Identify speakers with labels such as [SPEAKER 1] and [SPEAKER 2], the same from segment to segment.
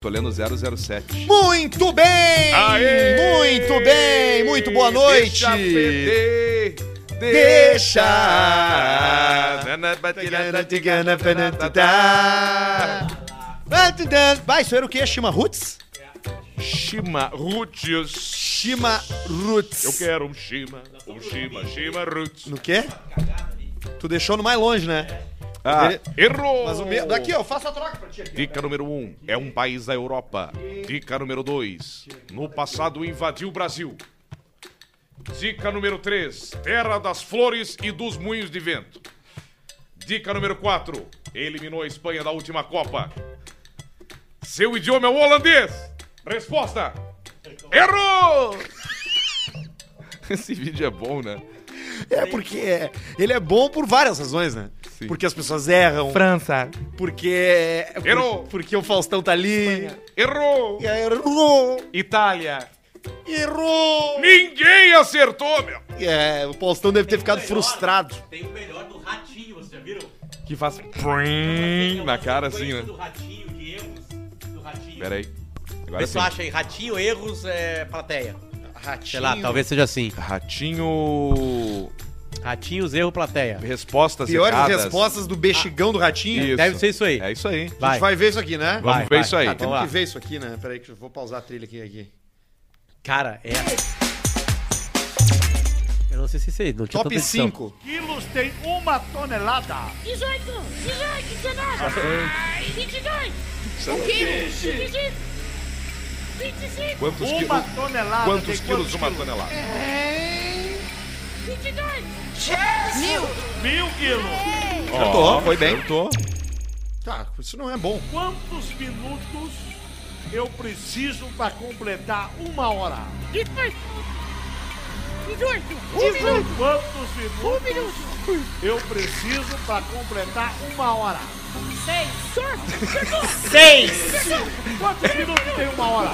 [SPEAKER 1] Tô lendo 007.
[SPEAKER 2] Muito bem!
[SPEAKER 1] Aê!
[SPEAKER 2] Muito bem! Muito boa noite!
[SPEAKER 1] Deixa perder,
[SPEAKER 2] Deixa. Vai, isso era o quê? Shima Roots?
[SPEAKER 1] Shima Roots.
[SPEAKER 2] Shima Roots.
[SPEAKER 1] Eu quero um Shima, um Shima, Shima Roots.
[SPEAKER 2] No quê? Tu deixou no mais longe, né?
[SPEAKER 1] Ah,
[SPEAKER 2] Ele-
[SPEAKER 1] errou!
[SPEAKER 2] Mas o meu... Daqui, ó, eu faço a troca pra ti aqui.
[SPEAKER 1] Dica número 1, um, é um país da Europa. Dica número 2, no passado invadiu o Brasil. Dica número 3, terra das flores e dos moinhos de vento. Dica número 4, eliminou a Espanha da última Copa. Seu idioma é o holandês. Resposta: Errou! Esse vídeo é bom, né?
[SPEAKER 2] É porque é- ele é bom por várias razões, né?
[SPEAKER 1] Sim.
[SPEAKER 2] Porque as pessoas erram.
[SPEAKER 3] França.
[SPEAKER 2] Porque...
[SPEAKER 1] Errou.
[SPEAKER 2] por- Porque o Faustão tá ali.
[SPEAKER 1] Errou!
[SPEAKER 2] Errou!
[SPEAKER 3] Itália.
[SPEAKER 2] Errou!
[SPEAKER 1] Ninguém acertou, meu.
[SPEAKER 2] É, o Faustão deve ter ficado frustrado.
[SPEAKER 4] Tem o melhor do ratinho, vocês já viram? É
[SPEAKER 3] Que faz.
[SPEAKER 4] Tem
[SPEAKER 1] Na
[SPEAKER 4] algumas
[SPEAKER 1] cara assim,
[SPEAKER 4] coisas
[SPEAKER 1] né?
[SPEAKER 4] Do ratinho, de erros do ratinho.
[SPEAKER 1] Pera aí. Agora
[SPEAKER 4] Vê se
[SPEAKER 1] sim.
[SPEAKER 4] tu acha aí, ratinho, erros, é, plateia.
[SPEAKER 2] Ratinho.
[SPEAKER 4] Sei lá, talvez seja assim.
[SPEAKER 1] Ratinho.
[SPEAKER 4] Ratinhos, erro, plateia.
[SPEAKER 1] Respostas
[SPEAKER 2] Piores
[SPEAKER 1] erradas.
[SPEAKER 2] respostas do bexigão do ratinho.
[SPEAKER 1] Isso.
[SPEAKER 4] Deve ser isso aí.
[SPEAKER 1] É isso aí.
[SPEAKER 2] A
[SPEAKER 4] Vai.
[SPEAKER 2] gente vai ver isso aqui, né?
[SPEAKER 1] Vamos
[SPEAKER 4] Vai,
[SPEAKER 1] ver
[SPEAKER 4] vai.
[SPEAKER 1] isso aí.
[SPEAKER 4] Tá,
[SPEAKER 2] Temos
[SPEAKER 4] Vamos lá.
[SPEAKER 2] que ver isso aqui, né? Peraí que eu vou pausar a trilha aqui. aqui.
[SPEAKER 4] Cara, é. Eu não sei se isso aí, não tinha
[SPEAKER 2] Top
[SPEAKER 4] tanta edição.
[SPEAKER 2] 5.
[SPEAKER 5] quilos tem uma tonelada.
[SPEAKER 6] 18, 18, 19, 22, 25, 25,
[SPEAKER 1] Quantos
[SPEAKER 5] Uma
[SPEAKER 1] quilos?
[SPEAKER 5] tonelada.
[SPEAKER 1] Quantos
[SPEAKER 5] tem
[SPEAKER 1] quilos uma tonelada?
[SPEAKER 6] 22, mil,
[SPEAKER 5] Mil quilos.
[SPEAKER 1] Acertou, foi bem. Acertou.
[SPEAKER 2] Tá, isso não é bom.
[SPEAKER 5] Quantos minutos eu preciso para completar uma hora?
[SPEAKER 6] 18, 18, um minuto,
[SPEAKER 5] Quantos
[SPEAKER 6] um
[SPEAKER 5] minutos
[SPEAKER 6] minuto,
[SPEAKER 5] eu preciso para completar uma hora?
[SPEAKER 6] seis, chegou,
[SPEAKER 5] Quantos minutos tem uma hora?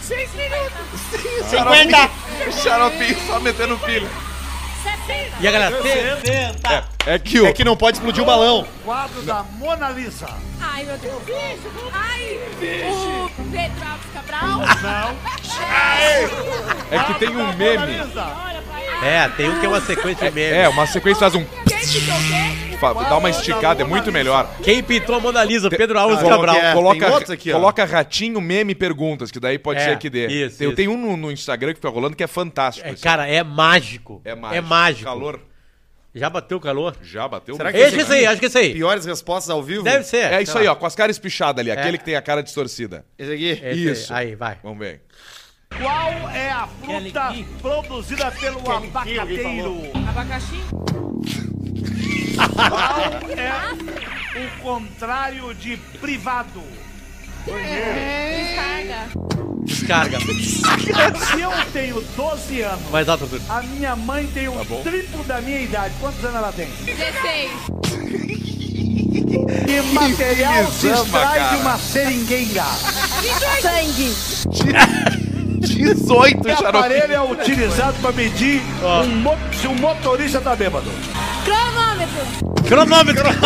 [SPEAKER 6] seis minutos,
[SPEAKER 1] O xaropinho só metendo pilha.
[SPEAKER 6] setenta,
[SPEAKER 4] E a galera, 60.
[SPEAKER 1] É que o.
[SPEAKER 2] É que não pode explodir o balão.
[SPEAKER 5] Quadro da Mona Lisa.
[SPEAKER 6] ai meu Deus, ai, o Pedro Alves Cabral,
[SPEAKER 1] É que tem um meme.
[SPEAKER 6] olha pra ele,
[SPEAKER 4] É, tem um que é uma sequência de memes.
[SPEAKER 1] É, uma sequência faz um.
[SPEAKER 6] quem ficou quem?
[SPEAKER 1] fa- Dá uma esticada, é muito melhor.
[SPEAKER 4] Quem pintou a Mona Lisa? Pedro Alves
[SPEAKER 2] Qual
[SPEAKER 4] Cabral.
[SPEAKER 2] que é? tem outros
[SPEAKER 1] Coloca,
[SPEAKER 2] aqui, ó.
[SPEAKER 1] coloca ratinho, meme e perguntas, que daí pode
[SPEAKER 4] É,
[SPEAKER 1] ser que dê.
[SPEAKER 4] isso,
[SPEAKER 1] Eu
[SPEAKER 4] isso.
[SPEAKER 1] tenho um no, no Instagram que foi rolando que é fantástico.
[SPEAKER 4] É,
[SPEAKER 1] assim.
[SPEAKER 4] cara, é mágico.
[SPEAKER 1] é mágico.
[SPEAKER 4] É mágico.
[SPEAKER 1] Calor.
[SPEAKER 4] Já bateu o calor?
[SPEAKER 1] Já bateu.
[SPEAKER 2] Será que
[SPEAKER 4] Acho que é esse aí, acho que é esse aí.
[SPEAKER 2] Piores respostas ao vivo?
[SPEAKER 4] Deve ser.
[SPEAKER 1] É isso aí, ó, com as caras pichadas ali, aquele
[SPEAKER 4] É.
[SPEAKER 1] que tem a cara distorcida.
[SPEAKER 2] Esse aqui?
[SPEAKER 4] Esse
[SPEAKER 1] Isso.
[SPEAKER 4] É Aí, aí, vai.
[SPEAKER 1] Vamos ver.
[SPEAKER 5] Qual é a fruta
[SPEAKER 4] Kelly Key.
[SPEAKER 5] produzida pelo abacateiro?
[SPEAKER 6] Abacaxi,
[SPEAKER 5] O contrário de privado.
[SPEAKER 6] carga,
[SPEAKER 4] Descarga.
[SPEAKER 5] Se eu tenho 12 anos.
[SPEAKER 4] Mais alto, Arthur.
[SPEAKER 5] A minha mãe tem o
[SPEAKER 1] Tá bom.
[SPEAKER 5] triplo da minha idade. Quantos anos ela tem?
[SPEAKER 6] dezesseis,
[SPEAKER 5] Que material se
[SPEAKER 1] exama,
[SPEAKER 5] extrai
[SPEAKER 1] cara.
[SPEAKER 5] de uma seringueira?
[SPEAKER 6] sangue,
[SPEAKER 1] 18,
[SPEAKER 5] Que aparelho é utilizado para medir um mo- se um motorista tá bêbado?
[SPEAKER 6] cronômetro,
[SPEAKER 4] Cronômetro.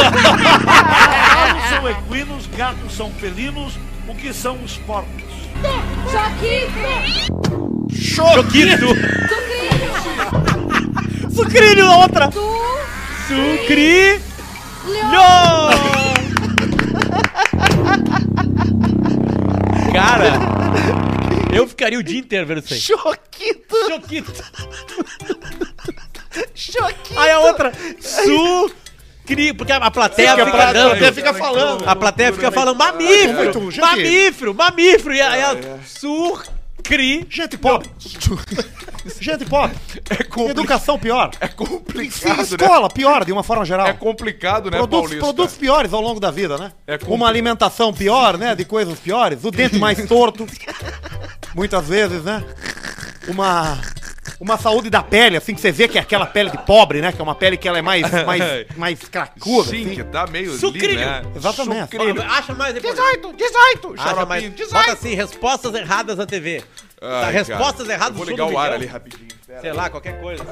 [SPEAKER 5] Gatos são equinos, gatos são felinos. O que são os porcos?
[SPEAKER 6] choquito,
[SPEAKER 4] Choquito.
[SPEAKER 6] sucrilho,
[SPEAKER 4] Sucrilho, outra.
[SPEAKER 6] tu...
[SPEAKER 4] Sucrilho. Cara, eu ficaria o dia inteiro vendo isso aí.
[SPEAKER 2] Choquito!
[SPEAKER 4] Choquito.
[SPEAKER 2] Choquito!
[SPEAKER 4] Aí a outra. Sucrilho. Porque a plateia fica,
[SPEAKER 2] pra-
[SPEAKER 4] dando.
[SPEAKER 2] até fica falando.
[SPEAKER 4] é A plateia fica falando mamífero,
[SPEAKER 2] Muito, gente.
[SPEAKER 4] mamífero, mamífero. E aí a sucri.
[SPEAKER 2] Gente pobre! Gente pobre!
[SPEAKER 1] É complicado.
[SPEAKER 2] Educação pior!
[SPEAKER 1] É complicado, né?
[SPEAKER 2] Escola pior, de uma forma geral.
[SPEAKER 1] É complicado, né,
[SPEAKER 2] Produtos,
[SPEAKER 1] Paulista?
[SPEAKER 2] produtos piores ao longo da vida, né?
[SPEAKER 1] É compli-
[SPEAKER 2] Uma alimentação pior, né? De coisas piores. O dente mais torto. muitas vezes, né? Uma. Uma saúde da pele, assim, que você vê que é aquela pele de pobre, né? Que é uma pele que ela é mais, mais, mais cracuda.
[SPEAKER 1] Sim,
[SPEAKER 2] assim.
[SPEAKER 1] que tá meio
[SPEAKER 4] Sucrilho.
[SPEAKER 1] ali, né?
[SPEAKER 2] Exatamente.
[SPEAKER 1] Sucrilho.
[SPEAKER 4] Acha mais depois.
[SPEAKER 2] 18,
[SPEAKER 1] Ah,
[SPEAKER 2] 18!
[SPEAKER 4] Acha mais.
[SPEAKER 1] xaropinho,
[SPEAKER 4] Bota assim, respostas erradas na TV. Tá,
[SPEAKER 1] Ai,
[SPEAKER 4] respostas
[SPEAKER 1] cara. Eu
[SPEAKER 4] erradas
[SPEAKER 1] Vou
[SPEAKER 4] sobre
[SPEAKER 1] ligar o ar
[SPEAKER 4] Miguel.
[SPEAKER 1] ali rapidinho. Pera.
[SPEAKER 4] Sei lá, qualquer coisa.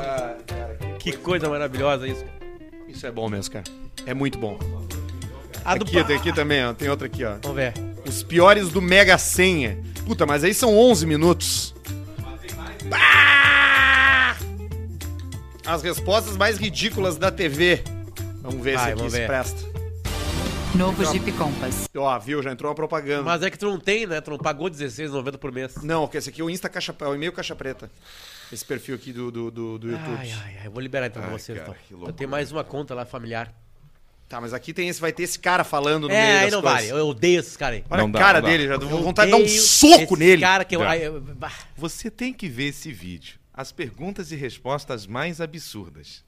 [SPEAKER 4] que coisa maravilhosa isso.
[SPEAKER 2] Isso é bom mesmo, cara. É muito bom.
[SPEAKER 4] A do
[SPEAKER 2] Aqui, tem aqui também, ó. Tem outra aqui, ó.
[SPEAKER 4] Vamos ver.
[SPEAKER 2] Os piores do Mega Senha. Puta, mas aí são 11 minutos. Pá! As respostas mais ridículas da TV. Vamos ver
[SPEAKER 4] Vai,
[SPEAKER 2] se aqui
[SPEAKER 4] vamos
[SPEAKER 2] se
[SPEAKER 4] ver.
[SPEAKER 2] presta.
[SPEAKER 7] Novo Jeep Compass.
[SPEAKER 2] Ó, viu? Já entrou uma propaganda.
[SPEAKER 4] Mas é que tu não tem, né? Tu não pagou R$16,90 por mês.
[SPEAKER 2] Não, que esse aqui é o Insta Caixa é o e-mail Caixa Preta. Esse perfil aqui do, do, do, do YouTube.
[SPEAKER 4] Ai, ai, ai. Eu vou liberar então pra
[SPEAKER 1] Ai,
[SPEAKER 4] vocês.
[SPEAKER 1] cara,
[SPEAKER 4] então.
[SPEAKER 1] que
[SPEAKER 4] Eu tenho mais uma conta lá familiar.
[SPEAKER 2] Tá, mas aqui tem esse, vai ter esse cara falando no meio
[SPEAKER 4] É, aí
[SPEAKER 2] das
[SPEAKER 4] não
[SPEAKER 2] coisas.
[SPEAKER 4] vale. Eu odeio esses caras aí.
[SPEAKER 2] Olha
[SPEAKER 1] Não
[SPEAKER 2] a
[SPEAKER 1] dá,
[SPEAKER 2] cara
[SPEAKER 1] não dá.
[SPEAKER 2] dele, já dou
[SPEAKER 4] Eu
[SPEAKER 2] vontade de dar um
[SPEAKER 4] odeio
[SPEAKER 2] soco
[SPEAKER 4] esses
[SPEAKER 2] nele.
[SPEAKER 4] cara que eu-
[SPEAKER 1] Tá.
[SPEAKER 4] ai, eu- bah.
[SPEAKER 1] Você tem que ver esse vídeo. As perguntas e respostas mais absurdas.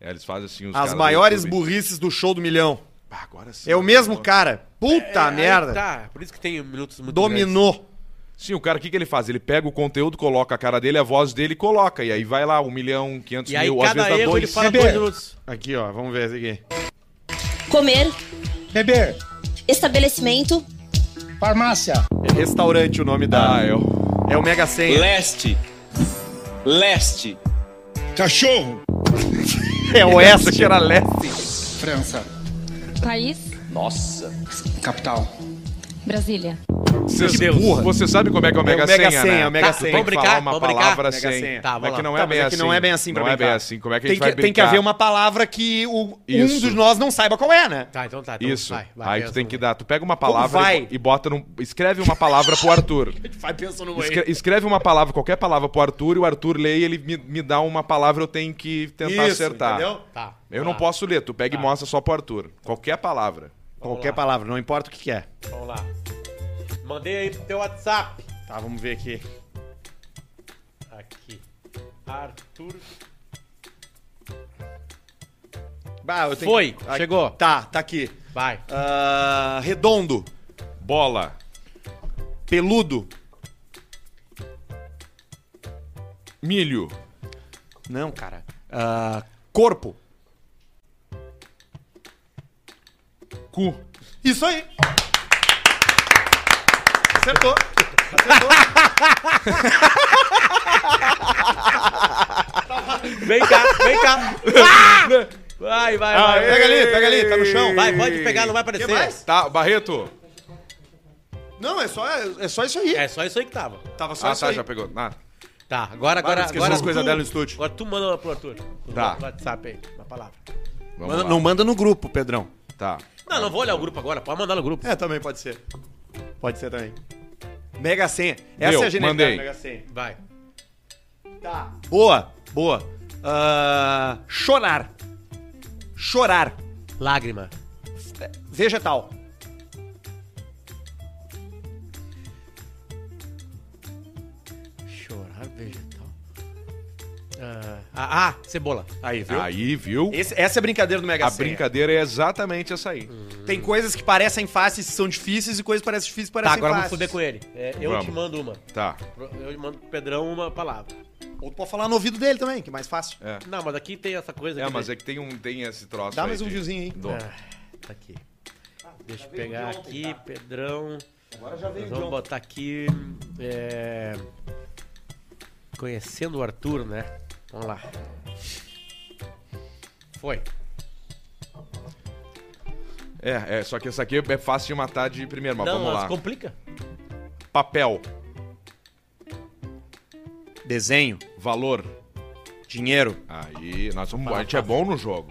[SPEAKER 1] É, eles fazem assim os
[SPEAKER 2] As
[SPEAKER 1] caras do
[SPEAKER 2] maiores
[SPEAKER 1] YouTube.
[SPEAKER 2] burrices do show do milhão.
[SPEAKER 1] Pá, Agora sim.
[SPEAKER 2] É o mesmo cara.
[SPEAKER 4] É,
[SPEAKER 2] Puta
[SPEAKER 4] aí
[SPEAKER 2] merda.
[SPEAKER 4] Tá, por isso que tem minutos muito grandes.
[SPEAKER 2] Dominou.
[SPEAKER 1] Sim, o cara, o que, que ele faz? Ele pega o conteúdo, coloca a cara dele, a voz dele e coloca. E aí vai lá, um milhão, quinhentos
[SPEAKER 4] E aí
[SPEAKER 1] mil, às
[SPEAKER 4] cada
[SPEAKER 1] vezes dá
[SPEAKER 4] erro
[SPEAKER 1] dois.
[SPEAKER 4] ele fala
[SPEAKER 1] Bebê.
[SPEAKER 4] dois minutos.
[SPEAKER 2] Aqui, ó, vamos ver esse aqui.
[SPEAKER 8] Comer,
[SPEAKER 9] Beber,
[SPEAKER 8] estabelecimento,
[SPEAKER 9] farmácia,
[SPEAKER 2] Restaurante o nome da.
[SPEAKER 1] Ah, é o-
[SPEAKER 2] É o Mega Senha.
[SPEAKER 10] Leste. Leste.
[SPEAKER 9] cachorro,
[SPEAKER 2] É o
[SPEAKER 1] Essa
[SPEAKER 2] Oeste.
[SPEAKER 1] que era leste.
[SPEAKER 9] França,
[SPEAKER 8] país,
[SPEAKER 10] Nossa.
[SPEAKER 9] capital.
[SPEAKER 8] Brasília.
[SPEAKER 1] Vocês,
[SPEAKER 4] Deus.
[SPEAKER 1] burra. Você sabe como é que é o Mega Senha, né?
[SPEAKER 2] o Mega
[SPEAKER 4] Tá,
[SPEAKER 2] Senha.
[SPEAKER 1] Tem
[SPEAKER 4] vamos
[SPEAKER 1] que
[SPEAKER 4] brincar?
[SPEAKER 1] falar uma
[SPEAKER 4] Vamos brincar?
[SPEAKER 1] palavra
[SPEAKER 2] Mega
[SPEAKER 1] sem.
[SPEAKER 2] Senha.
[SPEAKER 4] Tá, vamos
[SPEAKER 1] Mas
[SPEAKER 4] lá.
[SPEAKER 1] que não
[SPEAKER 2] Tá,
[SPEAKER 1] é
[SPEAKER 2] mas
[SPEAKER 1] bem
[SPEAKER 2] é que
[SPEAKER 1] assim.
[SPEAKER 2] não é bem assim pra
[SPEAKER 1] Não é
[SPEAKER 2] brincar.
[SPEAKER 1] bem assim. Como é que a gente
[SPEAKER 2] Tem
[SPEAKER 1] vai
[SPEAKER 2] que,
[SPEAKER 1] brincar?
[SPEAKER 2] tem que haver uma palavra que o, um
[SPEAKER 1] Isso.
[SPEAKER 2] dos nós não saiba qual é, né?
[SPEAKER 4] Tá, então tá. então
[SPEAKER 1] Isso.
[SPEAKER 4] vai, vai,
[SPEAKER 1] aí tu
[SPEAKER 4] pensa,
[SPEAKER 1] tem
[SPEAKER 4] vamos
[SPEAKER 1] que
[SPEAKER 4] ver.
[SPEAKER 1] dar. Tu pega uma palavra
[SPEAKER 2] vai?
[SPEAKER 1] e- e bota num. Escreve uma palavra pro Arthur.
[SPEAKER 2] Vai pensando
[SPEAKER 1] Escre- escreve uma palavra, qualquer palavra pro Arthur, e o Arthur lê e ele me, me dá uma palavra, eu tenho que tentar acertar.
[SPEAKER 4] Tá.
[SPEAKER 1] Eu não
[SPEAKER 4] Tá,
[SPEAKER 1] posso ler, tu pega e mostra só pro Arthur. Qualquer palavra.
[SPEAKER 2] Qualquer palavra, não importa o que, que é.
[SPEAKER 4] Vamos lá. Mandei aí pro teu WhatsApp.
[SPEAKER 2] Tá, vamos ver aqui.
[SPEAKER 4] Aqui. Arthur.
[SPEAKER 2] Bah, eu tenho
[SPEAKER 4] Foi,
[SPEAKER 2] que- Ai,
[SPEAKER 4] chegou.
[SPEAKER 2] Tá, tá aqui.
[SPEAKER 4] Vai.
[SPEAKER 2] Ah, redondo,
[SPEAKER 1] Bola.
[SPEAKER 2] peludo.
[SPEAKER 1] Milho.
[SPEAKER 2] Não, cara. Ah, corpo.
[SPEAKER 1] Cu.
[SPEAKER 2] Isso aí. Acertou.
[SPEAKER 4] Vem cá, vem cá. Vai, vai, vai.
[SPEAKER 2] Ah, Pega ali, pega ali, tá no chão.
[SPEAKER 4] Vai, pode pegar, não vai aparecer.
[SPEAKER 2] Que mais?
[SPEAKER 1] Tá, Barreto.
[SPEAKER 2] Não, é só, é só isso aí.
[SPEAKER 4] É só isso aí que tava.
[SPEAKER 2] Tava só
[SPEAKER 1] Ah,
[SPEAKER 2] isso
[SPEAKER 1] tá,
[SPEAKER 2] aí.
[SPEAKER 1] já pegou. Ah,
[SPEAKER 4] Tá, agora, agora,
[SPEAKER 2] esqueceu
[SPEAKER 4] agora.
[SPEAKER 2] as coisas dela no estúdio.
[SPEAKER 4] Agora tu manda uma pro Arthur. No
[SPEAKER 1] Tá.
[SPEAKER 4] WhatsApp aí, uma palavra.
[SPEAKER 1] vamos
[SPEAKER 2] Manda-
[SPEAKER 1] lá.
[SPEAKER 2] não manda no grupo, Pedrão.
[SPEAKER 1] Tá.
[SPEAKER 4] Não, não vou olhar o grupo agora, pode mandar no grupo.
[SPEAKER 2] É, também pode ser. Pode ser também. Mega senha. Essa
[SPEAKER 1] Deu,
[SPEAKER 2] é a genialidade
[SPEAKER 1] mandei.
[SPEAKER 2] do Mega senha.
[SPEAKER 4] Vai.
[SPEAKER 2] Tá. Boa, boa. Ah, chorar. Chorar.
[SPEAKER 4] Lágrima.
[SPEAKER 2] Vegetal.
[SPEAKER 4] Chorar vegetal. Ah, ah, cebola.
[SPEAKER 2] Aí, viu?
[SPEAKER 1] Aí, viu?
[SPEAKER 2] Esse- essa é a brincadeira do Mega
[SPEAKER 1] A
[SPEAKER 2] Senha.
[SPEAKER 1] brincadeira é exatamente essa aí.
[SPEAKER 2] Tem coisas que parecem fáceis e são difíceis e coisas que parecem difíceis e
[SPEAKER 4] Tá,
[SPEAKER 2] parecem
[SPEAKER 4] agora vamos
[SPEAKER 2] fáceis.
[SPEAKER 4] foder com ele. É, eu
[SPEAKER 1] Vamos.
[SPEAKER 4] te mando uma.
[SPEAKER 1] Tá.
[SPEAKER 4] Eu mando pro Pedrão uma palavra.
[SPEAKER 2] Ou tu pode falar no ouvido dele também, que é mais fácil.
[SPEAKER 4] Não, mas aqui tem essa coisa
[SPEAKER 1] É,
[SPEAKER 4] aqui.
[SPEAKER 1] mas é que tem, um, tem esse troço
[SPEAKER 2] Dá
[SPEAKER 1] aí
[SPEAKER 2] mais um
[SPEAKER 1] de-
[SPEAKER 2] fiozinho aí.
[SPEAKER 1] do-
[SPEAKER 4] Tá aqui. Deixa eu pegar aqui, Pedrão.
[SPEAKER 2] tá? Agora já
[SPEAKER 4] Nós vamos botar aqui. é, Conhecendo o Arthur, né? Vamos lá. Foi.
[SPEAKER 1] É, é, só que essa aqui é fácil de matar de primeiro, mas
[SPEAKER 4] não,
[SPEAKER 1] vamos
[SPEAKER 4] mas
[SPEAKER 1] lá.
[SPEAKER 4] complica.
[SPEAKER 1] Papel.
[SPEAKER 2] Desenho,
[SPEAKER 1] Valor.
[SPEAKER 2] dinheiro.
[SPEAKER 1] Aí, nós somos, a gente é bom no jogo.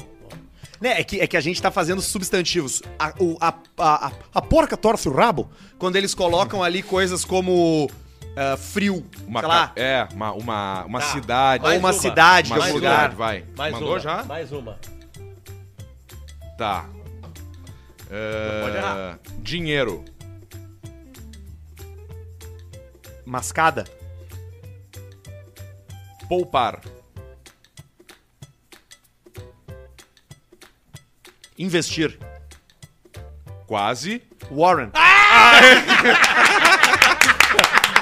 [SPEAKER 2] Né, é que, é que a gente tá fazendo substantivos. A, o- a, a, a, a porca torce o rabo quando eles colocam ali coisas como ah, frio,
[SPEAKER 1] Uma
[SPEAKER 2] sei
[SPEAKER 1] ca-
[SPEAKER 2] lá, um.
[SPEAKER 1] É, uma, uma, uma
[SPEAKER 4] Tá.
[SPEAKER 1] cidade.
[SPEAKER 2] ou
[SPEAKER 4] mais
[SPEAKER 2] uma
[SPEAKER 4] uma.
[SPEAKER 2] cidade,
[SPEAKER 1] uma
[SPEAKER 2] de algum
[SPEAKER 1] cidade, um
[SPEAKER 2] lugar.
[SPEAKER 1] vai.
[SPEAKER 4] Mais
[SPEAKER 1] Mandou
[SPEAKER 4] uma.
[SPEAKER 1] já?
[SPEAKER 4] Mais uma.
[SPEAKER 1] Tá. É,
[SPEAKER 4] pode errar.
[SPEAKER 1] Dinheiro.
[SPEAKER 2] Mascada,
[SPEAKER 1] Poupar.
[SPEAKER 2] investir.
[SPEAKER 1] Quase.
[SPEAKER 2] Warren.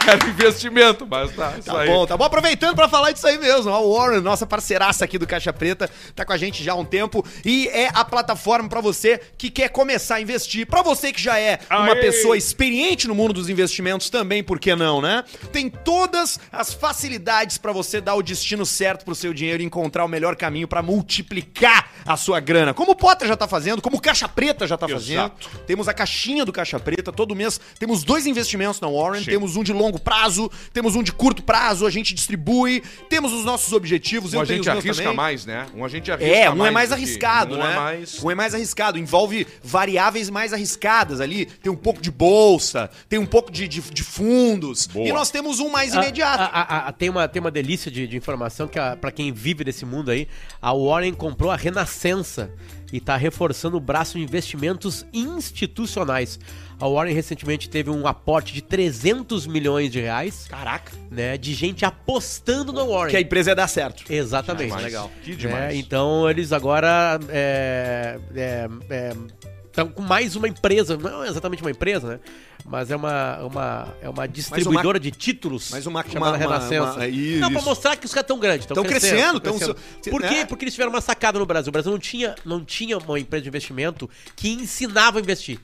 [SPEAKER 1] Era investimento, mas tá. isso
[SPEAKER 2] Tá
[SPEAKER 1] aí.
[SPEAKER 2] bom, tá bom. Aproveitando pra falar disso aí mesmo. A Warren, nossa parceiraça aqui do Caixa Preta, tá com a gente já há um tempo e é a plataforma pra você que quer começar a investir. Pra você que já é uma
[SPEAKER 1] Aê!
[SPEAKER 2] pessoa experiente no mundo dos investimentos também, por que não, né? Tem todas as facilidades pra você dar o destino certo pro seu dinheiro e encontrar o melhor caminho pra multiplicar a sua grana. Como o Potter já tá fazendo, como o Caixa Preta já tá fazendo.
[SPEAKER 1] Exato.
[SPEAKER 2] Temos a caixinha do Caixa Preta. Todo mês temos dois investimentos na Warren.
[SPEAKER 1] Sim.
[SPEAKER 2] Temos um de longo prazo, temos um de curto prazo. A gente distribui. Temos os nossos objetivos.
[SPEAKER 1] Um
[SPEAKER 2] eu
[SPEAKER 1] a
[SPEAKER 2] tenho os
[SPEAKER 1] gente
[SPEAKER 2] meus
[SPEAKER 1] arrisca
[SPEAKER 2] também.
[SPEAKER 1] mais, né? Um a gente arrisca
[SPEAKER 2] É, um é mais
[SPEAKER 1] do que-
[SPEAKER 2] arriscado,
[SPEAKER 1] um
[SPEAKER 2] né?
[SPEAKER 1] É mais...
[SPEAKER 2] Um é mais arriscado, envolve variáveis mais arriscadas ali. Tem um pouco de bolsa, tem um pouco de, de, de fundos.
[SPEAKER 1] Boa.
[SPEAKER 2] E nós temos um mais
[SPEAKER 4] Ah,
[SPEAKER 2] imediato.
[SPEAKER 4] A- a- a- a- tem, uma, tem uma delícia de, de informação que, a- pra quem vive desse mundo aí, a Warren comprou a Renascença e tá reforçando o braço de investimentos institucionais. A Warren recentemente teve um aporte de 300 milhões de reais,
[SPEAKER 2] Caraca,
[SPEAKER 4] né, de gente apostando na Warren.
[SPEAKER 2] que é a empresa ia dar certo.
[SPEAKER 4] Exatamente.
[SPEAKER 1] Demais.
[SPEAKER 4] Legal.
[SPEAKER 1] Que demais.
[SPEAKER 4] Né, então eles agora é, é, é, tão com mais uma empresa, não é exatamente uma empresa, né? Mas é uma, uma, é uma distribuidora de títulos.
[SPEAKER 2] mas uma- uma- uma-
[SPEAKER 4] chamada Renascença.
[SPEAKER 2] uma- é isso.
[SPEAKER 4] Não, pra mostrar que os caras estão grandes.
[SPEAKER 2] Tão crescendo,
[SPEAKER 4] tão
[SPEAKER 2] tão-
[SPEAKER 4] Por
[SPEAKER 2] né?
[SPEAKER 4] quê? Porque eles tiveram uma sacada no Brasil. O Brasil não tinha, não tinha uma empresa de investimento que ensinava a investir.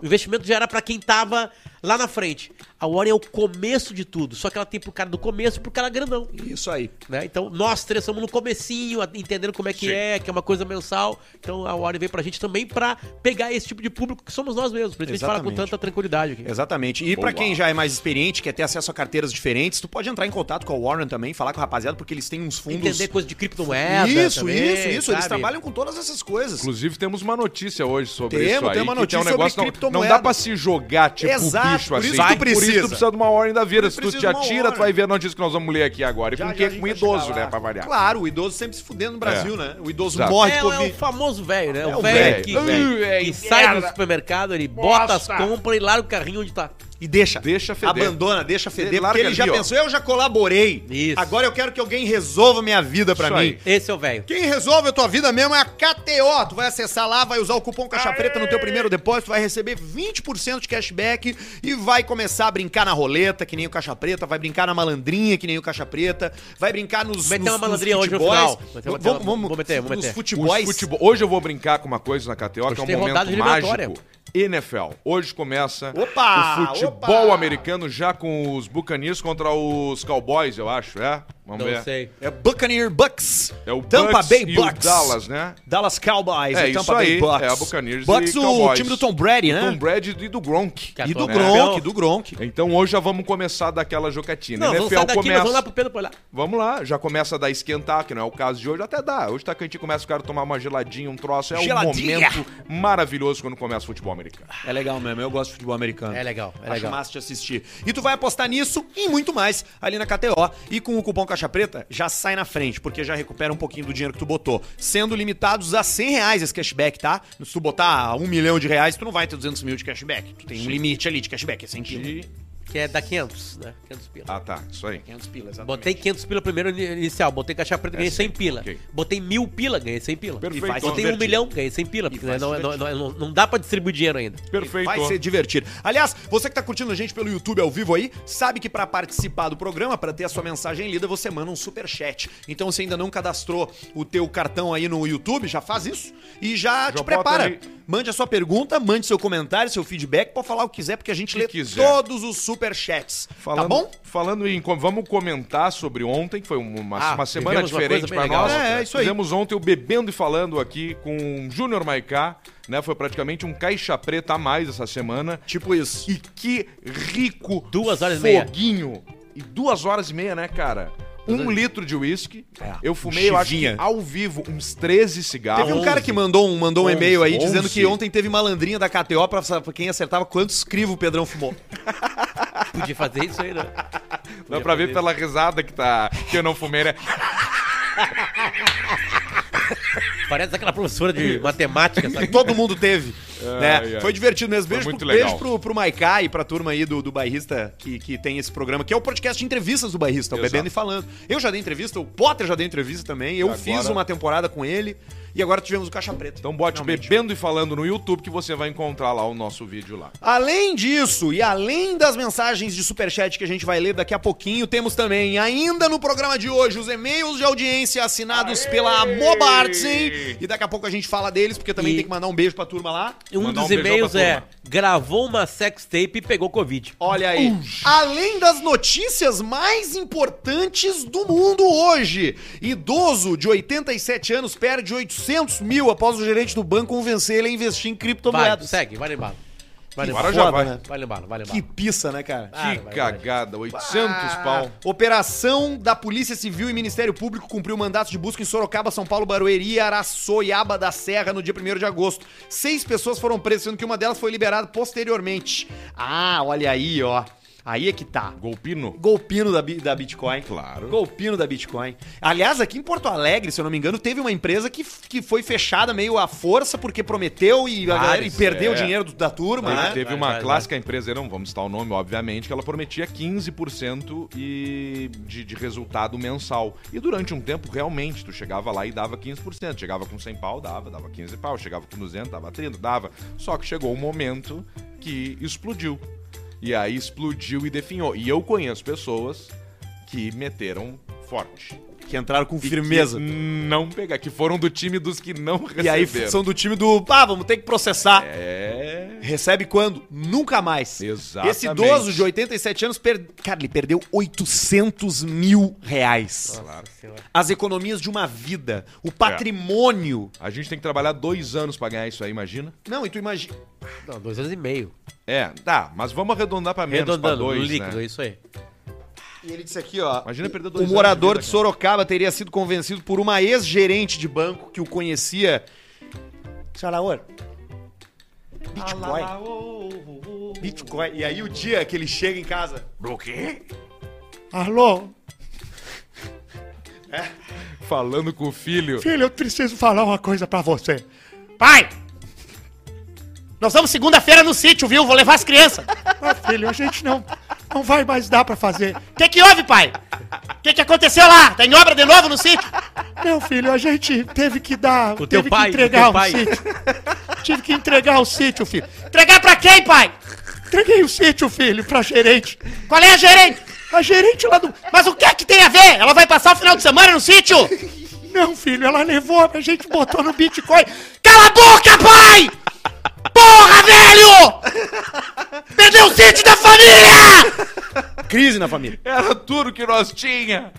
[SPEAKER 4] O investimento já era pra quem tava lá na frente. A Warren é o começo de tudo. Só que ela tem pro cara do começo e pro cara grandão
[SPEAKER 2] Isso aí.
[SPEAKER 4] né? Então, nós três estamos no comecinho, a- entendendo como é que
[SPEAKER 1] Sim.
[SPEAKER 4] é, que é uma coisa mensal. Então, a Warren veio pra gente também pra pegar esse tipo de público que somos nós mesmos. Por isso que a gente fala com
[SPEAKER 2] Exatamente. É,
[SPEAKER 4] tanta tranquilidade aqui.
[SPEAKER 2] Exatamente. E pra
[SPEAKER 1] Boa.
[SPEAKER 2] quem já é mais experiente, quer ter acesso a carteiras diferentes, tu pode entrar em contato com a Warren também, falar com o rapaziada, porque eles têm uns fundos.
[SPEAKER 4] Entender coisa de criptomoeda
[SPEAKER 2] um isso,
[SPEAKER 4] também,
[SPEAKER 2] isso, isso. Eles
[SPEAKER 4] sabe?
[SPEAKER 2] trabalham com todas essas coisas.
[SPEAKER 1] Inclusive, temos uma notícia hoje sobre
[SPEAKER 2] Temos,
[SPEAKER 1] isso aí.
[SPEAKER 2] tem uma
[SPEAKER 1] que
[SPEAKER 2] notícia
[SPEAKER 1] um negócio,
[SPEAKER 2] sobre
[SPEAKER 1] não, não
[SPEAKER 2] criptomoeda.
[SPEAKER 1] dá pra se jogar, tipo,
[SPEAKER 2] Exato,
[SPEAKER 1] bicho
[SPEAKER 2] por
[SPEAKER 1] assim.
[SPEAKER 2] isso tu
[SPEAKER 1] Por isso
[SPEAKER 2] precisa.
[SPEAKER 1] tu precisa de uma ordem da vida. Se tu
[SPEAKER 2] precisa
[SPEAKER 1] te
[SPEAKER 2] de uma
[SPEAKER 1] atira, tu
[SPEAKER 2] ordem.
[SPEAKER 1] vai ver a notícia que nós vamos ler aqui agora. E
[SPEAKER 5] Já,
[SPEAKER 1] com,
[SPEAKER 5] já a
[SPEAKER 1] que,
[SPEAKER 5] gente
[SPEAKER 1] com
[SPEAKER 5] vai
[SPEAKER 1] idoso,
[SPEAKER 5] chegar lá.
[SPEAKER 1] né, pra variar.
[SPEAKER 2] Claro, o idoso sempre se fudendo no Brasil,
[SPEAKER 1] É.
[SPEAKER 2] né? O idoso
[SPEAKER 1] Exato.
[SPEAKER 2] morre de
[SPEAKER 4] É, é o
[SPEAKER 2] Covid.
[SPEAKER 4] famoso velho, né?
[SPEAKER 2] É
[SPEAKER 4] o
[SPEAKER 2] o
[SPEAKER 4] velho
[SPEAKER 1] velho.
[SPEAKER 4] que,
[SPEAKER 1] Uh,
[SPEAKER 4] que
[SPEAKER 1] é,
[SPEAKER 4] sai do
[SPEAKER 1] merda.
[SPEAKER 4] supermercado, ele bota as
[SPEAKER 5] Bosta.
[SPEAKER 4] compras e larga o carrinho onde tá.
[SPEAKER 2] E deixa.
[SPEAKER 1] Deixa feder.
[SPEAKER 2] Abandona, deixa feder,
[SPEAKER 1] Larga
[SPEAKER 2] porque ele
[SPEAKER 1] ali,
[SPEAKER 2] já
[SPEAKER 1] ó.
[SPEAKER 2] pensou, eu já colaborei.
[SPEAKER 4] Isso.
[SPEAKER 2] Agora eu quero que alguém resolva minha vida pra
[SPEAKER 1] Isso
[SPEAKER 2] mim.
[SPEAKER 1] aí.
[SPEAKER 4] Esse é o velho.
[SPEAKER 2] Quem resolve a tua vida mesmo é a KTO. Tu vai acessar lá, vai usar o cupom Caixa Preta no teu primeiro depósito, vai receber 20% de cashback e vai começar a brincar na roleta, que nem o Caixa Preta, vai brincar na malandrinha, que nem o Caixa Preta, vai brincar nos
[SPEAKER 4] Meter
[SPEAKER 2] nos-
[SPEAKER 4] uma malandrinha
[SPEAKER 2] nos
[SPEAKER 4] hoje no
[SPEAKER 2] futebols.
[SPEAKER 4] final. Vou meter uma-
[SPEAKER 2] Vamos, vamos,
[SPEAKER 4] vou meter, vou
[SPEAKER 2] nos
[SPEAKER 4] meter.
[SPEAKER 1] Os
[SPEAKER 2] futebols.
[SPEAKER 1] futebol. Hoje eu vou brincar com uma coisa na KTO,
[SPEAKER 4] é Hoje
[SPEAKER 1] que é um
[SPEAKER 4] tem rodada
[SPEAKER 1] momento
[SPEAKER 4] de eliminatória.
[SPEAKER 1] mágico. NFL. Hoje começa
[SPEAKER 2] Opa,
[SPEAKER 1] o futebol
[SPEAKER 2] opa.
[SPEAKER 1] americano já com os Buccaneers contra os Cowboys, eu acho, é? Vamos
[SPEAKER 4] Não
[SPEAKER 1] ver.
[SPEAKER 4] sei.
[SPEAKER 2] É Buccaneer Bucks.
[SPEAKER 1] É o
[SPEAKER 2] Tampa
[SPEAKER 1] Bucks
[SPEAKER 2] Bay
[SPEAKER 1] e o
[SPEAKER 2] Bucks.
[SPEAKER 1] Dallas, né?
[SPEAKER 2] Dallas Cowboys
[SPEAKER 1] É
[SPEAKER 2] e
[SPEAKER 1] isso
[SPEAKER 2] Tampa Bay
[SPEAKER 1] aí,
[SPEAKER 2] Bucks.
[SPEAKER 1] é a Buccaneers
[SPEAKER 2] Bucks
[SPEAKER 1] e
[SPEAKER 2] o
[SPEAKER 1] Cowboys.
[SPEAKER 2] time do Tom Brady, né?
[SPEAKER 1] Tom é Brady e do Gronk.
[SPEAKER 4] Que
[SPEAKER 2] E do
[SPEAKER 4] atualmente-
[SPEAKER 2] Gronk, do Gronk.
[SPEAKER 1] Então hoje já vamos começar daquela jocatina.
[SPEAKER 4] Não, vamos
[SPEAKER 1] NFL
[SPEAKER 4] sair daqui, nós
[SPEAKER 1] começa.
[SPEAKER 4] vamos lá pro Pedro pra olhar.
[SPEAKER 1] Vamos lá, já começa a dar esquentar, que não é o caso de hoje, até dá. Hoje tá quente, começa o cara a tomar uma geladinha, um troço. É
[SPEAKER 2] Geladinha.
[SPEAKER 1] um momento maravilhoso quando começa o futebol americano.
[SPEAKER 2] É legal mesmo, eu gosto de futebol americano.
[SPEAKER 4] É legal, é
[SPEAKER 2] Acho
[SPEAKER 4] legal.
[SPEAKER 2] massa de assistir. E tu vai apostar nisso e muito mais ali na KTO. E com o cupom Caixa Preta, já sai na frente, porque já recupera um pouquinho do dinheiro que tu botou. Sendo limitados a 100 reais esse cashback, tá? Se tu botar um milhão de reais, tu não vai ter 200 mil de cashback. Tu tem um limite ali de cashback, é 100 pila.
[SPEAKER 1] E...
[SPEAKER 4] Que é da 500, né? 500 pila.
[SPEAKER 1] Ah, tá, isso aí.
[SPEAKER 2] 500 pila, exatamente.
[SPEAKER 4] Botei 500 pila primeiro ini- inicial, botei caixa preta, ganhei 100 pila.
[SPEAKER 1] ok.
[SPEAKER 4] Botei mil pila, ganhei 100 pila.
[SPEAKER 1] Perfeito. então
[SPEAKER 2] vai-
[SPEAKER 4] Botei um
[SPEAKER 2] Divertido.
[SPEAKER 4] milhão, ganhei 100 pila, porque né,
[SPEAKER 2] faz
[SPEAKER 4] não, não, não, não dá pra distribuir dinheiro ainda.
[SPEAKER 1] Perfeito.
[SPEAKER 2] Vai se divertir. Aliás, você que tá curtindo a gente pelo YouTube ao vivo aí, sabe que pra participar do programa, pra ter a sua mensagem lida, você manda um superchat. Então, se ainda não cadastrou o teu cartão aí no YouTube, já faz isso e já, te
[SPEAKER 1] bota
[SPEAKER 2] prepara.
[SPEAKER 1] ali.
[SPEAKER 2] Mande a sua pergunta, mande seu comentário, seu feedback, pode falar o que quiser, porque a gente
[SPEAKER 1] Que
[SPEAKER 2] lê
[SPEAKER 1] quiser.
[SPEAKER 2] todos os superchats. Tá
[SPEAKER 1] Falando,
[SPEAKER 2] bom?
[SPEAKER 1] Falando em. com- Vamos comentar sobre ontem, que foi um, uma,
[SPEAKER 4] Ah,
[SPEAKER 1] uma semana
[SPEAKER 4] vivemos uma
[SPEAKER 1] diferente
[SPEAKER 4] coisa
[SPEAKER 1] pra
[SPEAKER 4] bem
[SPEAKER 1] nós.
[SPEAKER 4] legal.
[SPEAKER 2] É, é isso aí.
[SPEAKER 1] Fizemos ontem o Bebendo e Falando aqui com o Júnior Maicá, né? Foi praticamente um caixa preta a mais essa semana.
[SPEAKER 2] Tipo isso.
[SPEAKER 1] E que rico
[SPEAKER 4] Duas horas e meia.
[SPEAKER 1] foguinho. E duas horas e meia, né, cara? Um litro de uísque.
[SPEAKER 2] É,
[SPEAKER 1] Eu fumei, eu acho que
[SPEAKER 2] chivinha.
[SPEAKER 1] ao vivo, uns 13 cigarros.
[SPEAKER 2] Teve um cara que mandou um, mandou um e-mail aí
[SPEAKER 1] Onze,
[SPEAKER 2] dizendo que
[SPEAKER 1] onze.
[SPEAKER 2] ontem teve malandrinha da KTO pra, pra quem acertava quantos crivo o Pedrão fumou.
[SPEAKER 4] Podia fazer isso aí, né?
[SPEAKER 1] Dá pra ver pela risada que tá. Que eu não fumei, né?
[SPEAKER 4] Parece aquela professora de matemática, sabe?
[SPEAKER 2] Todo mundo teve. né?
[SPEAKER 1] Ai, ai.
[SPEAKER 2] Foi divertido mesmo.
[SPEAKER 1] Foi
[SPEAKER 2] Beijo,
[SPEAKER 1] muito
[SPEAKER 2] pro,
[SPEAKER 1] legal.
[SPEAKER 2] beijo pro, pro Maiká e pra turma aí do, do Bairrista que, que tem esse programa, que é o podcast de entrevistas do Bairrista, o
[SPEAKER 1] Exato.
[SPEAKER 2] Bebendo e Falando. Eu já dei entrevista, o Potter já deu entrevista também. Eu
[SPEAKER 1] Agora-
[SPEAKER 2] fiz uma temporada com ele. E agora tivemos o Caixa Preta.
[SPEAKER 1] Então bote
[SPEAKER 2] Finalmente.
[SPEAKER 1] bebendo e falando no YouTube que você vai encontrar lá o nosso vídeo lá.
[SPEAKER 2] Além disso, e além das mensagens de superchat que a gente vai ler daqui a pouquinho, temos também, ainda no programa de hoje, os e-mails de audiência assinados pela Mobartsen. E daqui a pouco a gente fala deles, porque também
[SPEAKER 4] E-
[SPEAKER 2] tem que mandar um beijo pra turma lá.
[SPEAKER 4] E Um
[SPEAKER 1] Mandar um
[SPEAKER 4] dos
[SPEAKER 1] beijão
[SPEAKER 4] e-mails
[SPEAKER 1] pra
[SPEAKER 4] é:
[SPEAKER 1] turma.
[SPEAKER 4] gravou uma sextape e pegou Covid.
[SPEAKER 2] Olha aí. Além das notícias mais importantes do mundo hoje. Idoso de 87 anos perde 800 mil após o gerente do banco convencer ele a investir em
[SPEAKER 4] Vai, né?
[SPEAKER 2] criptomoedas.
[SPEAKER 4] segue, vai embalo. Vai
[SPEAKER 1] Agora
[SPEAKER 4] embalo.
[SPEAKER 1] já vai.
[SPEAKER 4] Vai embalo, vai
[SPEAKER 2] Que
[SPEAKER 4] embalo.
[SPEAKER 2] pissa, né, cara?
[SPEAKER 4] Ah,
[SPEAKER 2] Ah.
[SPEAKER 4] Vai,
[SPEAKER 1] que
[SPEAKER 4] vai, vai.
[SPEAKER 1] cagada, 800 pau.
[SPEAKER 2] Operação da Polícia Civil e Ministério Público cumpriu mandatos de busca em Sorocaba, São Paulo, Barueri e Araçoiaba da Serra no dia 1 de agosto. Seis pessoas foram presas, sendo que uma delas foi liberada posteriormente. Ah, olha aí, ó. Aí é que tá.
[SPEAKER 1] Golpino?
[SPEAKER 2] Golpino da, bi- da Bitcoin.
[SPEAKER 1] Claro.
[SPEAKER 2] Golpino da Bitcoin. Aliás, aqui em Porto Alegre, se eu não me engano, teve uma empresa que, f- que foi fechada meio à força porque prometeu e, a galera, e
[SPEAKER 4] Vários,
[SPEAKER 2] perdeu
[SPEAKER 1] é.
[SPEAKER 2] o dinheiro do- da turma,
[SPEAKER 1] Teve-
[SPEAKER 2] né?
[SPEAKER 1] teve
[SPEAKER 4] Vai,
[SPEAKER 1] uma
[SPEAKER 4] vai,
[SPEAKER 1] clássica empresa, não vamos citar o nome, obviamente, que ela prometia 15% e de, de resultado mensal. E durante um tempo, realmente, tu chegava lá e dava 15%. Chegava com 100 pau, dava, dava 15 pau. Chegava com 200, dava 30, dava. Só que chegou um momento que explodiu. E aí explodiu e definhou. E eu conheço pessoas que meteram forte.
[SPEAKER 2] Que entraram com firmeza.
[SPEAKER 1] Que não pegar, que foram do time dos que não receberam.
[SPEAKER 2] E aí são do time do. Ah, vamos ter que processar.
[SPEAKER 1] É.
[SPEAKER 2] Recebe quando? Nunca mais.
[SPEAKER 1] Exatamente.
[SPEAKER 2] Esse idoso de 87 anos, per... cara, ele perdeu 800 mil reais.
[SPEAKER 4] Nossa Senhora.
[SPEAKER 2] As economias de uma vida, o patrimônio.
[SPEAKER 1] A gente tem que trabalhar dois anos pra ganhar isso aí, imagina?
[SPEAKER 2] Não, e tu imagina.
[SPEAKER 4] Não, dois anos e meio.
[SPEAKER 1] É, tá, mas vamos arredondar pra menos, pra
[SPEAKER 4] Redondando, no
[SPEAKER 1] dois,
[SPEAKER 4] líquido,
[SPEAKER 1] né?
[SPEAKER 4] isso aí.
[SPEAKER 2] E ele disse aqui, ó.
[SPEAKER 1] Imagina perder dois
[SPEAKER 2] O
[SPEAKER 1] anos
[SPEAKER 2] morador de
[SPEAKER 1] vida,
[SPEAKER 2] Sorocaba teria sido convencido por uma ex-gerente de banco que o conhecia. Senhora Laor, Bitcoin. Bitcoin. E aí o dia que ele chega em casa.
[SPEAKER 11] Alô,
[SPEAKER 1] cara. Falando com o filho.
[SPEAKER 11] filho, eu preciso falar uma coisa pra você. Pai! Nós vamos segunda-feira no sítio, viu? Vou levar as crianças. Ah, filho, a gente não, não vai mais dar pra fazer. O que, que houve, pai? O que, que aconteceu lá? Tem obra de novo no sítio? Não, filho, a gente teve que dar.
[SPEAKER 4] O teu
[SPEAKER 11] teve que
[SPEAKER 4] pai, o
[SPEAKER 11] entregar
[SPEAKER 4] teu
[SPEAKER 11] o
[SPEAKER 4] pai.
[SPEAKER 11] sítio. Tive que entregar o sítio, filho. Entregar pra quem, pai? Entreguei o sítio, filho, pra gerente. Qual é a gerente? A gerente lá do. Mas o que é que tem a ver? Ela vai passar o final de semana no sítio? Não, filho, ela levou, a gente botou no Bitcoin. Cala a boca, pai! Porra, velho! Perdeu o sítio da família!
[SPEAKER 2] Crise na família.
[SPEAKER 1] Era tudo que nós tinha.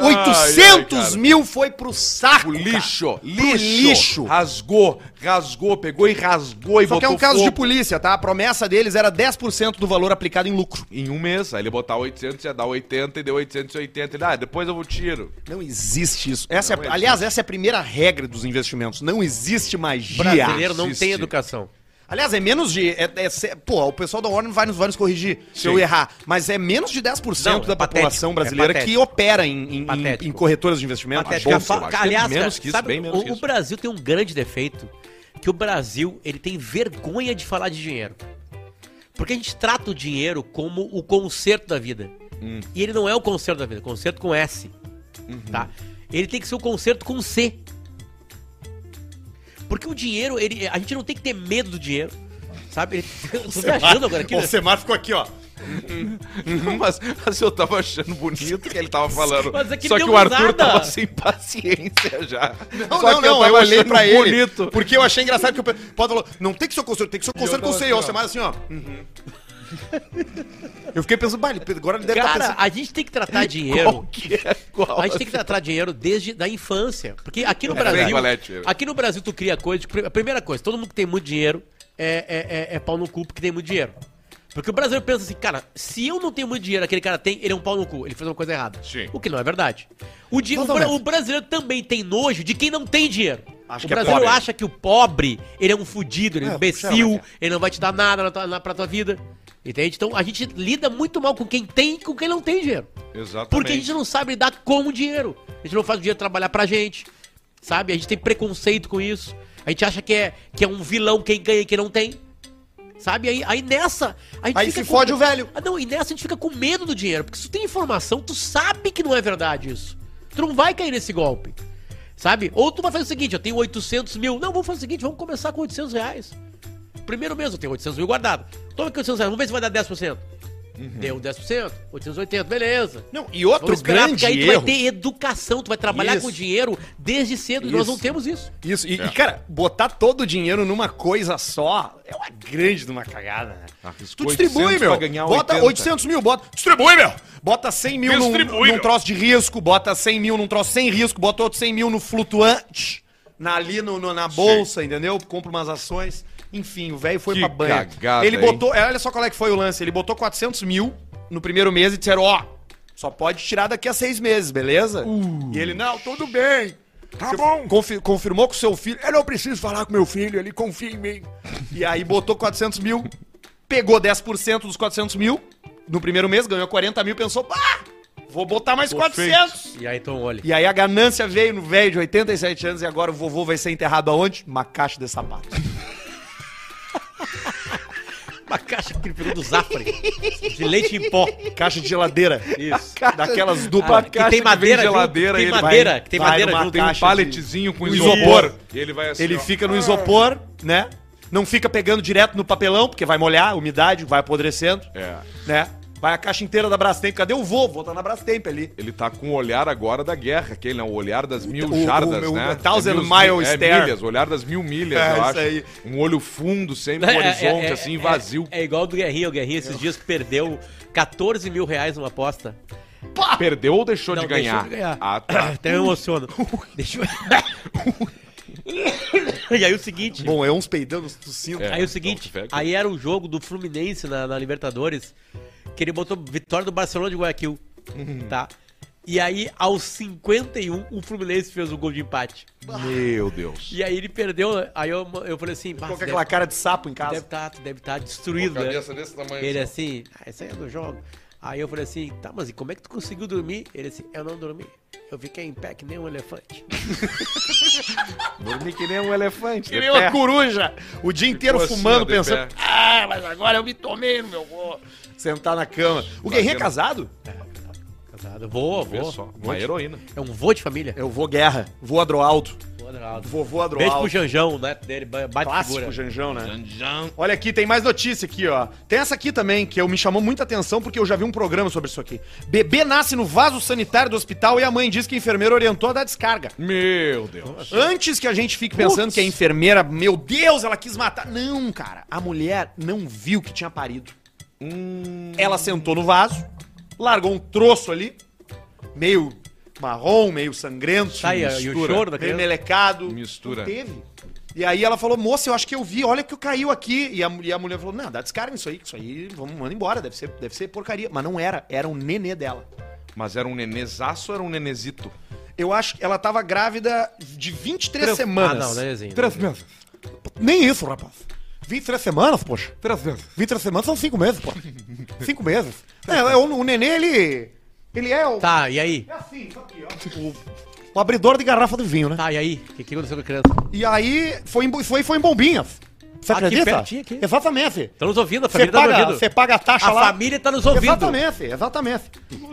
[SPEAKER 1] Ai, ai,
[SPEAKER 2] 800
[SPEAKER 1] cara.
[SPEAKER 2] mil foi pro saco.
[SPEAKER 1] O lixo,
[SPEAKER 2] cara. Pro
[SPEAKER 1] lixo,
[SPEAKER 2] lixo.
[SPEAKER 1] Rasgou, rasgou, pegou e rasgou e
[SPEAKER 2] Só que é um
[SPEAKER 1] botou
[SPEAKER 2] caso de
[SPEAKER 1] fogo.
[SPEAKER 2] polícia, tá? A promessa deles era 10% do valor aplicado em lucro.
[SPEAKER 1] Em um mês, aí ele botar 800, ia dar 80 e deu 880. Ele, ah, depois eu vou tiro.
[SPEAKER 2] Não existe isso. Essa
[SPEAKER 1] Não
[SPEAKER 2] é,
[SPEAKER 1] existe.
[SPEAKER 2] aliás, essa é a primeira regra dos investimentos. Não existe magia.
[SPEAKER 4] Brasileiro não
[SPEAKER 1] assiste.
[SPEAKER 4] tem educação.
[SPEAKER 2] Aliás, é menos de. É, é se- pô, o pessoal da Warner vai nos, vai nos corrigir se
[SPEAKER 1] Sim.
[SPEAKER 2] eu errar. Mas é menos de 10%
[SPEAKER 4] Não, é
[SPEAKER 2] da população
[SPEAKER 4] patético, é
[SPEAKER 2] brasileira
[SPEAKER 4] patético.
[SPEAKER 2] que opera em, em,
[SPEAKER 4] Patético.
[SPEAKER 2] em- em corretoras de investimento.
[SPEAKER 4] Patético.
[SPEAKER 1] bom,
[SPEAKER 4] A fa-
[SPEAKER 1] eu acho que é
[SPEAKER 4] Aliás,
[SPEAKER 1] menos
[SPEAKER 4] cara,
[SPEAKER 1] que isso,
[SPEAKER 4] sabe,
[SPEAKER 1] bem menos
[SPEAKER 4] o,
[SPEAKER 1] que isso.
[SPEAKER 4] o Brasil tem um grande defeito, que o Brasil ele tem vergonha de falar de dinheiro. Porque a gente trata o dinheiro como o conserto da vida.
[SPEAKER 1] Hum.
[SPEAKER 4] E ele não é o conserto da vida, é conserto com S.
[SPEAKER 1] Uhum.
[SPEAKER 4] Tá? Ele tem que ser o conserto com C. Porque o dinheiro, ele, a gente não tem que ter medo do dinheiro. Sabe? Ele- Eu tô viajando agora aqui. né?
[SPEAKER 2] Semar ficou aqui, ó.
[SPEAKER 1] Hum, mas, mas eu tava achando bonito o que ele tava falando.
[SPEAKER 4] Mas é que
[SPEAKER 1] Só
[SPEAKER 4] deu
[SPEAKER 1] que o Arthur
[SPEAKER 4] risada.
[SPEAKER 1] tava sem paciência já.
[SPEAKER 2] Não,
[SPEAKER 1] Só
[SPEAKER 2] não,
[SPEAKER 1] que
[SPEAKER 2] não, eu,
[SPEAKER 1] tava
[SPEAKER 2] olhei
[SPEAKER 1] achando
[SPEAKER 2] pra ele.
[SPEAKER 1] bonito.
[SPEAKER 2] Porque eu achei engraçado que o Pedro falou: não tem que ser o conselho, tem que ser o conselho com o CEO. Você mais assim, ó. Eu fiquei pensando, bah, ele- agora ele
[SPEAKER 1] tá
[SPEAKER 2] deve estar
[SPEAKER 1] assim.
[SPEAKER 4] Cara,
[SPEAKER 2] pensando.
[SPEAKER 4] a gente tem que tratar dinheiro.
[SPEAKER 1] é
[SPEAKER 4] A gente tem que tratar dinheiro desde da infância. Porque aqui no Brasil.
[SPEAKER 1] Valete.
[SPEAKER 4] Aqui no Brasil, tu cria coisa. que- A primeira coisa, todo mundo que tem muito dinheiro é, é, é, é pau no cu porque tem muito dinheiro. Porque o brasileiro pensa assim, cara, se eu não tenho muito dinheiro, aquele cara tem, ele é um pau no cu, ele fez uma coisa errada.
[SPEAKER 1] Sim.
[SPEAKER 4] O que não é verdade. O, di- o bra- o brasileiro também tem nojo de quem não tem dinheiro.
[SPEAKER 2] Acho
[SPEAKER 4] o
[SPEAKER 2] que é
[SPEAKER 4] brasileiro
[SPEAKER 2] pobre.
[SPEAKER 4] acha que o pobre, ele é um fudido, ele é um
[SPEAKER 2] É,
[SPEAKER 4] imbecil, ele não vai te dar nada na tua, na, pra tua vida. Entende? Então a gente lida muito mal com quem tem e com quem não tem dinheiro.
[SPEAKER 1] Exatamente.
[SPEAKER 4] Porque a gente não sabe lidar com o dinheiro. A gente não faz o dinheiro trabalhar pra gente. Sabe? A gente tem preconceito com isso. A gente acha que é, que é um vilão quem ganha e quem não tem. Sabe? Aí, aí nessa. A gente
[SPEAKER 2] Aí se fode o velho.
[SPEAKER 4] Ah, não, e nessa a gente fica com medo do dinheiro. Porque se tu tem informação, tu sabe que não é verdade isso. Tu não vai cair nesse golpe. Sabe? Ou tu vai fazer o seguinte, eu tenho 800 mil. Não, vamos fazer o seguinte, vamos começar com 800 reais. Primeiro mês eu tenho 800 mil guardado. Toma aqui 800 reais, vamos ver se vai dar 10%.
[SPEAKER 2] Uhum.
[SPEAKER 4] Deu 10%, 880, beleza.
[SPEAKER 2] Não, e outro
[SPEAKER 4] Vamos esperar,
[SPEAKER 2] grande
[SPEAKER 4] porque aí tu
[SPEAKER 2] erro.
[SPEAKER 4] vai ter educação, tu vai trabalhar
[SPEAKER 2] Isso.
[SPEAKER 4] com dinheiro desde cedo. E nós
[SPEAKER 2] Isso.
[SPEAKER 4] não temos isso.
[SPEAKER 2] Isso, e,
[SPEAKER 1] É.
[SPEAKER 2] e, cara, botar todo o dinheiro numa coisa só é uma grande de uma cagada, né?
[SPEAKER 1] Arriscou
[SPEAKER 2] Tu distribui,
[SPEAKER 1] 800 Ah, pra
[SPEAKER 2] meu.
[SPEAKER 1] ganhar
[SPEAKER 2] bota
[SPEAKER 1] 80.
[SPEAKER 2] 800 mil, bota. Distribui, meu. Bota 100 mil num,
[SPEAKER 1] Distribui,
[SPEAKER 2] num
[SPEAKER 1] meu.
[SPEAKER 2] troço de risco, bota 100 mil num troço sem risco, bota outro 100 mil no flutuante, na, ali no, no- na bolsa, entendeu? Compra umas ações. Enfim, o velho foi
[SPEAKER 1] Que
[SPEAKER 2] pra banha.
[SPEAKER 1] cagada,
[SPEAKER 2] ele
[SPEAKER 1] hein?
[SPEAKER 2] botou, olha só qual é que foi o lance. Ele botou 400 mil no primeiro mês e disseram, ó, só pode tirar daqui a seis meses, beleza?
[SPEAKER 1] Uh.
[SPEAKER 2] E ele, não, tudo bem. Tá bom. confirmou com seu filho. Eu não preciso falar com meu filho, ele confia em mim. E aí botou 400 mil, pegou 10% dos 400 mil no primeiro mês, ganhou 40 mil, pensou, ah, vou botar mais 400.
[SPEAKER 4] E aí então olha.
[SPEAKER 2] E aí a ganância veio no velho de 87 anos e agora o vovô vai ser enterrado aonde? Uma caixa de sapato.
[SPEAKER 4] Uma caixa que ele pegou do Zafre. de leite em pó.
[SPEAKER 2] Caixa de geladeira.
[SPEAKER 4] Isso.
[SPEAKER 2] Daquelas duplas.
[SPEAKER 4] Ah, que tem madeira
[SPEAKER 1] vem
[SPEAKER 4] junto,
[SPEAKER 1] geladeira,
[SPEAKER 4] tem
[SPEAKER 1] ele vai-
[SPEAKER 4] madeira, que tem
[SPEAKER 2] vai
[SPEAKER 4] madeira
[SPEAKER 2] numa
[SPEAKER 4] junto.
[SPEAKER 1] Tem um
[SPEAKER 2] caixa
[SPEAKER 1] paletezinho com
[SPEAKER 2] de
[SPEAKER 1] isopor.
[SPEAKER 2] isopor.
[SPEAKER 1] E ele vai assim,
[SPEAKER 2] Ele
[SPEAKER 1] ó.
[SPEAKER 2] fica no isopor, né? Não fica pegando direto no papelão, porque vai molhar, umidade, vai apodrecendo,
[SPEAKER 1] É.
[SPEAKER 2] né? Vai a caixa inteira da Brastemp. Cadê o vô? Vou tá na Brastemp ali.
[SPEAKER 1] Ele tá com o olhar agora da guerra, aquele, né? O olhar das mil
[SPEAKER 2] o-
[SPEAKER 1] jardas,
[SPEAKER 2] o- o
[SPEAKER 1] né?
[SPEAKER 2] thousand
[SPEAKER 1] mil-
[SPEAKER 2] mile
[SPEAKER 1] é,
[SPEAKER 2] stare.
[SPEAKER 1] milhas, o olhar das mil milhas,
[SPEAKER 2] É,
[SPEAKER 1] eu
[SPEAKER 2] isso
[SPEAKER 1] acho.
[SPEAKER 2] aí.
[SPEAKER 1] Um olho fundo,
[SPEAKER 2] Né,
[SPEAKER 1] sempre um horizonte, assim, vazio.
[SPEAKER 4] É, igual do Guerrinha. O Guerrinha esses dias perdeu 14 mil reais numa aposta.
[SPEAKER 1] Perdeu ou deixou
[SPEAKER 4] Não,
[SPEAKER 1] de ganhar?
[SPEAKER 4] deixou de ganhar.
[SPEAKER 1] Ah, tá.
[SPEAKER 4] Até me emociono. Deixa eu... e aí o seguinte...
[SPEAKER 2] Bom, é uns peidando, uns tossindo.
[SPEAKER 1] É.
[SPEAKER 4] Aí o seguinte,
[SPEAKER 1] então, tu pega.
[SPEAKER 4] aí era o jogo do Fluminense na, na Libertadores, que ele botou vitória do Barcelona de Guayaquil,
[SPEAKER 2] Uhum.
[SPEAKER 4] tá? E aí, aos 51, o Fluminense fez o gol de empate.
[SPEAKER 1] Meu Deus.
[SPEAKER 4] E aí ele perdeu, né? aí eu, eu falei assim, "Bah,
[SPEAKER 2] Ficou com
[SPEAKER 4] tu deve,
[SPEAKER 2] aquela cara de sapo em casa.
[SPEAKER 4] deve tá, tu deve tá destruído, né?
[SPEAKER 1] desse tamanho.
[SPEAKER 4] Ele assim, ah, isso aí é do jogo. Aí eu falei assim, tá, mas e como é que tu conseguiu dormir? Ele assim, eu não dormi. Eu fiquei em pé que nem um elefante.
[SPEAKER 1] Dormi que nem um elefante.
[SPEAKER 2] Que nem uma coruja. É. O dia inteiro
[SPEAKER 1] Ficou assim, ó,
[SPEAKER 2] fumando,
[SPEAKER 1] de
[SPEAKER 2] pensando.
[SPEAKER 1] pé.
[SPEAKER 2] Ah, mas agora eu me tomei no meu gol. Sentar na cama. O Guerrinho é
[SPEAKER 1] vendo?
[SPEAKER 2] casado?
[SPEAKER 4] Casado, vou,
[SPEAKER 1] Vê
[SPEAKER 4] vou.
[SPEAKER 1] só, uma heroína.
[SPEAKER 4] É um vô de família.
[SPEAKER 2] Eu vou guerra. Vou Adroaldo.
[SPEAKER 4] Vou, Adroaldo.
[SPEAKER 2] Vovô
[SPEAKER 4] Beijo pro
[SPEAKER 2] Adroaldo.
[SPEAKER 4] Janjão, né? Dele, ba- baita
[SPEAKER 2] É Clássico,
[SPEAKER 4] figura.
[SPEAKER 2] Janjão, né? Olha aqui, tem mais notícia aqui, ó. Tem essa aqui também, que eu me chamou muita atenção porque eu já vi um programa sobre isso aqui. Bebê nasce no vaso sanitário do hospital e a mãe diz que a enfermeira orientou a dar descarga.
[SPEAKER 1] Meu Deus.
[SPEAKER 2] Antes que a gente fique pensando que a enfermeira, meu Deus, ela quis matar. Não, cara. A mulher não viu que tinha parido.
[SPEAKER 4] Hum.
[SPEAKER 2] Ela sentou no vaso, largou um troço ali, meio marrom, meio sangrento.
[SPEAKER 4] Tá aí, e o
[SPEAKER 1] Mistura.
[SPEAKER 4] choro da
[SPEAKER 2] Meio
[SPEAKER 4] criança.
[SPEAKER 2] melecado.
[SPEAKER 1] Mistura.
[SPEAKER 2] Não teve. E aí ela falou, moça, eu acho que eu vi, olha que eu caiu aqui. E a, mu- e a mulher falou, não, dá descarga nisso aí, que isso aí, vamos, manda embora, deve ser, deve ser porcaria. Mas não era, era um nenê dela.
[SPEAKER 1] Mas era um nenezaço ou era um nenezito?
[SPEAKER 2] Eu acho que ela tava grávida de 23
[SPEAKER 4] Ah,
[SPEAKER 2] semanas.
[SPEAKER 4] não, né, Zezinho?
[SPEAKER 11] meses.
[SPEAKER 2] Nem isso, rapaz. 23 semanas, poxa.
[SPEAKER 11] Três meses.
[SPEAKER 2] 23 semanas são 5 meses, pô. 5 meses. É, é, o, o nenê, ele... Ele é o...
[SPEAKER 4] Tá, e aí?
[SPEAKER 2] É assim, isso aqui, ó. O, o abridor de garrafa de vinho, né?
[SPEAKER 4] Tá, e aí? O que, que aconteceu com a criança?
[SPEAKER 2] E aí foi em, Bo- foi, foi em bombinhas. Você
[SPEAKER 4] Aqui
[SPEAKER 2] acredita?
[SPEAKER 4] Ah, pertinho, aqui.
[SPEAKER 2] Exatamente.
[SPEAKER 4] Tá nos ouvindo, a
[SPEAKER 2] Você
[SPEAKER 4] família tá nos
[SPEAKER 2] paga,
[SPEAKER 4] ouvindo.
[SPEAKER 2] você paga a taxa
[SPEAKER 4] A
[SPEAKER 2] lá.
[SPEAKER 4] família tá nos ouvindo.
[SPEAKER 2] Exatamente, exatamente.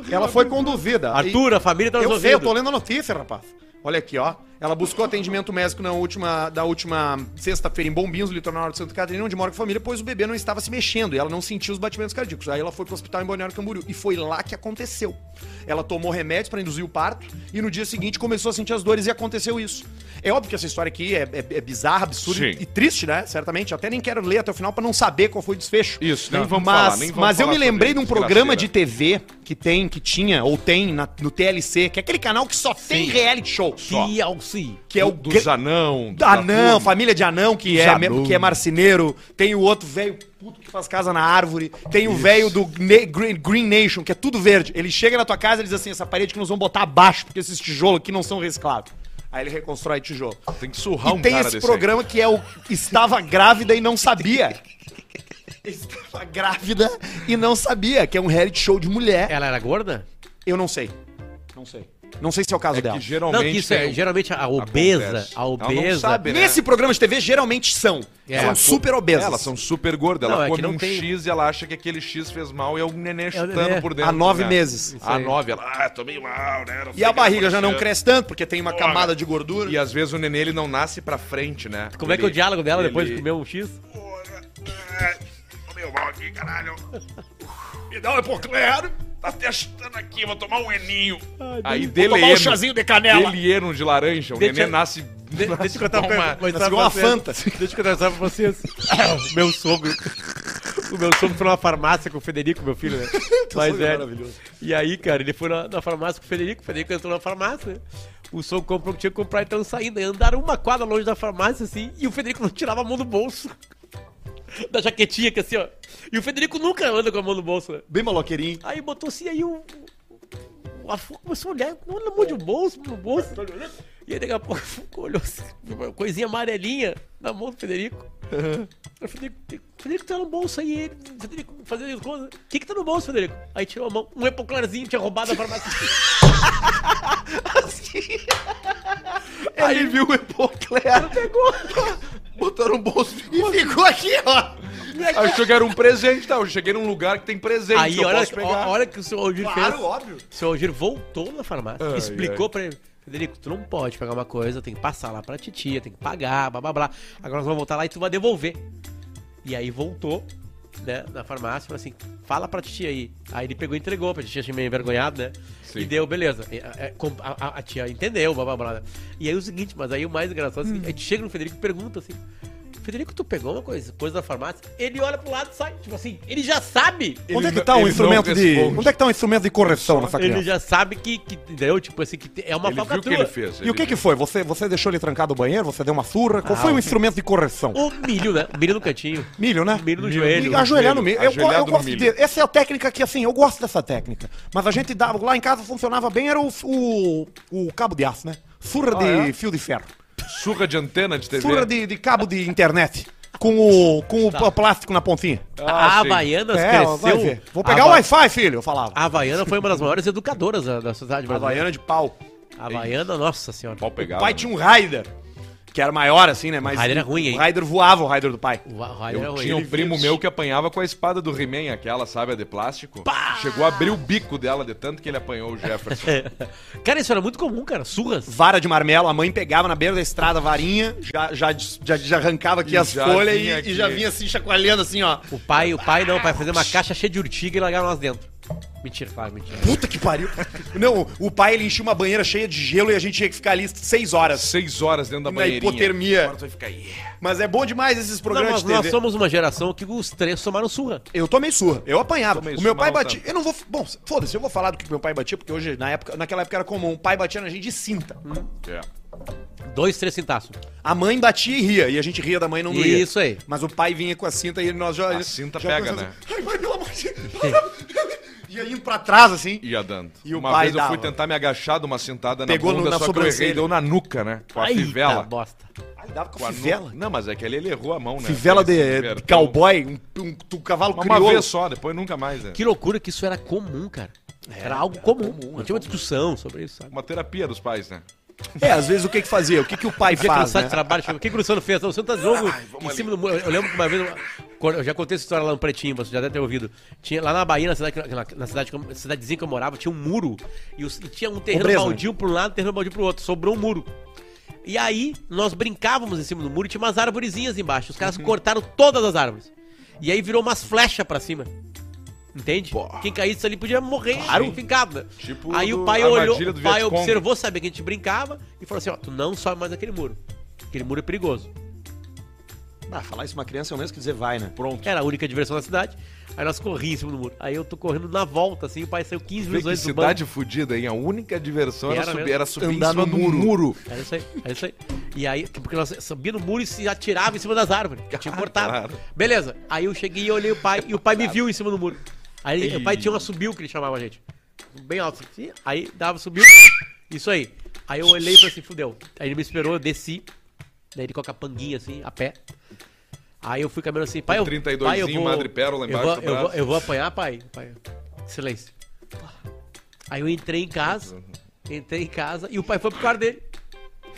[SPEAKER 2] Ela foi conduzida.
[SPEAKER 4] Arthur, a família tá
[SPEAKER 2] eu
[SPEAKER 4] nos
[SPEAKER 2] sei, eu
[SPEAKER 4] ouvindo.
[SPEAKER 2] tô lendo a notícia, rapaz. Olha aqui, ó. Ela buscou atendimento médico na última, da última sexta-feira em Bombinhos, no litoral de Santa Catarina, onde mora com a família, pois o bebê não estava se mexendo e ela não sentiu os batimentos cardíacos. Aí ela foi pro hospital em Balneário Camboriú e foi lá que aconteceu. Ela tomou remédios para induzir o parto e no dia seguinte começou a sentir as dores e aconteceu isso. É óbvio que essa história aqui é, é- é bizarra, absurda
[SPEAKER 1] Sim.
[SPEAKER 2] e, e triste, né? Certamente. Até nem quero ler até o final para não saber qual foi o desfecho.
[SPEAKER 1] Isso, nem vamos
[SPEAKER 2] mas,
[SPEAKER 1] falar, nem vamos
[SPEAKER 2] Mas eu
[SPEAKER 1] falar sobre
[SPEAKER 2] me lembrei de um
[SPEAKER 1] isso,
[SPEAKER 2] programa
[SPEAKER 1] desgraceira.
[SPEAKER 2] de TV que tem, que tinha, ou tem na- no TLC, que é aquele canal que só tem reality show.
[SPEAKER 1] Só.
[SPEAKER 4] Que alci.
[SPEAKER 2] Que Ah, é o
[SPEAKER 1] do
[SPEAKER 2] gr-
[SPEAKER 1] Zanão. do
[SPEAKER 2] Anão,
[SPEAKER 1] Tatu.
[SPEAKER 2] família de Anão, que é, mesmo, que é marceneiro. Tem o outro velho puto que faz casa na árvore. Tem o velho do Ne- Green, Green Nation, que é tudo verde. Ele chega na tua casa e diz assim: essa parede que nós vamos botar abaixo, porque esses tijolos aqui não são reciclados. Aí ele reconstrói tijolo.
[SPEAKER 1] Tem que surrar um
[SPEAKER 2] e tem
[SPEAKER 1] cara
[SPEAKER 2] esse
[SPEAKER 1] desse
[SPEAKER 2] programa que é o Estava Grávida e Não Sabia. Estava grávida e não sabia, que é um reality show de mulher.
[SPEAKER 4] Ela era gorda?
[SPEAKER 2] Eu não sei. Não sei. Não sei se é o caso
[SPEAKER 1] É
[SPEAKER 2] dela.
[SPEAKER 1] que geralmente.
[SPEAKER 4] Não, que isso é,
[SPEAKER 1] tem-
[SPEAKER 4] geralmente a obesa,
[SPEAKER 1] acontece.
[SPEAKER 4] a
[SPEAKER 1] Ela não
[SPEAKER 4] obesa...
[SPEAKER 1] sabe, né?
[SPEAKER 2] Nesse programa de TV, geralmente são.
[SPEAKER 4] É.
[SPEAKER 2] São
[SPEAKER 4] Ela-
[SPEAKER 2] super obesas.
[SPEAKER 1] Elas são super gordas.
[SPEAKER 4] Não,
[SPEAKER 1] Ela
[SPEAKER 4] é que
[SPEAKER 1] come
[SPEAKER 4] não
[SPEAKER 1] um
[SPEAKER 4] tem-
[SPEAKER 1] X e ela acha que aquele X fez mal e é um neném
[SPEAKER 4] É o
[SPEAKER 1] chutando
[SPEAKER 4] nenê.
[SPEAKER 1] por dentro.
[SPEAKER 2] Há nove
[SPEAKER 1] né?
[SPEAKER 2] meses.
[SPEAKER 1] Há nove. Ela, ah, tomei mal, né? Não sei
[SPEAKER 2] E a
[SPEAKER 1] o que
[SPEAKER 2] barriga já não
[SPEAKER 1] aconteceu.
[SPEAKER 2] cresce tanto, porque tem uma
[SPEAKER 1] Porra.
[SPEAKER 2] camada de gordura.
[SPEAKER 1] E às vezes o nenê ele não nasce pra frente, né?
[SPEAKER 4] Como é que é o diálogo dela depois de
[SPEAKER 1] ele-
[SPEAKER 4] comer um X?
[SPEAKER 1] Porra, é, Tomei mal aqui, caralho. Me dá um epoclero. Tá testando aqui, vou tomar um eninho. Aí deleno.
[SPEAKER 5] tomar um chazinho de canela.
[SPEAKER 1] Deleno de laranja. O
[SPEAKER 4] Deixa-
[SPEAKER 1] nenê nasce... nasce com uma-
[SPEAKER 4] Mas
[SPEAKER 2] Nasceu uma fanta.
[SPEAKER 4] Deixa eu contar pra vocês. O meu sogro. O meu sogro foi numa farmácia com o Federico, meu filho, né? Mas
[SPEAKER 2] sogro é
[SPEAKER 4] é.
[SPEAKER 2] maravilhoso.
[SPEAKER 4] E aí, cara, ele foi na, na farmácia com o Federico. O Federico entrou na farmácia. né? O sogro comprou o que tinha que comprar, então saindo. Aí Andaram uma quadra longe da farmácia, assim, e o Federico não tirava a mão do bolso. Da jaquetinha, que assim, ó. E o Federico nunca anda com a mão no bolso, né?
[SPEAKER 2] Bem maloqueirinho.
[SPEAKER 4] Aí botou assim, aí o. o a Fu começou a olhar, olha muito de bolso, no bolso. E aí daqui a pouco a Fu olhou assim, viu uma coisinha amarelinha na mão do Federico. Aí o Federico, Federico tá no bolso aí, ele, Federico fazendo coisa. O que que tá no bolso, Federico? Aí tirou a mão, um epoclarzinho tinha roubado a farmácia.
[SPEAKER 2] Aí viu o epoclero. Pegou. Botaram no bolso e ficou aqui, ó.
[SPEAKER 1] Achou que era um presente, tá? Eu cheguei num lugar que tem presente
[SPEAKER 4] aí
[SPEAKER 1] que eu
[SPEAKER 4] olha,
[SPEAKER 1] posso pegar.
[SPEAKER 4] ó- olha que o seu Aldir fez.
[SPEAKER 2] Claro, óbvio.
[SPEAKER 4] O seu Aldir voltou na farmácia,
[SPEAKER 1] Ai,
[SPEAKER 4] explicou pra ele. Federico, tu não pode pegar uma coisa, tem que passar lá pra titia, tem que pagar, blá blá blá. Agora nós vamos voltar lá e tu vai devolver. E aí voltou, né, na farmácia, falou assim, fala pra titia aí. Aí ele pegou e entregou pra titia, achei meio envergonhado, né?
[SPEAKER 1] Sim.
[SPEAKER 4] E deu, beleza. E, a- a, a- a- a tia entendeu, blá blá blá. né? E aí o seguinte, mas aí o mais engraçado é o seguinte, a gente chega no Federico e pergunta assim, Federico, tu pegou uma coisa, coisa da farmácia? Ele olha pro lado e sai, tipo assim, ele já sabe!
[SPEAKER 11] Onde é que
[SPEAKER 1] Ele
[SPEAKER 11] tá
[SPEAKER 1] não-
[SPEAKER 11] um
[SPEAKER 1] ele
[SPEAKER 11] instrumento
[SPEAKER 1] não
[SPEAKER 11] de.
[SPEAKER 1] responde.
[SPEAKER 11] Onde é que tá um instrumento de correção nessa
[SPEAKER 4] Ele
[SPEAKER 11] criança?
[SPEAKER 4] já sabe que, que, entendeu? Tipo assim, que é uma
[SPEAKER 1] Ele viu o que
[SPEAKER 4] falcatrua.
[SPEAKER 1] ele fez.
[SPEAKER 11] tá E o que que foi? Você, você deixou ele trancado no banheiro? Você deu uma surra?
[SPEAKER 1] Ah,
[SPEAKER 11] Qual foi o instrumento de correção?
[SPEAKER 4] O milho, né? O milho no cantinho.
[SPEAKER 11] Milho, né?
[SPEAKER 4] Milho no joelho.
[SPEAKER 11] E ajoelhar no milho. Eu, go- eu
[SPEAKER 1] Ajoelhado no
[SPEAKER 11] gosto
[SPEAKER 1] milho.
[SPEAKER 11] de, essa é a técnica que, assim, eu gosto dessa técnica. Mas a gente dava. Lá em casa funcionava bem, era o, o, o cabo de aço, né? Surra de fio de ferro.
[SPEAKER 1] Surra de antena de TV.
[SPEAKER 11] Surra de, de cabo de internet. Com o, com o pl- plástico na pontinha.
[SPEAKER 4] a
[SPEAKER 1] Ah, sim.
[SPEAKER 4] Havaianas
[SPEAKER 11] É, vai ver.
[SPEAKER 4] cresceu.
[SPEAKER 11] Vou pegar
[SPEAKER 4] a
[SPEAKER 11] o
[SPEAKER 4] Hava-
[SPEAKER 11] Wi-Fi, filho, eu falava.
[SPEAKER 4] A Havaiana foi uma das maiores educadoras da, da sociedade brasileira.
[SPEAKER 2] Havaiana de pau.
[SPEAKER 4] A Havaiana, nossa senhora.
[SPEAKER 1] Pau pegava.
[SPEAKER 2] O pai tinha um Raider. Que era maior, assim, né? Mas
[SPEAKER 4] Raider era ruim, hein?
[SPEAKER 2] O Raider voava, o Raider do pai.
[SPEAKER 4] O é Raider
[SPEAKER 1] Eu
[SPEAKER 4] era
[SPEAKER 1] tinha um
[SPEAKER 4] ele.
[SPEAKER 1] primo meu que apanhava com a espada do He-Man, aquela, sabe, a de plástico. Chegou a abrir o bico dela de tanto que ele apanhou o Jefferson.
[SPEAKER 4] É. Cara, isso era muito comum, cara. Surras.
[SPEAKER 2] Vara de marmelo, a mãe pegava na beira da estrada a varinha, já, já, já, já arrancava aqui
[SPEAKER 1] E
[SPEAKER 2] as
[SPEAKER 1] já
[SPEAKER 2] folhas
[SPEAKER 1] vinha
[SPEAKER 2] e,
[SPEAKER 1] aqui.
[SPEAKER 2] e já vinha assim chacoalhando assim, ó.
[SPEAKER 4] O pai, o pai não, o pai fazia uma caixa cheia de urtiga e largava nós dentro. Mentira, claro, mentira.
[SPEAKER 2] Puta que pariu. Não, o pai ele enchia uma banheira cheia de gelo e a gente tinha que ficar ali seis horas
[SPEAKER 1] Seis horas dentro da
[SPEAKER 2] na
[SPEAKER 1] banheirinha.
[SPEAKER 2] hipotermia.
[SPEAKER 1] Agora tu vai ficar aí.
[SPEAKER 2] Mas é bom demais esses
[SPEAKER 4] Não,
[SPEAKER 2] programas
[SPEAKER 4] mas
[SPEAKER 2] de TV.
[SPEAKER 4] nós somos uma geração que os três tomaram surra.
[SPEAKER 2] Eu tomei surra, eu apanhava.
[SPEAKER 1] Tomei
[SPEAKER 2] o meu
[SPEAKER 1] surra,
[SPEAKER 2] pai
[SPEAKER 1] mas não
[SPEAKER 2] batia.
[SPEAKER 1] tanto.
[SPEAKER 2] Eu não vou. Bom, foda-se, eu vou falar do que meu pai batia, porque hoje, na época, naquela época era comum. O pai batia na gente de cinta.
[SPEAKER 1] É.
[SPEAKER 4] Dois, três cintaços.
[SPEAKER 2] A mãe batia e ria, e a gente ria da mãe e não doía.
[SPEAKER 4] Isso aí.
[SPEAKER 2] Mas o pai vinha com a cinta e nós já.
[SPEAKER 1] A cinta pega,
[SPEAKER 2] pensamos,
[SPEAKER 1] né?
[SPEAKER 2] Ai, mãe, pelo amor de Deus. Ia indo pra trás, assim.
[SPEAKER 1] Ia dando.
[SPEAKER 2] E o
[SPEAKER 1] Uma
[SPEAKER 2] pai
[SPEAKER 1] vez eu fui
[SPEAKER 2] dava.
[SPEAKER 1] tentar me agachar de uma sentada
[SPEAKER 2] Pegou
[SPEAKER 1] na
[SPEAKER 2] no-
[SPEAKER 1] bunda,
[SPEAKER 2] na
[SPEAKER 1] só que eu errei,
[SPEAKER 2] sobrancelha.
[SPEAKER 1] deu na nuca, né? Com a
[SPEAKER 4] Eita
[SPEAKER 1] fivela.
[SPEAKER 4] bosta.
[SPEAKER 2] Ai, dava com
[SPEAKER 1] Com a
[SPEAKER 2] a
[SPEAKER 1] nu-
[SPEAKER 2] fivela.
[SPEAKER 1] Não, mas é que ele, ele errou a mão, né?
[SPEAKER 11] Fivela
[SPEAKER 1] Ele se
[SPEAKER 11] de, de
[SPEAKER 1] divertiu.
[SPEAKER 11] cowboy.
[SPEAKER 2] Um, um, um cavalo
[SPEAKER 1] Uma
[SPEAKER 2] é, crioulo.
[SPEAKER 1] vez só, depois nunca mais, né?
[SPEAKER 4] Que loucura que isso era comum, cara. É, Era algo comum. Não tinha uma discussão sobre isso, sabe?
[SPEAKER 1] Uma terapia dos pais, né?
[SPEAKER 2] É, às vezes o que que fazia? O que que o pai
[SPEAKER 4] Aí vinha
[SPEAKER 2] faz,
[SPEAKER 4] cansado
[SPEAKER 2] né?
[SPEAKER 4] de trabalho, chegou. O que, que o Luciano fez? O Luciano tá de novo em cima do muro. Eu lembro que uma vez. eu- Eu já contei essa história lá no Pretinho, você já deve ter ouvido. Tinha, lá na Bahia, na, cidade, que- na, na cidade, que eu- cidadezinha que eu morava, tinha um muro. E, os- e tinha um terreno
[SPEAKER 11] Pobreza, né?
[SPEAKER 4] baldio pra um lado, terreno baldio pro outro. Sobrou um muro. E aí, nós brincávamos em cima do muro e tinha umas arvorezinhas embaixo. Os caras cortaram todas as árvores. E aí virou umas flechas pra cima. Entende? Quem caísse ali podia morrer claro. fincado, né?
[SPEAKER 1] Tipo
[SPEAKER 4] aí
[SPEAKER 1] do-
[SPEAKER 4] o pai
[SPEAKER 1] a
[SPEAKER 4] olhou,
[SPEAKER 1] armadilha do
[SPEAKER 4] o pai
[SPEAKER 1] Vietcong.
[SPEAKER 4] observou, sabia que a gente brincava e falou assim, ó, tu não sobe mais naquele muro. Aquele muro é perigoso.
[SPEAKER 2] Ah, falar isso pra uma criança é o mesmo que dizer vai, né?
[SPEAKER 1] Pronto.
[SPEAKER 4] Era a única diversão da cidade. Aí nós corríamos em cima do muro. Aí eu tô correndo na volta, assim, o pai saiu 15
[SPEAKER 1] Vê
[SPEAKER 4] minutos
[SPEAKER 1] que
[SPEAKER 4] antes do banco.
[SPEAKER 1] cidade fudida, hein? A única diversão
[SPEAKER 4] Era
[SPEAKER 1] era subir,
[SPEAKER 4] mesmo.
[SPEAKER 1] era subir em
[SPEAKER 11] Andar
[SPEAKER 1] cima
[SPEAKER 11] no
[SPEAKER 1] do
[SPEAKER 11] muro.
[SPEAKER 1] muro.
[SPEAKER 4] Era É isso aí, era isso aí. E aí, porque nós subia no muro e se atirava em cima das árvores. Que tinha cortado.
[SPEAKER 1] Ah, claro.
[SPEAKER 4] Beleza. Aí eu cheguei e olhei o pai, e o pai me viu em cima do muro. Aí o pai tinha um assobio que ele chamava a gente. Bem alto. assim. Aí dava, subiu. Isso aí. Aí eu olhei e falei assim, fudeu. Aí ele me esperou, eu desci. Daí ele com a capanguinha assim, a pé. Aí eu fui caminhando assim, pai, eu,
[SPEAKER 1] 32zinho,
[SPEAKER 4] pai, eu vou...
[SPEAKER 1] Madre Pérola
[SPEAKER 4] eu
[SPEAKER 1] embaixo
[SPEAKER 4] vou,
[SPEAKER 1] do
[SPEAKER 4] eu,
[SPEAKER 1] braço.
[SPEAKER 4] vou,
[SPEAKER 1] Uhum.
[SPEAKER 4] eu vou apanhar, pai. pai. Silêncio. Aí eu entrei em casa, Entrei em casa e o pai foi pro quarto dele.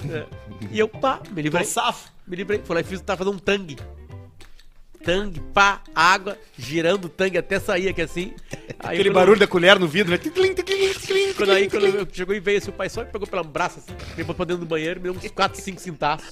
[SPEAKER 4] É. E eu, pá, me livrei.
[SPEAKER 2] safo.
[SPEAKER 4] Me livrei. Fui lá e fiz, tava fazendo um tangue. Tangue, pá, água, girando o tangue até sair aqui assim. Aí
[SPEAKER 11] Aquele
[SPEAKER 4] quando-
[SPEAKER 11] barulho da colher no vidro, né? Tling, tling, tling, tling.
[SPEAKER 4] Quando aí, quando eu- chegou e veio assim, o pai só me pegou pelo braço, assim, me botou dentro do banheiro, me deu uns 4, 5 cintaços.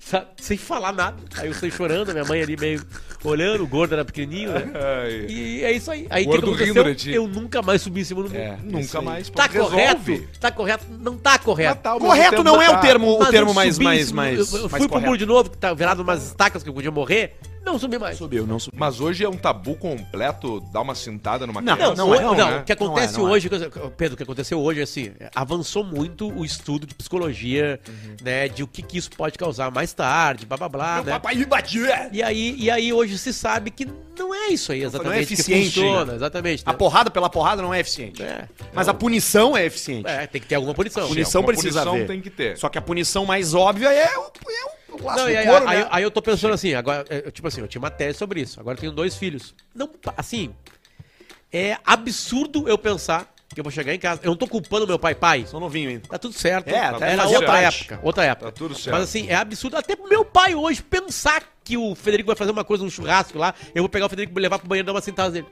[SPEAKER 4] sabe? Sem falar nada. Aí eu saí chorando, minha mãe ali meio olhando, o gordo era pequenininho, né?
[SPEAKER 1] Ai,
[SPEAKER 4] E é isso aí. Aí o que,
[SPEAKER 1] Gordo
[SPEAKER 4] que aconteceu?
[SPEAKER 1] rindo de ti.
[SPEAKER 4] Eu nunca mais subi em cima do mundo.
[SPEAKER 1] nunca mais.
[SPEAKER 4] Tá
[SPEAKER 1] Resolve.
[SPEAKER 4] correto? Tá correto? Não tá correto.
[SPEAKER 1] Tá, ao mesmo
[SPEAKER 2] Correto
[SPEAKER 1] tempo
[SPEAKER 2] não é
[SPEAKER 1] tá.
[SPEAKER 2] o termo, o
[SPEAKER 4] Mas
[SPEAKER 2] termo
[SPEAKER 4] eu
[SPEAKER 2] mais,
[SPEAKER 4] subi em
[SPEAKER 2] mais,
[SPEAKER 4] cima- eu-
[SPEAKER 2] mais,
[SPEAKER 4] eu
[SPEAKER 2] mais
[SPEAKER 4] fui pro muro
[SPEAKER 2] correto.
[SPEAKER 4] de novo, que tá virado umas estacas que eu podia morrer. Não subi mais.
[SPEAKER 2] Subiu, não subiu.
[SPEAKER 1] Mas hoje é um tabu completo dar uma cintada numa
[SPEAKER 2] Não,
[SPEAKER 1] criança?
[SPEAKER 4] Não, é, não,
[SPEAKER 1] né?
[SPEAKER 4] o que acontece
[SPEAKER 2] Não é, não é.
[SPEAKER 4] hoje, Pedro, o que aconteceu hoje é assim, avançou muito o estudo de psicologia,
[SPEAKER 2] Uhum.
[SPEAKER 4] né, de o que, que isso pode causar mais tarde, blá blá blá, né?
[SPEAKER 2] Papai me batia.
[SPEAKER 4] E aí, e aí hoje se sabe que não é isso aí exatamente
[SPEAKER 2] eficiente,
[SPEAKER 4] que funciona, exatamente.
[SPEAKER 2] A
[SPEAKER 4] né?
[SPEAKER 2] porrada pela porrada não é eficiente.
[SPEAKER 4] É,
[SPEAKER 2] Mas a punição é eficiente.
[SPEAKER 4] é, tem que ter alguma punição.
[SPEAKER 2] A punição
[SPEAKER 1] Uma
[SPEAKER 2] precisa
[SPEAKER 1] punição
[SPEAKER 2] haver.
[SPEAKER 1] tem que ter.
[SPEAKER 2] Só que a punição mais óbvia é o, é o, o laço
[SPEAKER 4] Não,
[SPEAKER 2] do
[SPEAKER 4] e aí,
[SPEAKER 2] couro,
[SPEAKER 4] aí-
[SPEAKER 2] né?
[SPEAKER 4] aí eu tô pensando assim, agora, é, tipo assim, eu tinha uma tese sobre isso, agora eu tenho dois filhos. Não, pa- assim, é absurdo eu pensar que eu vou chegar em casa, eu não tô culpando meu pai, pai,
[SPEAKER 2] Sou novinho ainda.
[SPEAKER 4] Tá tudo certo.
[SPEAKER 2] É, até
[SPEAKER 4] Era
[SPEAKER 2] fazer
[SPEAKER 4] outra
[SPEAKER 2] parte.
[SPEAKER 4] época, outra
[SPEAKER 1] Tá
[SPEAKER 4] época.
[SPEAKER 1] tudo certo.
[SPEAKER 4] Mas assim, é absurdo. Até pro meu pai hoje pensar que o Federico vai fazer uma coisa, um churrasco lá, eu vou pegar o Federico e levar pro banheiro e dar uma sentada nele.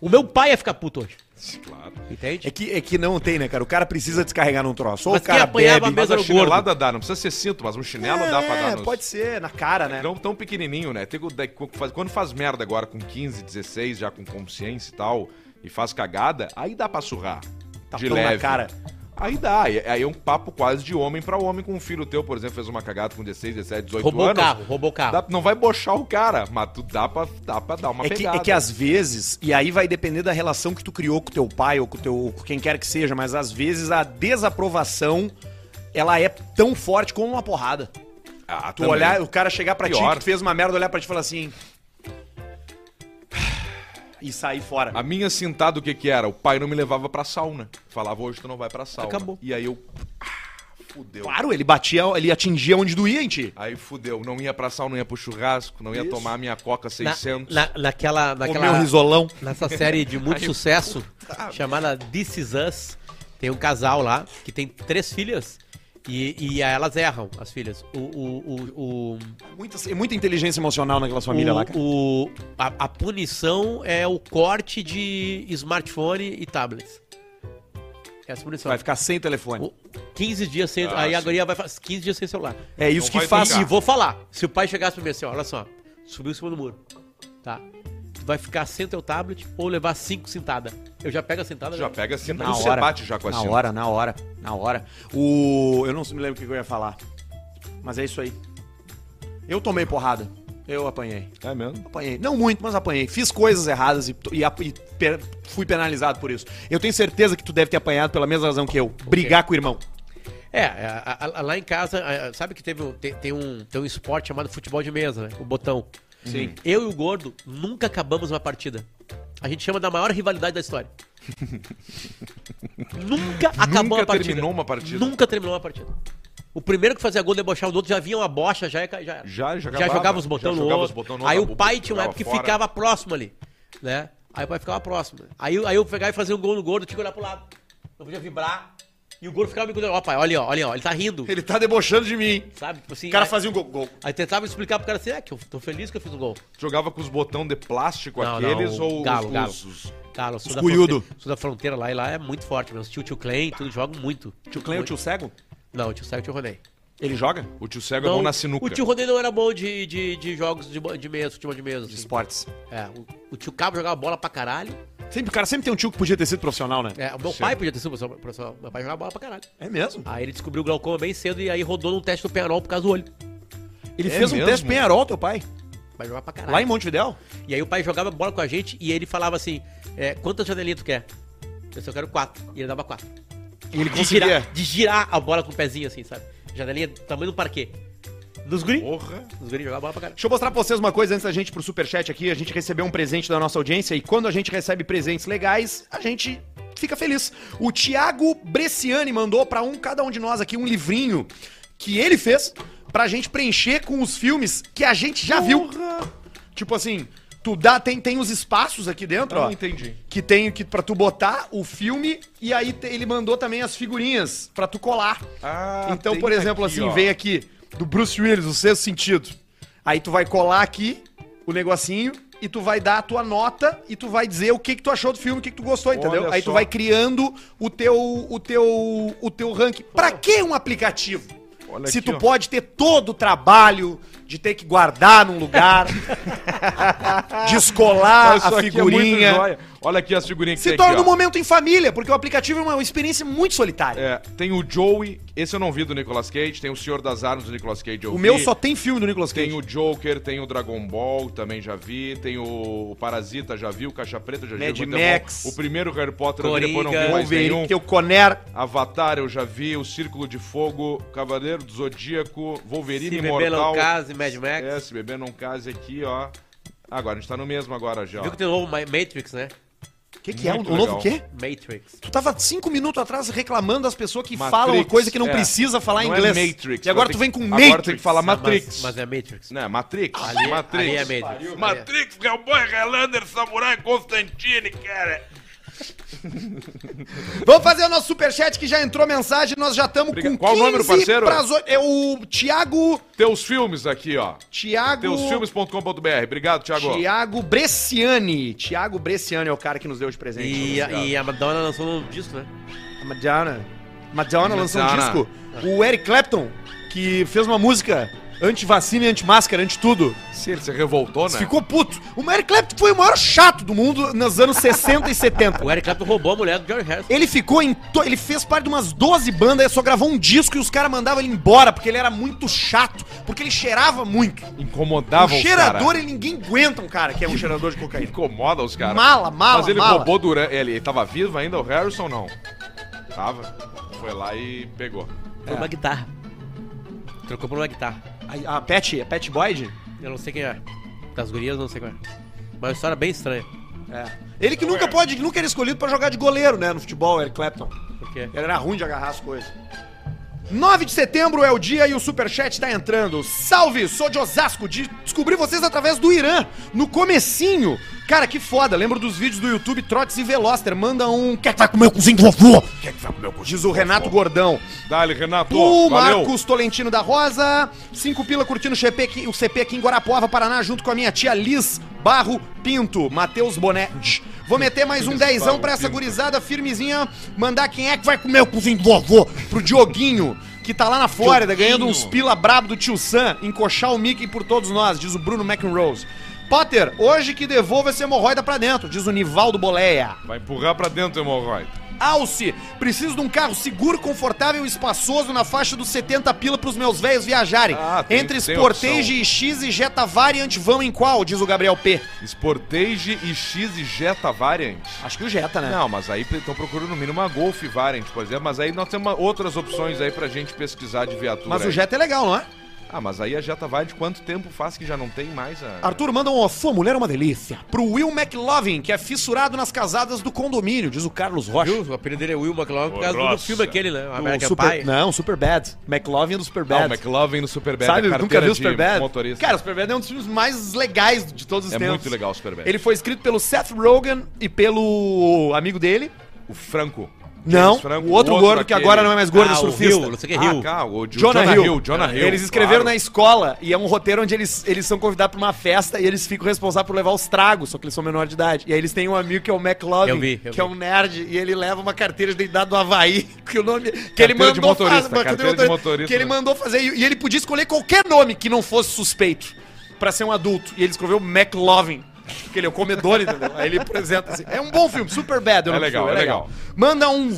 [SPEAKER 4] O meu pai ia ficar puto hoje.
[SPEAKER 1] Claro.
[SPEAKER 4] Entende?
[SPEAKER 2] É que, é que não tem, né, cara? O cara precisa descarregar num troço. Ou
[SPEAKER 4] Mas
[SPEAKER 2] o
[SPEAKER 4] quem
[SPEAKER 2] cara
[SPEAKER 4] apanhava
[SPEAKER 2] bebe...
[SPEAKER 1] Mas
[SPEAKER 4] Mas
[SPEAKER 1] a
[SPEAKER 4] era o
[SPEAKER 1] chinelada dá, não precisa ser cinto, mas um chinelo dá pra dar.
[SPEAKER 2] É,
[SPEAKER 1] nos-
[SPEAKER 2] pode ser, na cara, né?
[SPEAKER 1] Não tão pequenininho, né? Tem que- daí, cu- faz- Quando faz merda agora com 15, 16, já com consciência e tal, e faz cagada, aí dá pra surrar. de
[SPEAKER 2] Tapão Tá na
[SPEAKER 1] leve.
[SPEAKER 2] cara.
[SPEAKER 1] Aí dá. E- Aí é um papo quase de homem pra homem com um filho teu, por exemplo, fez uma cagada com 16, 17, 18
[SPEAKER 4] Roubou o
[SPEAKER 1] anos.
[SPEAKER 4] carro, roubou o carro.
[SPEAKER 1] Dá- não vai bochar o cara, mas tu dá pra, dá pra dar uma
[SPEAKER 2] É que,
[SPEAKER 1] pegada.
[SPEAKER 2] é que às vezes, e aí vai depender da relação que tu criou com teu pai ou com teu ou com quem quer que seja, mas às vezes a desaprovação ela é tão forte como uma porrada.
[SPEAKER 1] Ah,
[SPEAKER 2] Tu
[SPEAKER 1] também.
[SPEAKER 2] olhar, o cara chegar pra ti,
[SPEAKER 1] Pior.
[SPEAKER 2] que tu fez uma merda, olhar pra ti e falar assim. "Ah", E sair fora.
[SPEAKER 1] A minha cintada, o que que era? O pai não me levava pra sauna. Falava, hoje tu não vai pra sauna.
[SPEAKER 4] Acabou.
[SPEAKER 1] E aí eu... Ah, fudeu.
[SPEAKER 2] Claro, ele batia, ele atingia onde doía em ti.
[SPEAKER 1] Aí fudeu. Não ia pra sauna, não ia pro churrasco, não ia tomar minha coca
[SPEAKER 4] Na,
[SPEAKER 1] 600.
[SPEAKER 4] na- naquela. naquela
[SPEAKER 2] Comeu risolão.
[SPEAKER 4] Nessa série de muito sucesso, chamada This Is Us, tem um casal lá que tem três filhas e, e elas erram, as filhas. O- o- o, o
[SPEAKER 2] Muita, muita inteligência emocional naquela família
[SPEAKER 4] o,
[SPEAKER 2] lá, cara.
[SPEAKER 4] o- a, a punição é o corte de smartphone e tablets. Essa é punição.
[SPEAKER 2] Vai ficar sem telefone.
[SPEAKER 4] O- 15 dias sem.
[SPEAKER 1] Ah,
[SPEAKER 4] aí a
[SPEAKER 1] sim.
[SPEAKER 4] guria vai fazer 15 dias sem celular.
[SPEAKER 2] É isso
[SPEAKER 1] Não
[SPEAKER 2] que
[SPEAKER 1] vai
[SPEAKER 2] faz.
[SPEAKER 1] tocar.
[SPEAKER 4] E vou falar: se o pai chegasse pra mim assim, ó, olha só, subiu em cima do muro. Tá. Tu vai ficar sem teu tablet ou levar cinco cintada. Eu já pego a cintada.
[SPEAKER 1] Já
[SPEAKER 4] né?
[SPEAKER 1] pega a cinta.
[SPEAKER 2] Na
[SPEAKER 1] Você
[SPEAKER 2] hora.
[SPEAKER 1] bate já com a
[SPEAKER 2] na
[SPEAKER 1] cinta.
[SPEAKER 2] hora, na hora, na hora. O. Eu não me lembro o que eu ia falar. Mas é isso aí. Eu tomei porrada. Eu apanhei.
[SPEAKER 1] É mesmo?
[SPEAKER 2] Apanhei. Não muito, mas apanhei. Fiz coisas erradas e, e ap- e pe- fui penalizado por isso. Eu tenho certeza que tu deve ter apanhado pela mesma razão que eu. Brigar com o irmão.
[SPEAKER 4] É, a- a- a- lá em casa, a- a- sabe que teve um, tem, tem um, tem um esporte chamado futebol de mesa, né? O botão. Sim. Eu e o gordo nunca acabamos uma partida. A gente chama da maior rivalidade da história. nunca acabou
[SPEAKER 1] Nunca
[SPEAKER 4] uma partida.
[SPEAKER 1] terminou uma partida.
[SPEAKER 4] Nunca terminou uma partida. O primeiro que fazia gol debochava do outro, já vinha uma bocha, já, ia ca- já era.
[SPEAKER 1] Já- já
[SPEAKER 4] já
[SPEAKER 1] acabava.
[SPEAKER 4] jogava os botões
[SPEAKER 1] Já
[SPEAKER 4] no
[SPEAKER 1] jogava
[SPEAKER 4] outro.
[SPEAKER 1] os botão no
[SPEAKER 4] aí
[SPEAKER 1] outro,
[SPEAKER 4] o pai tinha uma
[SPEAKER 1] jogava
[SPEAKER 4] época que
[SPEAKER 1] fora.
[SPEAKER 4] ficava próximo ali, né? Aí o pai ficava próximo. Aí, eu- aí eu pegava e fazia um gol no gordo, tinha que olhar pro lado. Eu podia vibrar. E o gordo ficava me cuidando. Ó, pai, olha, ó, olha, ó, ele tá rindo.
[SPEAKER 2] Ele tá debochando de mim.
[SPEAKER 4] Sabe? Tipo assim.
[SPEAKER 2] O cara
[SPEAKER 4] aí-
[SPEAKER 2] fazia um gol. gol.
[SPEAKER 4] Aí tentava explicar pro cara assim, é que eu tô feliz que eu fiz o gol.
[SPEAKER 1] Jogava com os botão de plástico
[SPEAKER 4] Não,
[SPEAKER 1] aqueles
[SPEAKER 4] não,
[SPEAKER 1] ou
[SPEAKER 4] galo,
[SPEAKER 1] os,
[SPEAKER 4] galo.
[SPEAKER 1] os-
[SPEAKER 4] Cara, Tá, eu sou,
[SPEAKER 2] Os
[SPEAKER 4] da
[SPEAKER 2] cunhudo.
[SPEAKER 4] fronteira, sou da fronteira lá e lá é muito forte mesmo. Tio, tio Clem, tudo jogam muito.
[SPEAKER 2] Tio Clem, é o tio cego?
[SPEAKER 4] Não, tio Sérgio e tio Ronei. Então,
[SPEAKER 2] Ele joga?
[SPEAKER 1] o tio cego é bom na sinuca.
[SPEAKER 4] o tio Ronei não era bom de, de, de jogos de, bo- de mesa, futebol de mesa.
[SPEAKER 2] De
[SPEAKER 4] assim.
[SPEAKER 2] esportes.
[SPEAKER 4] É, o, o tio Cabo jogava bola pra caralho.
[SPEAKER 2] Sempre, o cara sempre tem um tio que podia ter sido profissional, né?
[SPEAKER 4] É, o meu pai podia ter sido profissional- profissional. Meu pai jogava bola pra caralho.
[SPEAKER 2] É mesmo?
[SPEAKER 4] Aí ele descobriu o glaucoma bem cedo e aí rodou num teste do Penarol por causa do olho.
[SPEAKER 2] Ele
[SPEAKER 1] É
[SPEAKER 2] fez um
[SPEAKER 1] mesmo?
[SPEAKER 2] teste Penharol, teu pai.
[SPEAKER 4] Vai jogar pra caralho.
[SPEAKER 2] Lá em Montevidéu.
[SPEAKER 4] E aí o pai jogava bola com a gente e ele falava assim: é, quantas janelinhas tu quer? Eu só quero quatro. E ele dava quatro.
[SPEAKER 2] E ele
[SPEAKER 4] De girar, de girar a bola com o pezinho assim, sabe? Janelinha do tamanho do parquê. Nos guri.
[SPEAKER 1] Porra.
[SPEAKER 4] Nos guri jogavam bola pra caralho.
[SPEAKER 2] Deixa eu mostrar pra vocês uma coisa antes da gente ir pro superchat aqui. A gente recebeu um presente da nossa audiência e quando a gente recebe presentes legais, a gente fica feliz. O Thiago Bresciani mandou pra um, cada um de nós aqui um livrinho que ele fez pra gente preencher com os filmes que a gente já viu. Tipo assim, Tu dá, tem, tem os espaços aqui dentro, ó.
[SPEAKER 1] Não Ah, entendi.
[SPEAKER 2] Que tem que, pra tu botar o filme e aí te- ele mandou também as figurinhas pra tu colar.
[SPEAKER 1] Ah,
[SPEAKER 2] então,
[SPEAKER 1] tem
[SPEAKER 2] por exemplo,
[SPEAKER 1] aqui,
[SPEAKER 2] assim,
[SPEAKER 1] ó.
[SPEAKER 2] vem aqui do Bruce Willis, o sexto sentido. Aí tu vai colar aqui o negocinho e tu vai dar a tua nota e tu vai dizer o que que tu achou do filme, o que que tu gostou, entendeu?
[SPEAKER 1] Olha
[SPEAKER 2] aí
[SPEAKER 1] só.
[SPEAKER 2] tu vai criando o teu o teu o teu ranking. Pra que um aplicativo?
[SPEAKER 1] Olha
[SPEAKER 2] Se
[SPEAKER 1] aqui,
[SPEAKER 2] tu
[SPEAKER 1] ó.
[SPEAKER 2] pode ter todo o trabalho de ter que guardar num lugar, descolar
[SPEAKER 1] Isso
[SPEAKER 2] a
[SPEAKER 1] aqui é muito
[SPEAKER 2] figurinha.
[SPEAKER 1] joia. Olha aqui as figurinhas que
[SPEAKER 2] Se
[SPEAKER 1] tem
[SPEAKER 2] torna
[SPEAKER 1] aqui, ó.
[SPEAKER 2] um momento em família, porque o aplicativo é uma experiência muito solitária.
[SPEAKER 1] É, tem o Joey, esse eu não vi do Nicolas Cage, tem o Senhor das Armas do Nicolas Cage, eu
[SPEAKER 2] O
[SPEAKER 1] vi.
[SPEAKER 2] meu só tem filme do Nicolas Cage.
[SPEAKER 1] Tem o Joker, tem o Dragon Ball, também já vi. Tem o Parasita, já vi. O Caixa Preta, já
[SPEAKER 2] Mad
[SPEAKER 1] vi. o
[SPEAKER 2] Max.
[SPEAKER 1] O primeiro Harry Potter, eu vi, depois não vi
[SPEAKER 4] Coringa.
[SPEAKER 1] mais nenhum.
[SPEAKER 2] Wolverine, tem o Conner.
[SPEAKER 1] Avatar, eu já vi. O Círculo de Fogo, Cavaleiro do Zodíaco, Wolverine
[SPEAKER 4] Se Beber
[SPEAKER 1] Imortal.
[SPEAKER 4] Não Case, Mad Max.
[SPEAKER 1] É, se beber não case aqui, ó. Agora, a gente tá no mesmo agora já. ó.
[SPEAKER 4] Viu que tem o novo Ma- Matrix, né?
[SPEAKER 2] O que, que é? O
[SPEAKER 1] Muito
[SPEAKER 2] novo
[SPEAKER 1] legal.
[SPEAKER 2] quê?
[SPEAKER 4] Matrix.
[SPEAKER 2] Tu tava cinco minutos atrás reclamando das pessoas que
[SPEAKER 1] Matrix,
[SPEAKER 2] falam coisa que não
[SPEAKER 1] é.
[SPEAKER 2] precisa falar em
[SPEAKER 1] Não é
[SPEAKER 2] inglês.
[SPEAKER 1] Matrix,
[SPEAKER 2] E agora
[SPEAKER 1] vai
[SPEAKER 2] tu
[SPEAKER 1] ter
[SPEAKER 2] vem com
[SPEAKER 1] que-
[SPEAKER 2] Matrix.
[SPEAKER 1] agora tem que falar
[SPEAKER 4] Ah,
[SPEAKER 1] Matrix.
[SPEAKER 4] Mas, mas é Matrix.
[SPEAKER 1] Né, Matrix. Matrix.
[SPEAKER 4] Ali é Matrix. Ali
[SPEAKER 1] Matrix, Cowboy, Highlander, Samurai, Constantine, cara.
[SPEAKER 2] Vamos fazer o nosso superchat que já entrou mensagem. Nós já estamos com
[SPEAKER 1] Obrigado. Qual o nome do
[SPEAKER 2] 15
[SPEAKER 1] parceiro?
[SPEAKER 2] pras oito- É o Tiago...
[SPEAKER 1] Teus filmes aqui, ó.
[SPEAKER 2] Tiago...
[SPEAKER 1] Teusfilmes.com.br. Obrigado, Thiago.
[SPEAKER 2] Tiago Bresciani. Tiago Bresciani é o cara que nos deu de
[SPEAKER 4] é.
[SPEAKER 2] presente.
[SPEAKER 4] E, a- e a Madonna lançou um disco, né?
[SPEAKER 2] A Madonna. Madonna lançou um
[SPEAKER 1] Madonna.
[SPEAKER 2] disco. O Eric Clapton, que fez uma música anti-vacina e anti-máscara, anti-tudo.
[SPEAKER 1] Se ele se revoltou, né?
[SPEAKER 2] Ficou puto. O Eric Clapton foi o maior chato do mundo nos anos 60 e 70.
[SPEAKER 4] O Eric Clapton roubou a mulher do George Harrison.
[SPEAKER 2] Ele ficou em. to- Ele fez parte de umas 12 bandas, ele só gravou um disco e os caras mandavam ele embora, porque ele era muito chato, porque ele cheirava muito. O
[SPEAKER 1] Incomodava os
[SPEAKER 2] cheirador,
[SPEAKER 1] caras.
[SPEAKER 2] ele ninguém aguenta um cara que é um cheirador de cocaína.
[SPEAKER 1] Incomoda os caras.
[SPEAKER 2] Mala, mala,
[SPEAKER 1] Mas ele
[SPEAKER 2] mala.
[SPEAKER 1] roubou durante... Ele, ele tava vivo ainda, o Harrison, não? Tava. Foi lá e pegou.
[SPEAKER 4] Por uma guitarra. Trocou por uma guitarra.
[SPEAKER 2] A, a Pet, a Pet Boyd?
[SPEAKER 4] Eu não sei quem é. Das gurias, não sei qual é. Mas uma história bem estranha.
[SPEAKER 2] É. Ele que nunca pode, nunca era escolhido pra jogar de goleiro, né, no futebol, Eric Clapton.
[SPEAKER 4] Porque
[SPEAKER 2] Ele era ruim de agarrar as coisas. 9 de setembro é o dia e o Superchat tá entrando. Salve, sou de Osasco, de- descobri vocês através do Irã, no comecinho. Cara, que foda, lembro dos vídeos do YouTube Trotes e Veloster, manda um... Quer que vai comer o cozinho do vovô? Quer que vai comer o cozinho Diz o Renato Gordão.
[SPEAKER 1] Dá-lhe, Renato.
[SPEAKER 2] Pro
[SPEAKER 1] Valeu.
[SPEAKER 2] Marcos Tolentino da Rosa, cinco pila curtindo o CP aqui, o CP aqui em Guarapuava, Paraná, junto com a minha tia Liz Barro Pinto, Matheus Bonetti. Vou meter mais um dezão pra essa gurizada firmezinha, mandar quem é que vai comer o cozinho do vovô pro Dioguinho, que tá lá na Flórida, ganhando uns pila brabo do tio Sam, encoxar o Mickey por todos nós, diz o Bruno McEnrose. Potter, hoje que devolva essa hemorroida pra dentro, diz o Nivaldo Boleia.
[SPEAKER 1] Vai empurrar pra dentro, hemorroide.
[SPEAKER 2] Alce, preciso de um carro seguro, confortável e espaçoso na faixa dos 70 pila pros meus velhos viajarem.
[SPEAKER 1] Ah, tem-
[SPEAKER 2] Entre
[SPEAKER 1] tem
[SPEAKER 2] Sportage, X e Jetta Variant vão em qual? Diz o Gabriel P.
[SPEAKER 1] Sportage e X e Jetta Variant.
[SPEAKER 2] Acho que o Jetta, né?
[SPEAKER 1] Não, mas aí estão procurando no mínimo uma Golf Variant, por exemplo. Mas aí nós temos uma- outras opções aí pra gente pesquisar de viatura.
[SPEAKER 2] Mas o
[SPEAKER 1] aí.
[SPEAKER 2] Jetta é legal, não é?
[SPEAKER 1] Ah, mas aí a Jetta Variant, quanto tempo faz que já não tem mais a...
[SPEAKER 2] Arthur manda um ó, sua mulher é uma delícia. Pro Will McLovin, que é fissurado nas casadas do condomínio, diz o Carlos Rocha.
[SPEAKER 4] viu? O apelido dele é Will McLaughlin por causa do- do
[SPEAKER 1] Grossa.
[SPEAKER 4] filme aquele, né?
[SPEAKER 2] O
[SPEAKER 4] American
[SPEAKER 2] super,
[SPEAKER 4] Pie.
[SPEAKER 2] não, Super Bad. McLovin é do Super
[SPEAKER 1] é Não,
[SPEAKER 2] Bad.
[SPEAKER 1] o McLovin no Superbad.
[SPEAKER 2] Sabe,
[SPEAKER 1] a
[SPEAKER 2] nunca
[SPEAKER 1] carteira
[SPEAKER 2] viu
[SPEAKER 1] de
[SPEAKER 2] o Superbad?
[SPEAKER 1] Motorista.
[SPEAKER 2] Cara, o Superbad é um dos filmes mais legais de todos os
[SPEAKER 1] é
[SPEAKER 2] tempos.
[SPEAKER 1] muito legal o Superbad.
[SPEAKER 2] Ele foi escrito pelo Seth Rogen e pelo amigo dele.
[SPEAKER 1] O Franco.
[SPEAKER 2] Não,
[SPEAKER 1] James Franco,
[SPEAKER 2] o outro gordo que agora não é mais gordo, é
[SPEAKER 4] Ah, o
[SPEAKER 2] surfista.
[SPEAKER 4] Hill, não sei o que,
[SPEAKER 1] Ah,
[SPEAKER 4] Hill.
[SPEAKER 1] cara, o Jon-
[SPEAKER 2] Jonah, Hill. É,
[SPEAKER 1] Jonah Hill.
[SPEAKER 2] Eles escreveram na
[SPEAKER 1] claro.
[SPEAKER 2] escola e é um roteiro onde eles, eles são convidados pra uma festa e eles ficam responsáveis por levar os tragos, só que eles são menor de idade. E aí eles têm um amigo que é o McLovin,
[SPEAKER 4] Eu vi, eu
[SPEAKER 2] que é
[SPEAKER 4] vi.
[SPEAKER 2] um nerd, e ele leva uma carteira de idade do Havaí, que o nome. Que ele
[SPEAKER 1] de
[SPEAKER 2] mandou
[SPEAKER 1] motorista,
[SPEAKER 2] fazer, uma
[SPEAKER 1] carteira de motorista,
[SPEAKER 2] Que ele
[SPEAKER 1] né?
[SPEAKER 2] mandou fazer. E e ele podia escolher qualquer nome que não fosse suspeito pra ser um adulto. E ele escreveu McLovin. Porque ele é o comedor, entendeu? Aí ele apresenta assim. É um bom filme, super bad.
[SPEAKER 1] É legal, é legal.
[SPEAKER 2] Manda um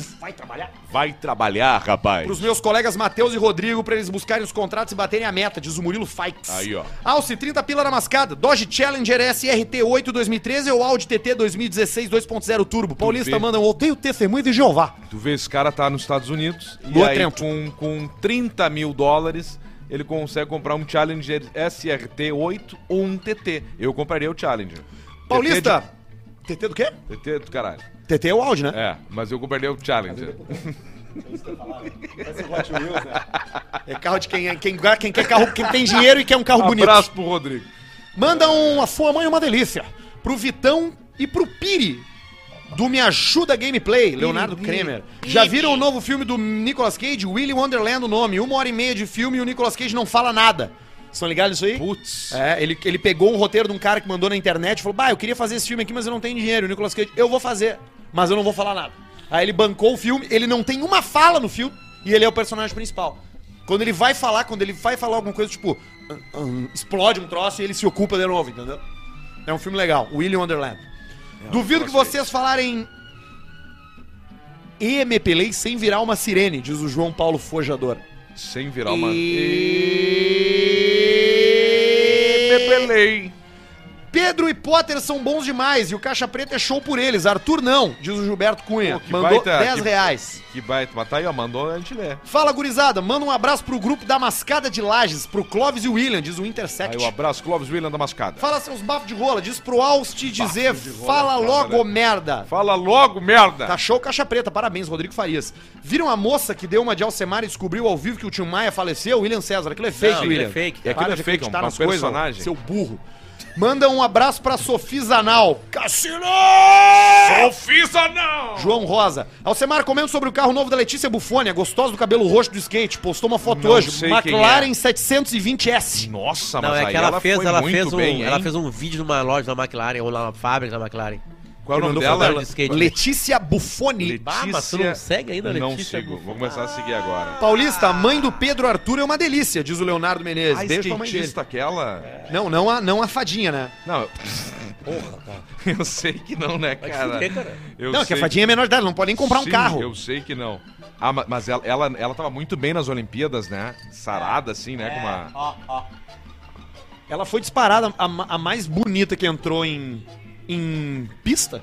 [SPEAKER 1] Vai trabalhar, rapaz.
[SPEAKER 2] Pros meus colegas Matheus e Rodrigo pra eles buscarem os contratos e baterem a meta, diz o Murilo Fikes.
[SPEAKER 1] Aí, ó.
[SPEAKER 2] Alce 30 pila na mascada. Dodge Challenger SRT8 2013 ou Audi TT 2016 2.0 Turbo. Paulista
[SPEAKER 1] vê.
[SPEAKER 2] manda um odeio testemunho de Jeová.
[SPEAKER 1] Tu vê, esse cara tá nos Estados Unidos e
[SPEAKER 2] Lua
[SPEAKER 1] aí
[SPEAKER 2] Trento.
[SPEAKER 1] com, com 30 mil dólares ele consegue comprar um Challenger SRT8 ou um TT. Eu compraria o Challenger.
[SPEAKER 2] Paulista. TT, do quê?
[SPEAKER 1] TT, de- TT do caralho.
[SPEAKER 2] TT é o Audi, né?
[SPEAKER 1] É, mas eu compraria o Challenger.
[SPEAKER 11] é,
[SPEAKER 2] É carro de quem, é- quem, quem quer carro, quem tem dinheiro e quer um carro bonito.
[SPEAKER 1] Abraço pro Rodrigo.
[SPEAKER 11] Manda um A Sua Mãe é uma Delícia pro Vitão e pro Piri. Do Me Ajuda Gameplay, Leonardo Kremer. Já viram o novo filme do Nicolas Cage? Willy Wonderland, o nome. Uma hora e meia de filme e o Nicolas Cage não fala nada. Estão ligados isso aí?
[SPEAKER 1] Putz.
[SPEAKER 11] É, ele, ele pegou um roteiro de um cara que mandou na internet e falou: Bah, eu queria fazer esse filme aqui, mas eu não tenho dinheiro. E o Nicolas Cage, eu vou fazer, mas eu não vou falar nada. Aí ele bancou o filme, ele não tem uma fala no filme e ele é o personagem principal. Quando ele vai falar, quando ele vai falar alguma coisa, tipo, "Hum, hum", explode um troço e ele se ocupa de novo, entendeu? É um filme legal, William Wonderland. Duvido que vocês falarem EMPLay sem virar uma sirene, diz o João Paulo Forjador.
[SPEAKER 1] Sem virar uma. Epelei.
[SPEAKER 11] Pedro e Potter são bons demais e o Caixa Preta é show por eles. Arthur não, diz o Gilberto Cunha.
[SPEAKER 1] Pô, que
[SPEAKER 11] Mandou
[SPEAKER 1] baita, que-
[SPEAKER 11] 10 reais.
[SPEAKER 1] Que baita. Mas tá aí, ó. Mandou a gente ler.
[SPEAKER 11] Fala, gurizada. Manda um abraço pro grupo da Mascada de Lages, pro Clóvis e o William, diz o Intersect.
[SPEAKER 1] Aí um abraço, Clóvis William da Mascada.
[SPEAKER 11] Fala seus bafos de rola, diz pro Austin dizer fala
[SPEAKER 1] cara,
[SPEAKER 11] logo,
[SPEAKER 1] velho.
[SPEAKER 11] merda.
[SPEAKER 1] Fala logo, merda.
[SPEAKER 11] Tá show Caixa Preta, parabéns, Rodrigo Farias. Viram a moça que deu uma de Alcemar e descobriu ao vivo que o Tim Maia faleceu? William César, aquilo é fake,
[SPEAKER 4] aquilo é
[SPEAKER 11] William.
[SPEAKER 4] fake,
[SPEAKER 1] cara.
[SPEAKER 11] Para
[SPEAKER 1] Aquilo é
[SPEAKER 11] de
[SPEAKER 1] fake,
[SPEAKER 11] acreditar
[SPEAKER 1] é um
[SPEAKER 11] nas coisas,
[SPEAKER 1] personagem.
[SPEAKER 11] Seu burro. Manda um abraço pra Sofia Zanal.
[SPEAKER 1] Sofisa não!
[SPEAKER 11] João Rosa. Alcemar, comenta sobre o carro novo da Letícia Bufone, a gostosa do cabelo roxo do skate. Postou uma foto
[SPEAKER 1] Não
[SPEAKER 11] hoje.
[SPEAKER 1] sei quem
[SPEAKER 11] McLaren
[SPEAKER 1] é.
[SPEAKER 11] 720S.
[SPEAKER 1] Nossa,
[SPEAKER 4] Não,
[SPEAKER 1] mas
[SPEAKER 4] é
[SPEAKER 1] aí
[SPEAKER 4] que ela, fez,
[SPEAKER 1] foi
[SPEAKER 4] ela
[SPEAKER 1] muito
[SPEAKER 4] fez um,
[SPEAKER 1] bem,
[SPEAKER 4] ela
[SPEAKER 1] hein?
[SPEAKER 4] fez um vídeo numa loja da McLaren ou na fábrica da McLaren.
[SPEAKER 1] Qual é o nome
[SPEAKER 4] mandou
[SPEAKER 1] dela?
[SPEAKER 4] foto dela de skate.
[SPEAKER 11] Letícia Bufone.
[SPEAKER 4] Ah, mas tu não segue ainda, Letícia?
[SPEAKER 1] Não sigo.
[SPEAKER 4] Bufone?
[SPEAKER 1] Vou começar a seguir agora.
[SPEAKER 11] Paulista, a mãe do Pedro Arthur é uma delícia, diz o Leonardo Menezes.
[SPEAKER 1] A
[SPEAKER 11] Beijo pra mãe dele.
[SPEAKER 1] skatista aquela...
[SPEAKER 11] Não, não a, não a fadinha, né?
[SPEAKER 1] Não, É. porra, tá. cara. Eu sei que não, né, cara?
[SPEAKER 4] fuder, cara.
[SPEAKER 1] Eu
[SPEAKER 11] não, que
[SPEAKER 1] sei
[SPEAKER 11] a fadinha é menor de idade, não pode nem comprar um
[SPEAKER 1] Sim,
[SPEAKER 11] carro.
[SPEAKER 1] Eu sei que não. Ah, ma- mas ela, ela, ela tava muito bem nas Olimpíadas, né? Sarada, assim, né? Com uma...
[SPEAKER 11] Ela foi disparada a, ma- a mais bonita que entrou em, em pista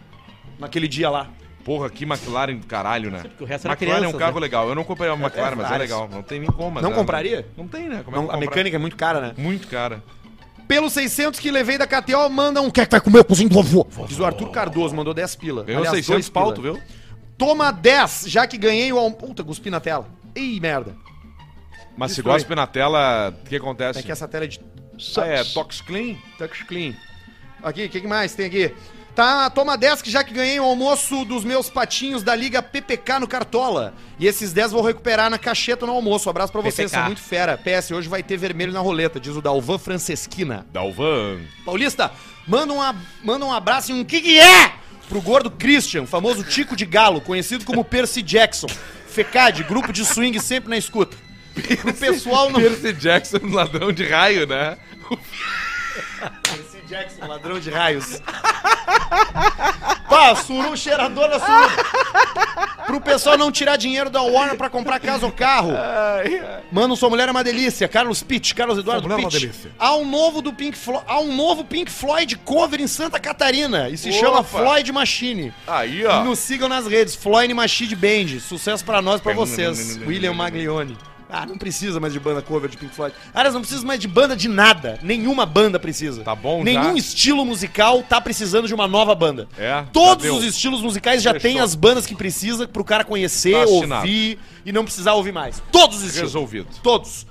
[SPEAKER 11] naquele dia lá.
[SPEAKER 1] Porra, que McLaren do caralho, né?
[SPEAKER 4] porque o resto era
[SPEAKER 1] McLaren é um
[SPEAKER 4] crianças,
[SPEAKER 1] carro
[SPEAKER 4] né?
[SPEAKER 1] legal. Eu não compraria uma McLaren, mas é
[SPEAKER 11] várias.
[SPEAKER 1] legal. Não tem nem como. mas
[SPEAKER 11] Não
[SPEAKER 1] é-
[SPEAKER 11] compraria?
[SPEAKER 1] Não tem, né? Como é que
[SPEAKER 11] Não,
[SPEAKER 1] eu
[SPEAKER 11] a
[SPEAKER 1] comprar?
[SPEAKER 11] mecânica é muito cara, né?
[SPEAKER 1] Muito cara.
[SPEAKER 11] Pelos 600 que levei da KTO, manda um. Quer que vai comer o cozinho do vovô? Diz o Arthur Cardoso, mandou 10 pila.
[SPEAKER 1] Ganhou
[SPEAKER 11] Aliás,
[SPEAKER 1] 600
[SPEAKER 11] dois pila.
[SPEAKER 1] pau, tu viu?
[SPEAKER 11] Toma 10, já que ganhei o alm... Puta, cuspi na tela. Ih, merda.
[SPEAKER 1] Mas se
[SPEAKER 11] Destrói.
[SPEAKER 1] gospe na tela, o que acontece?
[SPEAKER 11] É que essa tela é de
[SPEAKER 1] Ah, é Tox Clean?
[SPEAKER 11] Touch Clean. Aqui, o que, que mais tem aqui? Tá, toma 10 que já que ganhei o almoço dos meus patinhos da Liga PPK no Cartola. E esses 10 vou recuperar na cacheta no almoço. Um abraço pra vocês,
[SPEAKER 4] PPK.
[SPEAKER 11] são muito fera. PS, hoje vai ter vermelho na roleta, diz o Dalvan Franceschina.
[SPEAKER 1] Dalvan.
[SPEAKER 11] Paulista, manda um, ab- manda um abraço e um que que é pro gordo Christian, famoso Tico de Galo, conhecido como Percy Jackson. FECAD, grupo de swing sempre na escuta. Pro pessoal não...
[SPEAKER 1] Percy Jackson, ladrão de raio, né?
[SPEAKER 11] Percy Jackson, um ladrão de raios. Pá, suru, cheirador da suru. Pro pessoal não tirar dinheiro da Warner pra comprar casa ou carro. Mano, sua mulher é uma delícia. Carlos Pitt, Carlos Eduardo
[SPEAKER 1] mulher é uma
[SPEAKER 11] Pitt.
[SPEAKER 1] delícia.
[SPEAKER 11] Há um novo do Pink Floyd, há um novo Pink Floyd cover em Santa Catarina e se chama
[SPEAKER 1] Opa.
[SPEAKER 11] Floyd Machine.
[SPEAKER 1] Aí, ó.
[SPEAKER 11] Nos sigam nas redes, Floyd Machine Band. Sucesso pra nós,
[SPEAKER 1] um
[SPEAKER 11] pra vocês. William Maglione. Ah, não precisa mais de banda cover de Pink Floyd. Aliás, não precisa mais de banda de nada. Nenhuma banda precisa.
[SPEAKER 1] Tá bom,
[SPEAKER 11] Nenhum
[SPEAKER 1] já.
[SPEAKER 11] estilo musical tá precisando de uma nova banda.
[SPEAKER 1] É,
[SPEAKER 11] Todos
[SPEAKER 1] já deu.
[SPEAKER 11] os estilos musicais já
[SPEAKER 1] Fechou.
[SPEAKER 11] tem as bandas que precisa pro cara conhecer,
[SPEAKER 1] Tá assinado.
[SPEAKER 11] ouvir e não precisar ouvir mais. Todos os estilos.
[SPEAKER 1] Resolvido.
[SPEAKER 11] Todos.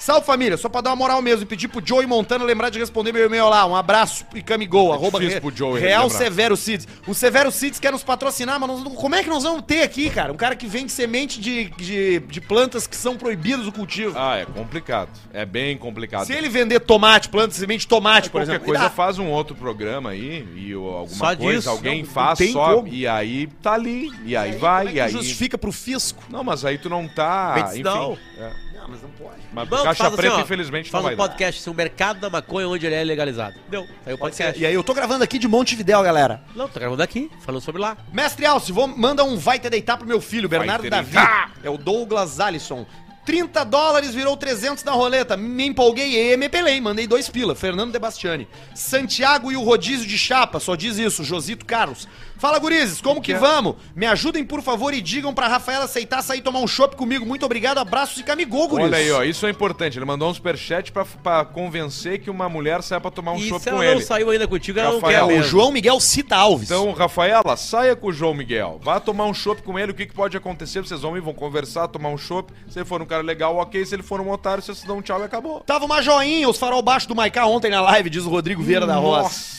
[SPEAKER 11] Salve família, só pra dar uma moral mesmo e pedir pro Joey Montana lembrar de responder meu e-mail lá. Um abraço e camigol, arroba
[SPEAKER 1] É difícil pro Joey
[SPEAKER 11] Real
[SPEAKER 1] lembrar.
[SPEAKER 11] Severo Cids. O Severo Cids quer nos patrocinar, mas nós não- como é que nós vamos ter aqui, cara? Um cara que vende semente de, de, de plantas que são proibidas o cultivo.
[SPEAKER 1] Ah, é complicado. É bem complicado.
[SPEAKER 11] Se ele vender tomate, planta, semente de tomate, por
[SPEAKER 1] Qualquer
[SPEAKER 11] exemplo.
[SPEAKER 1] coisa
[SPEAKER 11] dá.
[SPEAKER 1] faz um outro programa aí, e o- alguma
[SPEAKER 4] Só
[SPEAKER 1] coisa,
[SPEAKER 4] disso?
[SPEAKER 1] alguém
[SPEAKER 4] Não-
[SPEAKER 1] faz
[SPEAKER 11] não tem
[SPEAKER 1] só,
[SPEAKER 11] como.
[SPEAKER 1] e aí tá ali, e aí
[SPEAKER 11] Como
[SPEAKER 1] vai,
[SPEAKER 11] é que
[SPEAKER 1] e aí...
[SPEAKER 11] justifica pro fisco?
[SPEAKER 1] Não, mas aí tu não tá,
[SPEAKER 4] Bem,
[SPEAKER 1] enfim...
[SPEAKER 4] não.
[SPEAKER 1] é.
[SPEAKER 11] Não, mas não pode.
[SPEAKER 1] Mas
[SPEAKER 4] Vamos,
[SPEAKER 1] Caixa
[SPEAKER 4] faz
[SPEAKER 1] Preta,
[SPEAKER 4] assim, ó,
[SPEAKER 1] infelizmente, não
[SPEAKER 4] Faz
[SPEAKER 1] vai
[SPEAKER 4] um
[SPEAKER 1] dar.
[SPEAKER 4] podcast, assim, o mercado da maconha onde ele é legalizado. Deu, saiu o podcast.
[SPEAKER 11] E aí, eu tô gravando aqui de Montevidéu, galera.
[SPEAKER 4] Não, tô gravando aqui, falando sobre lá.
[SPEAKER 11] Mestre Alce, vou, manda um vai te deitar pro meu filho, Bernardo
[SPEAKER 1] te
[SPEAKER 11] Davi.
[SPEAKER 1] deitar.
[SPEAKER 11] É o Douglas Alisson. 30 dólares virou 300 na roleta. Me empolguei e me pelei. Mandei dois pila. Fernando Debastiani. Santiago e o rodízio de chapa. Só diz isso. Josito Carlos. Fala, gurizes, como que
[SPEAKER 1] é?
[SPEAKER 11] vamos? Me ajudem, por favor, e digam pra Rafaela aceitar sair tomar um chopp comigo. Muito obrigado, abraços e camigol, gurizes.
[SPEAKER 1] Olha aí, ó, isso é importante. Ele mandou um superchat pra, pra convencer que uma mulher saia pra tomar um
[SPEAKER 4] e
[SPEAKER 1] chopp
[SPEAKER 4] se
[SPEAKER 1] com
[SPEAKER 4] ela
[SPEAKER 1] ele.
[SPEAKER 4] não saiu ainda contigo, ela
[SPEAKER 1] Rafael,
[SPEAKER 4] não quer
[SPEAKER 11] O
[SPEAKER 4] mesmo.
[SPEAKER 11] João Miguel Cita Alves.
[SPEAKER 1] Então, Rafaela, saia com o João Miguel. Vá tomar um chopp com ele. O que, que pode acontecer? Vocês vão ir, vão conversar, tomar um chopp. Se ele for um cara legal, ok. Se ele for um otário, vocês dão um tchau e acabou.
[SPEAKER 11] Tava uma joinha, os farol baixo do Maiká ontem na live, diz o Rodrigo Vieira da Roça.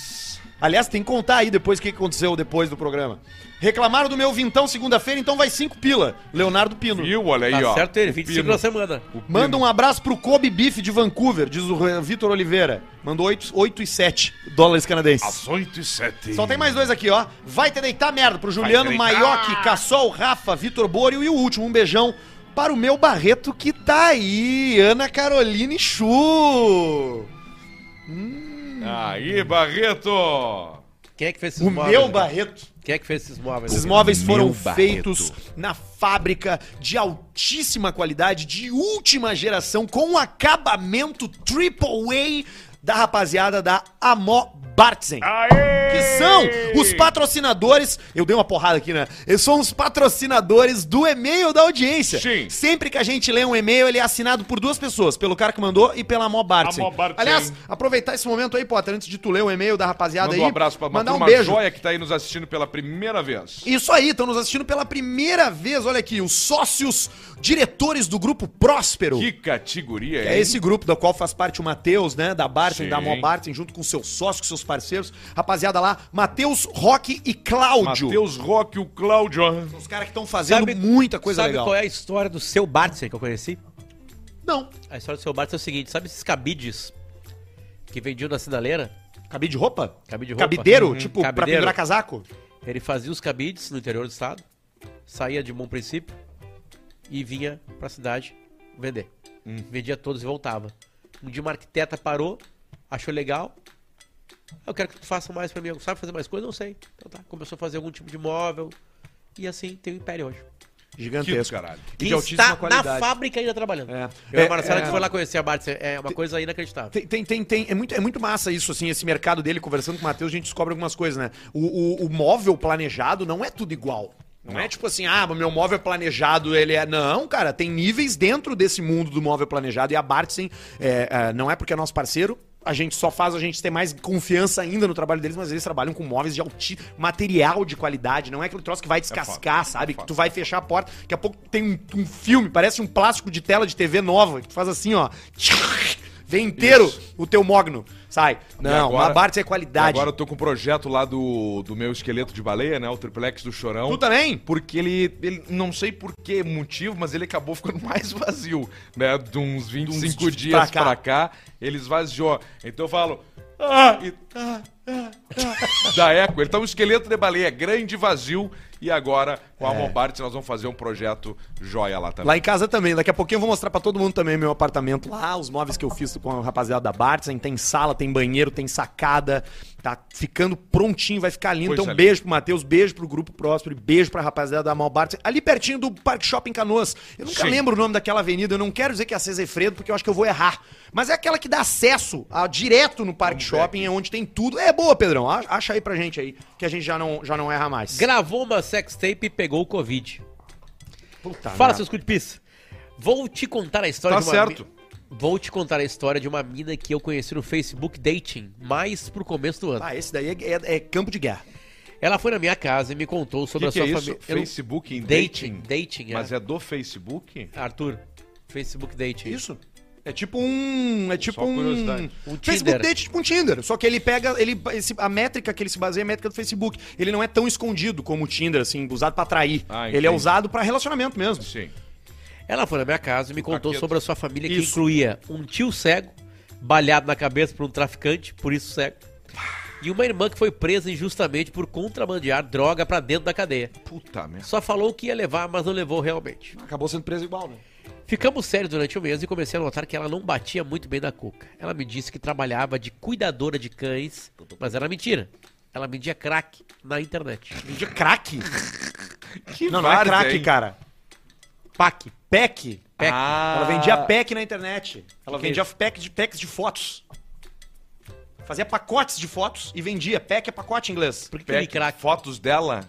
[SPEAKER 11] Aliás, tem que contar aí depois o que aconteceu depois do programa. Reclamaram do meu vintão segunda-feira, então vai cinco pila. Leonardo Pino.
[SPEAKER 1] Viu? Olha aí, ó.
[SPEAKER 4] Tá certo, ele,
[SPEAKER 1] O
[SPEAKER 4] 25
[SPEAKER 1] Pino.
[SPEAKER 4] na semana.
[SPEAKER 1] O Pino.
[SPEAKER 11] Manda um abraço pro Kobe Beef de Vancouver, diz o eh, Vitor Oliveira. Mandou 8, e 7 dólares canadenses.
[SPEAKER 1] Às 8 e 7.
[SPEAKER 11] Só tem mais dois aqui, ó. Vai te deitar merda pro Juliano
[SPEAKER 1] te deitar.
[SPEAKER 11] Maioc, Cassol, Rafa, Vitor Borio e o último, um beijão para o meu Barreto que tá aí, Ana Caroline Chu.
[SPEAKER 1] Aí, Barreto.
[SPEAKER 4] Quem é que fez esses
[SPEAKER 11] O
[SPEAKER 4] móveis?
[SPEAKER 11] meu
[SPEAKER 4] né?
[SPEAKER 11] Barreto.
[SPEAKER 4] Quem é que fez esses móveis?
[SPEAKER 11] Esses móveis foram
[SPEAKER 2] Meu Barreto.
[SPEAKER 11] feitos na fábrica de altíssima qualidade, de última geração, com um acabamento triple A da rapaziada da Amó Bartzen.
[SPEAKER 1] Aê!
[SPEAKER 11] Que são os patrocinadores. Eu dei uma porrada aqui, né? Eles são os patrocinadores do e-mail da audiência.
[SPEAKER 1] Sim.
[SPEAKER 11] Sempre que a gente lê um e-mail, ele é assinado por duas pessoas, pelo cara que mandou e pela Amó Bartzen.
[SPEAKER 1] Amó Bartzen.
[SPEAKER 11] Aliás, aproveitar esse momento aí, Potter, antes de tu ler o e-mail da rapaziada
[SPEAKER 1] Manda
[SPEAKER 11] aí.
[SPEAKER 1] um abraço pra
[SPEAKER 11] mandar um
[SPEAKER 1] turma
[SPEAKER 11] beijo.
[SPEAKER 1] joia que tá aí nos assistindo pela primeira vez.
[SPEAKER 11] Isso aí, estão nos assistindo pela primeira vez. Olha aqui, os sócios diretores do grupo Próspero.
[SPEAKER 1] Que categoria
[SPEAKER 11] É
[SPEAKER 1] hein?
[SPEAKER 11] esse grupo da qual faz parte o Matheus, né? Da Barton,
[SPEAKER 1] Sim.
[SPEAKER 11] da Mo Barton, junto com seus sócios, com seus parceiros. Rapaziada lá, Matheus, Rock e Cláudio.
[SPEAKER 1] Matheus Rock, o Cláudio.
[SPEAKER 11] Os caras que estão fazendo muita coisa
[SPEAKER 4] sabe
[SPEAKER 11] legal.
[SPEAKER 4] qual é a história do seu Bartzer que eu conheci?
[SPEAKER 11] Não.
[SPEAKER 4] A história do seu Bartzer é o seguinte, sabe esses cabides que vendiam na sinaleira?
[SPEAKER 1] é?
[SPEAKER 11] Cabide de roupa?
[SPEAKER 4] Cabide de roupa.
[SPEAKER 11] Cabideiro?
[SPEAKER 4] Uhum,
[SPEAKER 11] Tipo, pra
[SPEAKER 4] cabideiro.
[SPEAKER 11] pendurar casaco?
[SPEAKER 4] Ele fazia os cabides no interior do estado, saía de bom princípio e vinha pra cidade vender.
[SPEAKER 11] Hum.
[SPEAKER 4] Vendia todos e voltava. Um dia uma arquiteta parou, achou legal. Eu quero que tu faça mais pra mim. Sabe fazer mais coisa? Não sei. Então tá. Começou a fazer algum tipo de móvel. E assim tem o Império hoje.
[SPEAKER 1] Que
[SPEAKER 11] Gigantesco.
[SPEAKER 1] caralho.
[SPEAKER 11] E de
[SPEAKER 4] E
[SPEAKER 11] altíssima
[SPEAKER 4] está
[SPEAKER 11] qualidade.
[SPEAKER 4] na fábrica ainda trabalhando.
[SPEAKER 11] É.
[SPEAKER 4] Eu e
[SPEAKER 11] É,
[SPEAKER 4] a Marcela
[SPEAKER 11] é.
[SPEAKER 4] que foi lá conhecer a Bartzer. É uma coisa inacreditável.
[SPEAKER 11] Tem, tem, tem, tem. É, muito, é muito massa isso, assim, esse mercado dele, conversando com o Matheus, a gente descobre algumas coisas, né? O, o, o móvel planejado não é tudo igual. Não, é tipo assim, ah, meu móvel planejado, ele é. Não, cara, tem níveis dentro desse mundo do móvel planejado. E a Bartzen, é, é, não é porque é nosso parceiro, a gente só faz a gente ter mais confiança ainda no trabalho deles, mas eles trabalham com móveis de alti... material de qualidade, não é aquele troço que vai
[SPEAKER 1] É
[SPEAKER 11] descascar, sabe? que tu vai fechar a porta, daqui a pouco tem um, um filme, parece um plástico de tela de TV nova, que tu faz assim, ó. Vem inteiro o teu mogno. Sai. Não,
[SPEAKER 1] agora-
[SPEAKER 11] uma Bartz é
[SPEAKER 1] E
[SPEAKER 11] qualidade.
[SPEAKER 1] Agora eu tô com um projeto lá do, do meu esqueleto de baleia, né? O triplex do chorão.
[SPEAKER 11] Tu também?
[SPEAKER 1] Porque ele, ele, não sei por que motivo, mas ele acabou ficando mais vazio, né? De uns 25
[SPEAKER 11] Uns de-
[SPEAKER 1] dias pra
[SPEAKER 11] pra cá.
[SPEAKER 1] cá. ele esvaziou. Então eu falo. Ah, e, ah, ah, ah, da eco. Ele tá um esqueleto de baleia grande e vazio. E agora, com a Mombarte, nós vamos fazer um projeto joia É. lá também.
[SPEAKER 11] Lá em casa também. Daqui a pouquinho eu vou mostrar pra todo mundo também meu apartamento lá, os móveis que eu fiz com a rapaziada da Bartzen. Tem sala, tem banheiro, tem sacada. Tá ficando prontinho, vai ficar lindo.
[SPEAKER 1] Coisa
[SPEAKER 11] então,
[SPEAKER 1] linda.
[SPEAKER 11] beijo pro Matheus, beijo pro Grupo Próspero e beijo pra rapaziada da Mal Bartzen. Ali pertinho do Parque Shopping Canoas. Eu nunca
[SPEAKER 1] Sim.
[SPEAKER 11] lembro o nome daquela avenida. Eu não quero dizer que é a Cesefredo, porque eu acho que eu vou errar. Mas é aquela que dá acesso a- direto no Parque Shopping, é onde tem tudo. É boa, Pedrão. A- Acha aí pra gente aí, que a gente já não, já não erra mais.
[SPEAKER 4] Gravou uma sextape e pegou o Covid.
[SPEAKER 1] Tá
[SPEAKER 11] Puta
[SPEAKER 4] Fala,
[SPEAKER 11] merda.
[SPEAKER 4] seus cutipis. Vou te contar a história
[SPEAKER 1] Tá
[SPEAKER 4] de uma
[SPEAKER 1] certo.
[SPEAKER 4] mi- Vou te contar a história de uma mina que eu conheci no Facebook Dating, mais pro começo do ano.
[SPEAKER 11] Ah, esse daí é- é- é campo de guerra.
[SPEAKER 4] Ela foi na minha casa e me contou sobre
[SPEAKER 1] que
[SPEAKER 4] a
[SPEAKER 1] é
[SPEAKER 4] sua
[SPEAKER 1] isso?
[SPEAKER 4] família. Eu não-
[SPEAKER 1] Facebook em
[SPEAKER 4] Dating,
[SPEAKER 1] dating?
[SPEAKER 4] dating,
[SPEAKER 1] Mas é do Facebook?
[SPEAKER 4] Arthur, Facebook Dating.
[SPEAKER 11] Isso. É tipo um. É tipo um.
[SPEAKER 1] curiosidade.
[SPEAKER 4] Um
[SPEAKER 11] Facebook
[SPEAKER 4] Tinder.
[SPEAKER 11] Date é tipo um Tinder. Só que ele pega. Ele, esse- a métrica que ele se baseia é a métrica do Facebook. Ele não é tão escondido como o Tinder, assim, usado pra atrair.
[SPEAKER 1] Ah,
[SPEAKER 11] ele é
[SPEAKER 1] entendi.
[SPEAKER 11] usado pra relacionamento mesmo.
[SPEAKER 1] Sim.
[SPEAKER 4] Ela foi na minha casa e me contou
[SPEAKER 1] Paquito.
[SPEAKER 4] sobre a sua família, que
[SPEAKER 11] Isso.
[SPEAKER 4] incluía um tio cego, balhado na cabeça por um traficante, por isso cego, e uma irmã que foi presa injustamente por contrabandear droga pra dentro da cadeia.
[SPEAKER 1] Puta merda.
[SPEAKER 4] Só falou que ia levar, mas não levou realmente.
[SPEAKER 11] É. Acabou sendo preso igual, né?
[SPEAKER 4] Ficamos sérios durante um mês e comecei a notar que ela não batia muito bem na cuca. Ela me disse que trabalhava de cuidadora de cães, mas era mentira. Ela vendia crack na internet.
[SPEAKER 11] De craque?
[SPEAKER 1] Que
[SPEAKER 11] Não, não é
[SPEAKER 1] várzea,
[SPEAKER 11] craque,
[SPEAKER 1] hein?
[SPEAKER 11] cara.
[SPEAKER 4] Pac.
[SPEAKER 11] PEC.
[SPEAKER 4] Pack.
[SPEAKER 1] Ah.
[SPEAKER 11] Ela vendia PEC na internet. Ela
[SPEAKER 4] Que que é
[SPEAKER 11] vendia PEC de, packs de fotos.
[SPEAKER 2] Fazia pacotes de fotos e vendia. Pack é pacote em inglês.
[SPEAKER 4] Por que, que ele
[SPEAKER 1] Peck,
[SPEAKER 4] craque?
[SPEAKER 1] fotos dela.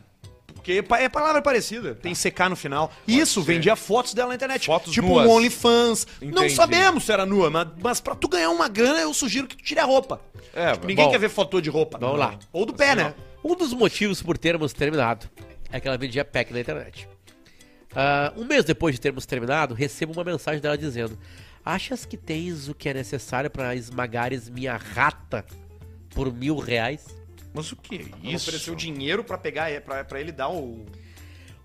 [SPEAKER 2] Porque pa- é palavra parecida. Tem CK no final. Isso, vendia fotos dela na internet.
[SPEAKER 1] Fotos
[SPEAKER 2] tipo
[SPEAKER 1] nuas.
[SPEAKER 2] um OnlyFans. Não
[SPEAKER 1] Entendi.
[SPEAKER 2] sabemos se era nua, mas, mas pra tu ganhar uma grana, eu sugiro que tu tire a roupa.
[SPEAKER 1] É,
[SPEAKER 2] Tipo, ninguém
[SPEAKER 1] bom.
[SPEAKER 2] quer ver foto de roupa.
[SPEAKER 4] Vamos
[SPEAKER 2] Não.
[SPEAKER 4] lá.
[SPEAKER 2] Ou do pé, né?
[SPEAKER 4] Um dos motivos por termos terminado é que ela vendia pack na internet. Ah, um mês depois de termos terminado, recebo uma mensagem dela dizendo: Achas que tens o que é necessário para esmagares minha rata por mil reais?
[SPEAKER 1] Mas o que é
[SPEAKER 2] Ela ofereceu dinheiro pra pegar, é, pra, pra ele dar o.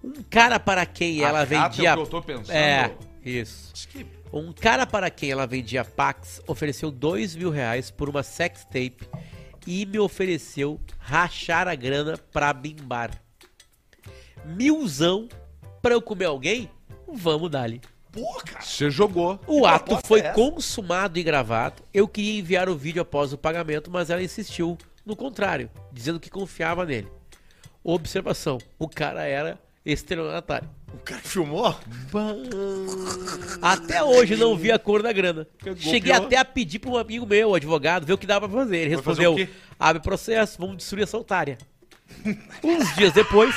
[SPEAKER 4] Um cara para quem
[SPEAKER 1] A
[SPEAKER 4] ela
[SPEAKER 1] rata
[SPEAKER 4] vendia.
[SPEAKER 1] É o que eu tô pensando.
[SPEAKER 4] É, isso.
[SPEAKER 1] Mas que-
[SPEAKER 4] Um cara para quem ela vendia Pax ofereceu dois mil reais por uma sex tape e me ofereceu rachar a grana pra bimbar. Milzão pra eu comer alguém? Vamos dali.
[SPEAKER 2] Pô, cara.
[SPEAKER 1] Você jogou.
[SPEAKER 4] O ato
[SPEAKER 2] proposta
[SPEAKER 4] foi
[SPEAKER 2] é essa?
[SPEAKER 4] consumado e gravado. Eu queria enviar o vídeo após o pagamento, mas ela insistiu no contrário, dizendo que confiava nele. Observação: o cara era estelionatário.
[SPEAKER 2] O cara que filmou?
[SPEAKER 4] Até hoje não vi a cor da grana.
[SPEAKER 1] Pegou,
[SPEAKER 4] Cheguei
[SPEAKER 1] pior.
[SPEAKER 4] até a pedir para um amigo meu, advogado, ver o que dava pra fazer. Ele
[SPEAKER 1] Vai fazer o
[SPEAKER 4] respondeu:
[SPEAKER 1] quê?
[SPEAKER 4] abre processo, vamos destruir essa otária. Uns dias depois,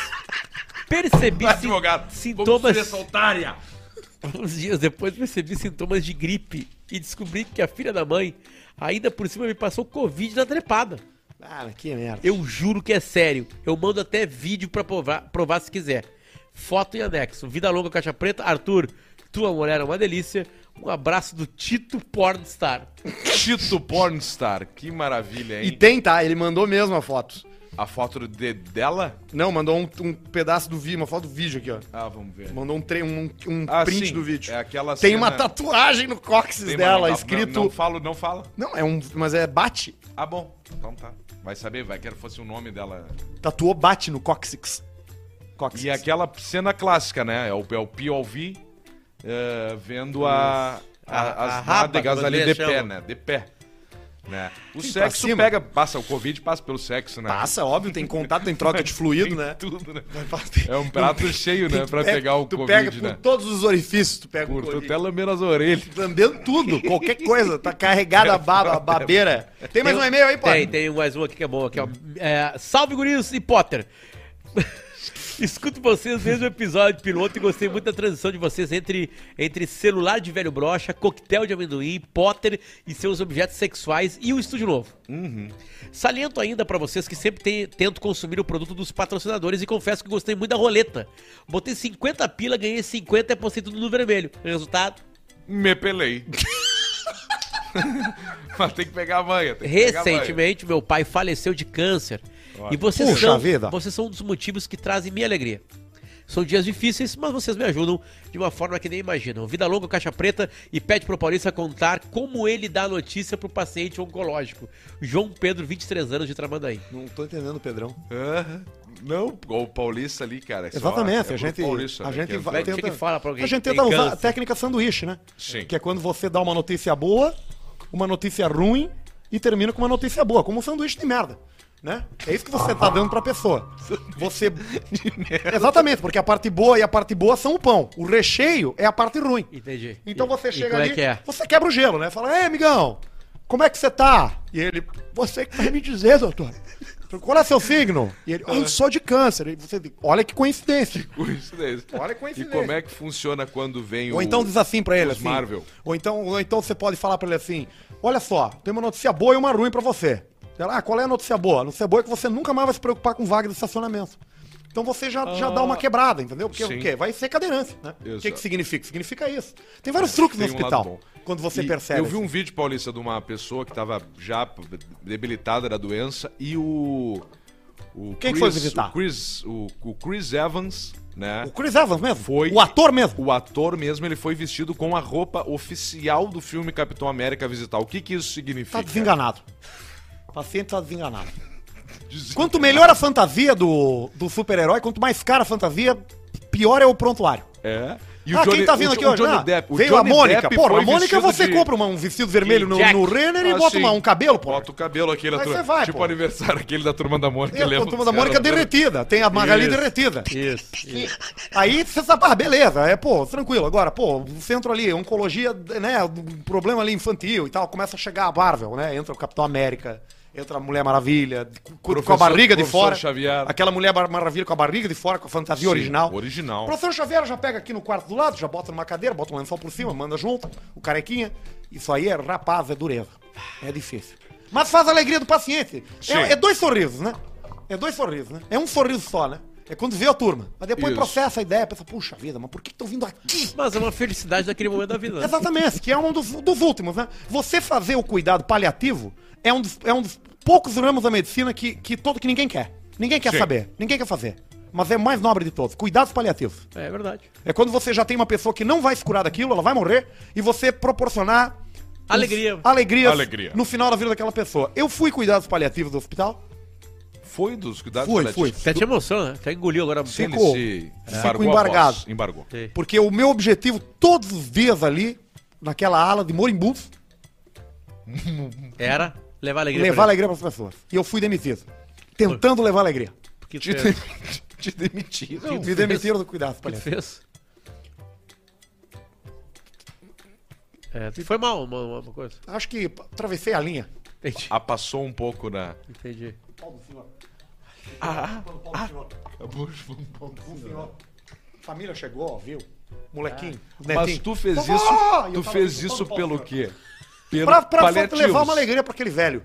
[SPEAKER 4] percebi sin-
[SPEAKER 1] Advogado.
[SPEAKER 4] sintomas.
[SPEAKER 1] Vamos destruir essa otária.
[SPEAKER 4] Uns dias depois, percebi sintomas de gripe e descobri que a filha da mãe ainda por cima me passou Covid na trepada.
[SPEAKER 2] Cara, Ah, que merda.
[SPEAKER 4] Eu juro que é sério. Eu mando até vídeo pra provar, provar se quiser. Foto em anexo. Vida longa, caixa preta. Arthur, tua mulher é uma delícia. Um abraço do Tito Pornstar.
[SPEAKER 1] Tito Pornstar. Que maravilha,
[SPEAKER 2] E
[SPEAKER 1] hein?
[SPEAKER 2] tem, tá? Ele mandou mesmo a foto.
[SPEAKER 1] A foto de- dela?
[SPEAKER 2] Não, mandou um, um pedaço do vídeo, uma foto do vídeo aqui, ó.
[SPEAKER 1] Ah, vamos ver.
[SPEAKER 2] Mandou um, tre- um, um
[SPEAKER 1] Ah,
[SPEAKER 2] print
[SPEAKER 1] sim,
[SPEAKER 2] do vídeo.
[SPEAKER 1] é aquela
[SPEAKER 2] Tem
[SPEAKER 1] cena-
[SPEAKER 2] uma tatuagem no cóccix
[SPEAKER 1] Tem, mas
[SPEAKER 2] dela,
[SPEAKER 1] não tá-
[SPEAKER 2] escrito.
[SPEAKER 1] Não,
[SPEAKER 2] Não,
[SPEAKER 1] não falo, não fala.
[SPEAKER 2] é um. Mas é bate.
[SPEAKER 1] Ah, bom. Então tá. Vai saber, vai quero fosse o nome dela.
[SPEAKER 2] Tatuou bate no cóccix. Cóccix.
[SPEAKER 1] E aquela cena clássica, né? É o, é o POV eh, vendo a, a-
[SPEAKER 4] A-
[SPEAKER 1] as
[SPEAKER 4] a raba,
[SPEAKER 1] nádegas
[SPEAKER 4] como
[SPEAKER 1] ali de
[SPEAKER 4] eles
[SPEAKER 1] pé,
[SPEAKER 4] chamam.
[SPEAKER 1] né? De pé. Né? O
[SPEAKER 2] Sim, pra
[SPEAKER 1] sexo
[SPEAKER 2] cima.
[SPEAKER 1] pega, passa, o Covid passa pelo sexo, né?
[SPEAKER 2] tá Passa, é óbvio, tem contato, tem troca de
[SPEAKER 1] Tem
[SPEAKER 2] fluido, né?
[SPEAKER 1] tudo, né? É um prato cheio, né? Pra
[SPEAKER 2] É,
[SPEAKER 1] pegar o
[SPEAKER 2] tu
[SPEAKER 1] Covid,
[SPEAKER 2] pega
[SPEAKER 1] né?
[SPEAKER 2] por todos os orifícios, tu pega o
[SPEAKER 1] Curto
[SPEAKER 2] Covid.
[SPEAKER 1] até lambendo as orelhas.
[SPEAKER 2] Lambendo tudo, qualquer coisa. Tá carregada
[SPEAKER 1] É
[SPEAKER 2] a baba, a babeira. Tem mais um e-mail aí, pô?
[SPEAKER 4] Tem, tem mais um aqui que é bom. Aqui, ó. É, salve, guris e Potter. Escuto vocês desde o episódio piloto e gostei muito da transição de vocês entre, entre celular de velho brocha, coquetel de amendoim, Potter e seus objetos sexuais e o estúdio novo.
[SPEAKER 2] Uhum.
[SPEAKER 4] Saliento ainda pra vocês que sempre tem- tento consumir o produto dos patrocinadores e confesso que gostei muito da roleta. Botei 50 pila, ganhei 50 e apostei tudo no vermelho. Resultado,
[SPEAKER 1] Me pelei. Mas tem que pegar a manha. Tem que pegar a manha.
[SPEAKER 4] Recentemente, meu pai faleceu de câncer.
[SPEAKER 1] Olha.
[SPEAKER 4] E vocês
[SPEAKER 11] Puxa
[SPEAKER 4] são,
[SPEAKER 11] vida.
[SPEAKER 4] vocês são um dos motivos que trazem minha alegria. São dias difíceis, mas vocês me ajudam de uma forma que nem imaginam. Vida longa, caixa preta e pede pro Paulista contar como ele dá a notícia pro paciente oncológico. João Pedro, 23 anos de Tramandaí.
[SPEAKER 11] Não tô entendendo, Pedrão.
[SPEAKER 1] Aham. Não, o Paulista ali, cara. é só- é
[SPEAKER 11] Exatamente,
[SPEAKER 1] pro
[SPEAKER 11] a gente.
[SPEAKER 1] Paulista,
[SPEAKER 11] a
[SPEAKER 1] né,
[SPEAKER 11] gente
[SPEAKER 1] que
[SPEAKER 11] va-
[SPEAKER 1] entra-
[SPEAKER 4] que
[SPEAKER 11] tenta,
[SPEAKER 4] que fala pra alguém
[SPEAKER 11] a gente
[SPEAKER 4] que
[SPEAKER 11] tenta
[SPEAKER 4] tem
[SPEAKER 11] usar a
[SPEAKER 4] câncer?
[SPEAKER 11] técnica sanduíche, né?
[SPEAKER 1] Sim.
[SPEAKER 11] Que é quando você dá uma notícia boa, uma notícia ruim e termina com uma notícia boa, como um sanduíche de merda. Né? É isso que você tá dando pra pessoa. Você. Exatamente, porque a parte boa e a parte boa são o pão. O recheio é a parte ruim.
[SPEAKER 4] Entendi.
[SPEAKER 11] Então
[SPEAKER 4] E-
[SPEAKER 11] você
[SPEAKER 4] e
[SPEAKER 11] chega
[SPEAKER 4] como é
[SPEAKER 11] ali,
[SPEAKER 4] que é?
[SPEAKER 11] você quebra o gelo, né? Fala, ei, amigão, como é que você tá? E ele, você que vai me dizer, doutor. Qual é seu signo? E ele, "Ah, eu sou de câncer. E você, olha que coincidência.
[SPEAKER 1] Coincidência.
[SPEAKER 11] Olha que
[SPEAKER 1] E
[SPEAKER 11] coincidência.
[SPEAKER 1] como é que funciona quando vem
[SPEAKER 11] Ou então diz assim pra ele,
[SPEAKER 1] os
[SPEAKER 11] assim.
[SPEAKER 1] Marvel.
[SPEAKER 11] Ou então, ou então você pode falar pra ele assim: olha só, tem uma notícia boa e uma ruim pra você. Ela, ah, qual é a notícia boa? A notícia boa é que você nunca mais vai se preocupar com vaga de estacionamento. Então você já, já dá uma quebrada, entendeu? Porque
[SPEAKER 1] Ah, Sim.
[SPEAKER 11] o quê? Vai ser cadeirante, né? O que,
[SPEAKER 1] Exato.
[SPEAKER 11] que significa? Significa isso. Tem vários truques no
[SPEAKER 1] Tem um lado
[SPEAKER 11] hospital.
[SPEAKER 1] bom.
[SPEAKER 11] quando você
[SPEAKER 1] E
[SPEAKER 11] percebe.
[SPEAKER 1] Eu vi
[SPEAKER 11] assim.
[SPEAKER 1] um vídeo, Paulista, de uma pessoa que tava já debilitada da doença e o. o
[SPEAKER 11] Quem que foi visitar?
[SPEAKER 1] O Chris, o, o Chris Evans, né?
[SPEAKER 11] O Chris Evans mesmo?
[SPEAKER 1] Foi.
[SPEAKER 11] O ator mesmo?
[SPEAKER 1] O ator mesmo, ele foi vestido com a roupa oficial do filme Capitão América visitar. O que que isso significa?
[SPEAKER 11] Tá desenganado. O paciente tá desenganado.
[SPEAKER 1] Desen-
[SPEAKER 11] Quanto melhor a fantasia do, do super-herói, quanto mais cara a fantasia, pior é o prontuário.
[SPEAKER 1] É. E
[SPEAKER 11] ah, quem tá vindo
[SPEAKER 1] o-
[SPEAKER 11] aqui
[SPEAKER 1] o
[SPEAKER 11] hoje?
[SPEAKER 1] Johnny
[SPEAKER 11] Ah,
[SPEAKER 1] Depp. O
[SPEAKER 11] veio
[SPEAKER 1] Johnny
[SPEAKER 11] a Mônica.
[SPEAKER 1] Depp
[SPEAKER 11] Pô,
[SPEAKER 1] foi
[SPEAKER 11] a Mônica
[SPEAKER 1] vestido
[SPEAKER 11] você
[SPEAKER 1] de-
[SPEAKER 11] compra uma- um vestido vermelho no,
[SPEAKER 4] Jack.
[SPEAKER 11] no Renner e
[SPEAKER 1] Ah,
[SPEAKER 11] bota
[SPEAKER 1] sim.
[SPEAKER 11] uma- um cabelo, pô.
[SPEAKER 1] Bota o cabelo aqui da
[SPEAKER 11] Aí
[SPEAKER 1] turma.
[SPEAKER 11] você vai,
[SPEAKER 1] tipo
[SPEAKER 11] pô.
[SPEAKER 1] o aniversário aquele da turma da Mônica.
[SPEAKER 11] É, a
[SPEAKER 1] lembra?
[SPEAKER 11] turma da Mônica
[SPEAKER 1] Era-
[SPEAKER 11] derretida. Tem a Magali
[SPEAKER 4] Isso.
[SPEAKER 11] derretida.
[SPEAKER 4] Isso. isso.
[SPEAKER 11] Aí você sabe, ah, beleza, é, pô, tranquilo. Agora, pô, o centro ali, oncologia, né, um problema ali infantil e tal, começa a chegar a Marvel, né, entra o Capitão América, Entra a Mulher Maravilha, com- com a
[SPEAKER 1] Professor-
[SPEAKER 11] barriga de
[SPEAKER 1] Professor
[SPEAKER 11] fora.
[SPEAKER 1] Xavier.
[SPEAKER 11] Aquela Mulher Bar- Maravilha com a barriga de fora, com a fantasia
[SPEAKER 1] Sim,
[SPEAKER 11] original. O
[SPEAKER 1] Original.
[SPEAKER 11] professor Xavier já pega aqui no quarto do lado, já bota numa cadeira, bota um lençol por cima, manda junto, o carequinha. Isso aí é rapaz, é dureza. É difícil. Mas faz a alegria do paciente.
[SPEAKER 1] Sim.
[SPEAKER 11] É, é dois sorrisos, né? É dois sorrisos, né? É um sorriso só, né? É quando vê a turma. Mas depois
[SPEAKER 1] Isso.
[SPEAKER 11] processa a ideia, pensa, puxa vida, mas por que estão vindo aqui?
[SPEAKER 4] Mas é uma felicidade daquele momento da vida. né?
[SPEAKER 11] Exatamente, que é um dos, dos últimos, né? Você fazer o cuidado paliativo é um dos, é um dos poucos ramos da medicina que, que todo que ninguém quer. Ninguém quer
[SPEAKER 1] Sim.
[SPEAKER 11] saber, ninguém quer fazer. Mas é o mais nobre de todos. Cuidados paliativos.
[SPEAKER 4] É verdade.
[SPEAKER 11] É quando você já tem uma pessoa que não vai se curar daquilo, ela vai morrer, e você proporcionar
[SPEAKER 4] Alegria.
[SPEAKER 11] alegrias
[SPEAKER 1] Alegria.
[SPEAKER 11] no final da vida daquela pessoa. Eu fui cuidados paliativos do hospital.
[SPEAKER 1] Foi dos cuidados
[SPEAKER 11] Fui,
[SPEAKER 1] paliativos?
[SPEAKER 4] Até te emociona, né? Até engoliu agora.
[SPEAKER 1] Sim, ele
[SPEAKER 11] Ficou. É.
[SPEAKER 1] se
[SPEAKER 11] Ficou
[SPEAKER 1] embargou a
[SPEAKER 11] embargado.
[SPEAKER 1] voz. Embargou.
[SPEAKER 11] Porque o meu objetivo, todos os dias ali, naquela ala de morimbus,
[SPEAKER 4] Era levar alegria.
[SPEAKER 11] levar
[SPEAKER 4] pra ele.
[SPEAKER 11] alegria para as pessoas. E eu fui demitido. Tentando levar alegria.
[SPEAKER 4] Porque
[SPEAKER 1] Te,
[SPEAKER 4] tu
[SPEAKER 1] te demitiram.
[SPEAKER 11] Me demitiram do cuidado
[SPEAKER 4] é- tu
[SPEAKER 11] paliativo.
[SPEAKER 4] fez. É, tu foi mal uma, uma coisa.
[SPEAKER 11] Acho que atravessei a linha.
[SPEAKER 4] Entendi.
[SPEAKER 1] Ah, passou um pouco na...
[SPEAKER 2] Ah.
[SPEAKER 4] Entendi.
[SPEAKER 1] Ah,
[SPEAKER 11] um Família chegou, viu? Molequinho.
[SPEAKER 1] Ah. Mas
[SPEAKER 11] netinho.
[SPEAKER 1] tu fez
[SPEAKER 11] Vovó!
[SPEAKER 1] isso,
[SPEAKER 11] E eu
[SPEAKER 1] tu
[SPEAKER 11] tava
[SPEAKER 1] fez
[SPEAKER 11] gritando,
[SPEAKER 1] isso
[SPEAKER 11] "Vovó,
[SPEAKER 1] pelo
[SPEAKER 11] senhor."
[SPEAKER 1] quê? Pelo
[SPEAKER 11] Pra, pra
[SPEAKER 1] paliativos.
[SPEAKER 11] levar uma alegria para aquele velho.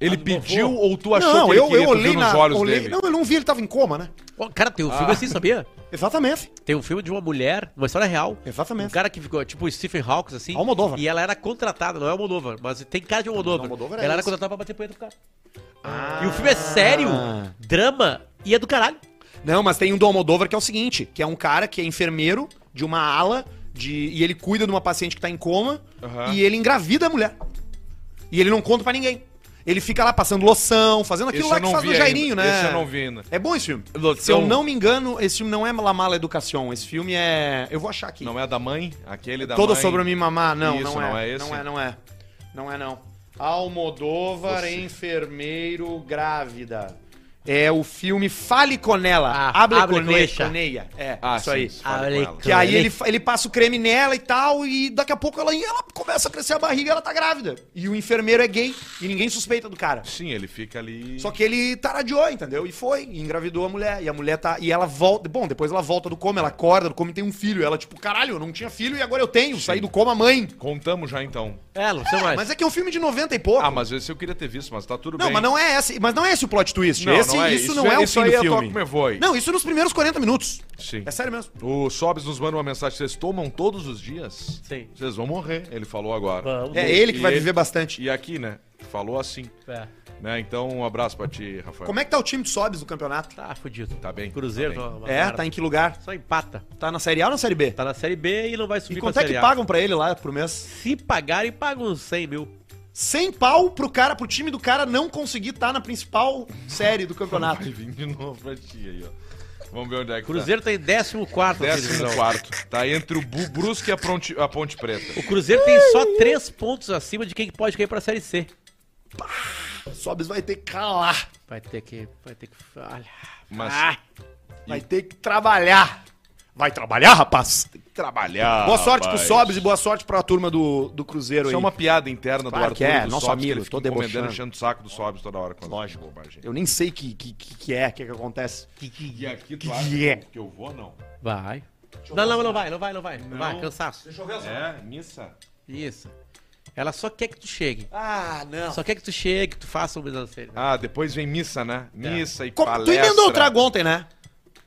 [SPEAKER 1] Ele pediu ou tu achou
[SPEAKER 11] não,
[SPEAKER 1] que ele
[SPEAKER 11] eu,
[SPEAKER 1] queria
[SPEAKER 11] eu
[SPEAKER 1] Tu viu
[SPEAKER 11] olhei
[SPEAKER 1] nos
[SPEAKER 11] na,
[SPEAKER 1] olhos
[SPEAKER 11] olhei-
[SPEAKER 1] dele?
[SPEAKER 11] Não, eu não vi, ele tava em coma, né?
[SPEAKER 4] Ó, cara, tem um
[SPEAKER 2] Ah.
[SPEAKER 4] filme assim, sabia?
[SPEAKER 11] Exatamente.
[SPEAKER 4] Tem um filme de uma mulher, uma história real.
[SPEAKER 11] Exatamente.
[SPEAKER 4] Um cara que ficou, tipo o Stephen Hawking, assim.
[SPEAKER 11] Almodóvar.
[SPEAKER 4] E ela era contratada, não é Almodóvar, mas tem cara de Almodóvar.
[SPEAKER 11] Almodóvar é
[SPEAKER 4] ela era
[SPEAKER 11] esse.
[SPEAKER 4] contratada pra bater punheta pro cara.
[SPEAKER 2] Ah.
[SPEAKER 4] E o filme é sério, drama, e é do caralho.
[SPEAKER 2] Não, mas tem um do Almodóvar que é o seguinte, que é um cara que é enfermeiro de uma ala de, e ele cuida de uma paciente que tá em coma
[SPEAKER 1] Aham.
[SPEAKER 2] e ele engravida a mulher. E ele não conta pra ninguém. Ele fica lá passando loção, fazendo aquilo
[SPEAKER 1] Esse
[SPEAKER 2] lá
[SPEAKER 1] eu
[SPEAKER 2] que
[SPEAKER 1] não
[SPEAKER 2] faz
[SPEAKER 1] vi
[SPEAKER 2] no Jairinho,
[SPEAKER 1] ainda.
[SPEAKER 2] né?
[SPEAKER 1] Esse eu não vi ainda.
[SPEAKER 2] É bom esse filme.
[SPEAKER 1] Loção.
[SPEAKER 2] Se eu não me engano, esse filme não é La Mala Educação. Esse filme é... Eu vou achar aqui.
[SPEAKER 1] Não é da mãe? Aquele da
[SPEAKER 2] Todo
[SPEAKER 1] mãe?
[SPEAKER 2] sobre me mamar. Não,
[SPEAKER 1] Isso,
[SPEAKER 2] não, é.
[SPEAKER 1] não é esse?
[SPEAKER 2] Não é, não é. Não é, não. Almodóvar, enfermeiro, grávida. É o filme Fale com ela.
[SPEAKER 4] Ah,
[SPEAKER 2] Abre
[SPEAKER 4] abre
[SPEAKER 2] com
[SPEAKER 4] conecha.
[SPEAKER 2] Coneia. É,
[SPEAKER 1] Ah,
[SPEAKER 2] isso
[SPEAKER 1] sim,
[SPEAKER 2] aí.
[SPEAKER 1] isso, fala com
[SPEAKER 4] Abre
[SPEAKER 1] ela.
[SPEAKER 2] Que aí ele, fa- ele passa o creme nela e tal, e daqui a pouco ela, ela começa a crescer a barriga e ela tá grávida. E o enfermeiro é gay, e ninguém suspeita do cara.
[SPEAKER 1] Sim, ele fica ali...
[SPEAKER 2] Só que ele taradiou, entendeu? E foi, e engravidou a mulher. E a mulher tá. E ela volta. Bom, depois ela volta do coma, ela acorda do coma e tem um filho. Ela, tipo, caralho, eu não tinha filho e agora eu tenho. Saí do coma, mãe.
[SPEAKER 1] Contamos já então.
[SPEAKER 4] É, não sei mais.
[SPEAKER 2] Mas é que é um filme de 90 e pouco.
[SPEAKER 1] Ah, mas esse eu queria ter visto, mas tá tudo
[SPEAKER 2] não,
[SPEAKER 1] bem.
[SPEAKER 2] mas não é esse. Mas não é esse o plot twist.
[SPEAKER 1] Não,
[SPEAKER 2] esse,
[SPEAKER 1] não é.
[SPEAKER 2] isso,
[SPEAKER 1] Isso
[SPEAKER 2] não
[SPEAKER 1] é-
[SPEAKER 2] é, o
[SPEAKER 1] isso
[SPEAKER 2] fim
[SPEAKER 1] aí
[SPEAKER 2] do
[SPEAKER 1] é
[SPEAKER 2] filme.
[SPEAKER 1] Toque Me Voe.
[SPEAKER 2] Não, isso nos primeiros 40 minutos.
[SPEAKER 1] Sim.
[SPEAKER 2] É sério mesmo.
[SPEAKER 1] O Sobs nos manda uma mensagem, vocês tomam todos os dias?
[SPEAKER 4] Sim.
[SPEAKER 1] Vocês vão morrer, ele falou agora.
[SPEAKER 4] Vamos.
[SPEAKER 2] É ele que
[SPEAKER 1] E
[SPEAKER 2] vai
[SPEAKER 1] ele-
[SPEAKER 2] viver bastante.
[SPEAKER 1] E aqui, né? Falou assim.
[SPEAKER 4] É.
[SPEAKER 1] Né? Então, um abraço pra ti, Rafael.
[SPEAKER 2] Como é que tá o time de Sobs do campeonato?
[SPEAKER 4] Tá fudido.
[SPEAKER 1] Tá bem.
[SPEAKER 4] Cruzeiro,
[SPEAKER 1] tá bem.
[SPEAKER 4] uma- uma
[SPEAKER 2] É,
[SPEAKER 4] merda.
[SPEAKER 2] tá em que lugar?
[SPEAKER 4] Só empata.
[SPEAKER 2] Tá na Série A ou na Série B?
[SPEAKER 4] Tá na Série B e não vai subir
[SPEAKER 2] E
[SPEAKER 4] pra
[SPEAKER 2] quanto é
[SPEAKER 4] Série
[SPEAKER 2] que
[SPEAKER 4] A.
[SPEAKER 2] pagam pra ele lá por mês?
[SPEAKER 4] Se pagarem, pagam uns 100 mil.
[SPEAKER 2] 100 pau pro cara, pro time do cara não conseguir estar na principal série do campeonato.
[SPEAKER 1] Vai vir de novo pra ti aí, ó. Vamos ver onde é que
[SPEAKER 4] Cruzeiro tá em 14
[SPEAKER 1] tá. Décimo quarto. Tá entre o Bu- Brusque e a, Pronte- a Ponte Preta.
[SPEAKER 4] O Cruzeiro tem só 3 pontos acima de quem pode cair pra Série C.
[SPEAKER 2] Sobs vai ter que calar,
[SPEAKER 4] Vai ter que. Vai ter que. Olha.
[SPEAKER 1] Mas
[SPEAKER 2] Ah, vai ter que trabalhar. Vai trabalhar, rapaz? Tem que
[SPEAKER 1] trabalhar.
[SPEAKER 2] Boa sorte
[SPEAKER 1] rapaz.
[SPEAKER 2] pro Sobs e boa sorte pra turma do, do Cruzeiro
[SPEAKER 1] Isso
[SPEAKER 2] aí.
[SPEAKER 1] é uma piada interna
[SPEAKER 2] Claro
[SPEAKER 1] do Arthur
[SPEAKER 2] que é,
[SPEAKER 1] e do Sobs,
[SPEAKER 2] nosso
[SPEAKER 1] que
[SPEAKER 2] amigo,
[SPEAKER 1] ele fica
[SPEAKER 2] tô debochando.
[SPEAKER 1] encomendando, enchendo o saco do Sobs toda hora. Quando Lógico. Bobagem.
[SPEAKER 2] Eu nem sei que que, que, que é, que, que acontece.
[SPEAKER 1] E aqui, tu
[SPEAKER 2] Que
[SPEAKER 1] acha
[SPEAKER 2] que é?
[SPEAKER 1] que eu vou, não?
[SPEAKER 4] Vai. Não, não, não vai, não vai, não vai. Não vai, cansaço.
[SPEAKER 1] É, missa.
[SPEAKER 4] Isso. Ela só quer que tu chegue.
[SPEAKER 2] Ah, não.
[SPEAKER 4] Só quer que tu chegue, que tu faça um o bisanceiro.
[SPEAKER 1] Ah, depois vem missa, né? Missa e
[SPEAKER 2] Como, É. tu
[SPEAKER 1] palestra.
[SPEAKER 2] emendou o trago ontem, né?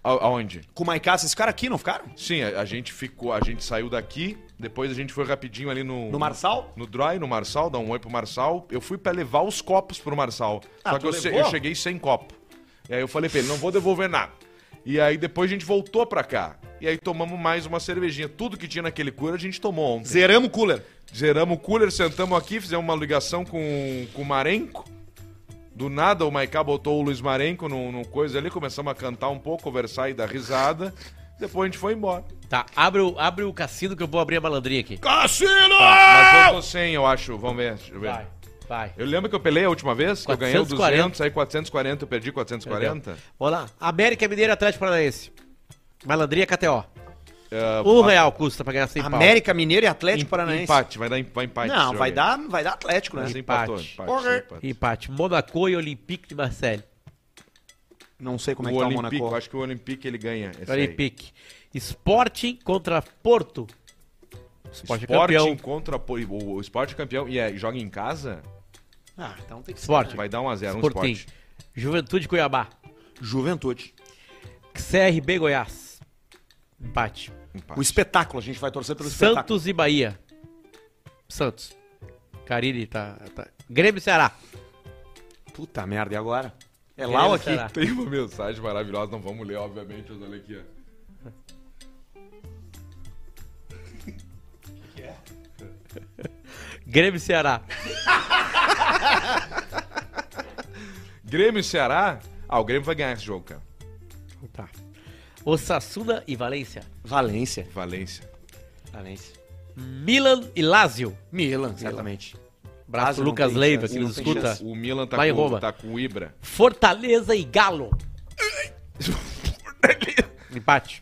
[SPEAKER 1] A- Aonde?
[SPEAKER 2] Com o Maicaça, esses caras aqui, não ficaram?
[SPEAKER 1] Sim, a, a gente ficou, a gente saiu daqui, depois a gente foi rapidinho ali no...
[SPEAKER 2] No Marçal?
[SPEAKER 1] No Dry, no Marçal, dá um oi pro Marçal. Eu fui pra levar os copos pro Marçal.
[SPEAKER 2] Ah,
[SPEAKER 1] só que
[SPEAKER 2] tu
[SPEAKER 1] eu, se-
[SPEAKER 2] levou?
[SPEAKER 1] eu cheguei sem copo. E aí eu falei pra ele, não vou devolver nada. E aí depois a gente voltou pra cá. E aí tomamos mais uma cervejinha. Tudo que tinha naquele cooler a gente tomou ontem.
[SPEAKER 2] Zeramos o cooler.
[SPEAKER 1] Zeramos o cooler, sentamos aqui, fizemos uma ligação com, com o Marenco. Do nada o Maiká botou o Luiz Marenco no, no coisa ali, começamos a cantar um pouco, conversar e dar risada. Depois a gente foi embora.
[SPEAKER 4] Tá, abre o, abre o cassino que eu vou abrir a malandrinha aqui.
[SPEAKER 1] Cassino! Mas eu tô sem, eu acho. Vamos ver. Deixa eu, ver.
[SPEAKER 4] Vai, vai.
[SPEAKER 1] eu lembro que eu pelei a última vez, que eu ganhei o
[SPEAKER 4] 440.
[SPEAKER 1] 200, aí 440, eu perdi 440.
[SPEAKER 4] Vamos lá. América Mineiro Atlético Paranaense. Malandrinha KTO.
[SPEAKER 1] eh,
[SPEAKER 4] Um real custa pra ganhar 100 pau.
[SPEAKER 11] América Mineiro e Atlético
[SPEAKER 1] em-
[SPEAKER 11] Paranaense.
[SPEAKER 1] empate, vai dar em- vai empate.
[SPEAKER 11] Não,
[SPEAKER 1] esse
[SPEAKER 11] vai
[SPEAKER 1] jogo
[SPEAKER 11] dar, vai dar Atlético, né?
[SPEAKER 1] aí. Mas empatou,
[SPEAKER 4] Empate.
[SPEAKER 1] empate, empate.
[SPEAKER 4] Empate. Monaco e Olympique de Marseille.
[SPEAKER 11] Não sei como é
[SPEAKER 1] O
[SPEAKER 11] que tá o
[SPEAKER 1] Olympique, eu
[SPEAKER 11] Monaco.
[SPEAKER 1] acho que o Olympique ele ganha. esse aí.
[SPEAKER 4] Olympique. Sporting contra Porto. Sporting,
[SPEAKER 1] Sporting
[SPEAKER 4] campeão.
[SPEAKER 1] contra Pol- o, o Sport campeão e é, joga em casa,
[SPEAKER 11] Ah, então tem que ser.
[SPEAKER 4] Sporting.
[SPEAKER 1] vai dar 1 a 0 um
[SPEAKER 4] Sporting.
[SPEAKER 1] Sport.
[SPEAKER 4] Juventude Cuiabá.
[SPEAKER 11] Juventude.
[SPEAKER 4] CRB Goiás. Empate.
[SPEAKER 11] O espetáculo, a gente vai torcer pelo espetáculo.
[SPEAKER 4] Santos e Bahia. Santos. Carilli tá, tá- Grêmio e Ceará.
[SPEAKER 11] Puta merda, e agora? É
[SPEAKER 4] Grêmio
[SPEAKER 11] lá ou
[SPEAKER 4] e
[SPEAKER 11] aqui?
[SPEAKER 4] Ceará.
[SPEAKER 1] Tem uma mensagem maravilhosa, não vamos ler obviamente, mas olha aqui, ó.
[SPEAKER 4] Grêmio e Ceará.
[SPEAKER 1] Grêmio e Ceará? Ah, o Grêmio vai ganhar esse jogo, cara.
[SPEAKER 4] Tá. Osasuna e Valência.
[SPEAKER 11] Valência.
[SPEAKER 1] Valência.
[SPEAKER 11] Valência.
[SPEAKER 4] Milan e Lazio.
[SPEAKER 11] Milan, certamente.
[SPEAKER 4] Braço
[SPEAKER 11] Lazio não
[SPEAKER 4] Lucas
[SPEAKER 11] tem
[SPEAKER 4] Leiva,
[SPEAKER 11] chance,
[SPEAKER 4] que nos
[SPEAKER 11] não tem
[SPEAKER 4] escuta.
[SPEAKER 1] O Milan tá
[SPEAKER 4] Lá em
[SPEAKER 1] com,
[SPEAKER 4] Roma.
[SPEAKER 1] tá com o Ibra.
[SPEAKER 4] Fortaleza e Galo. Empate.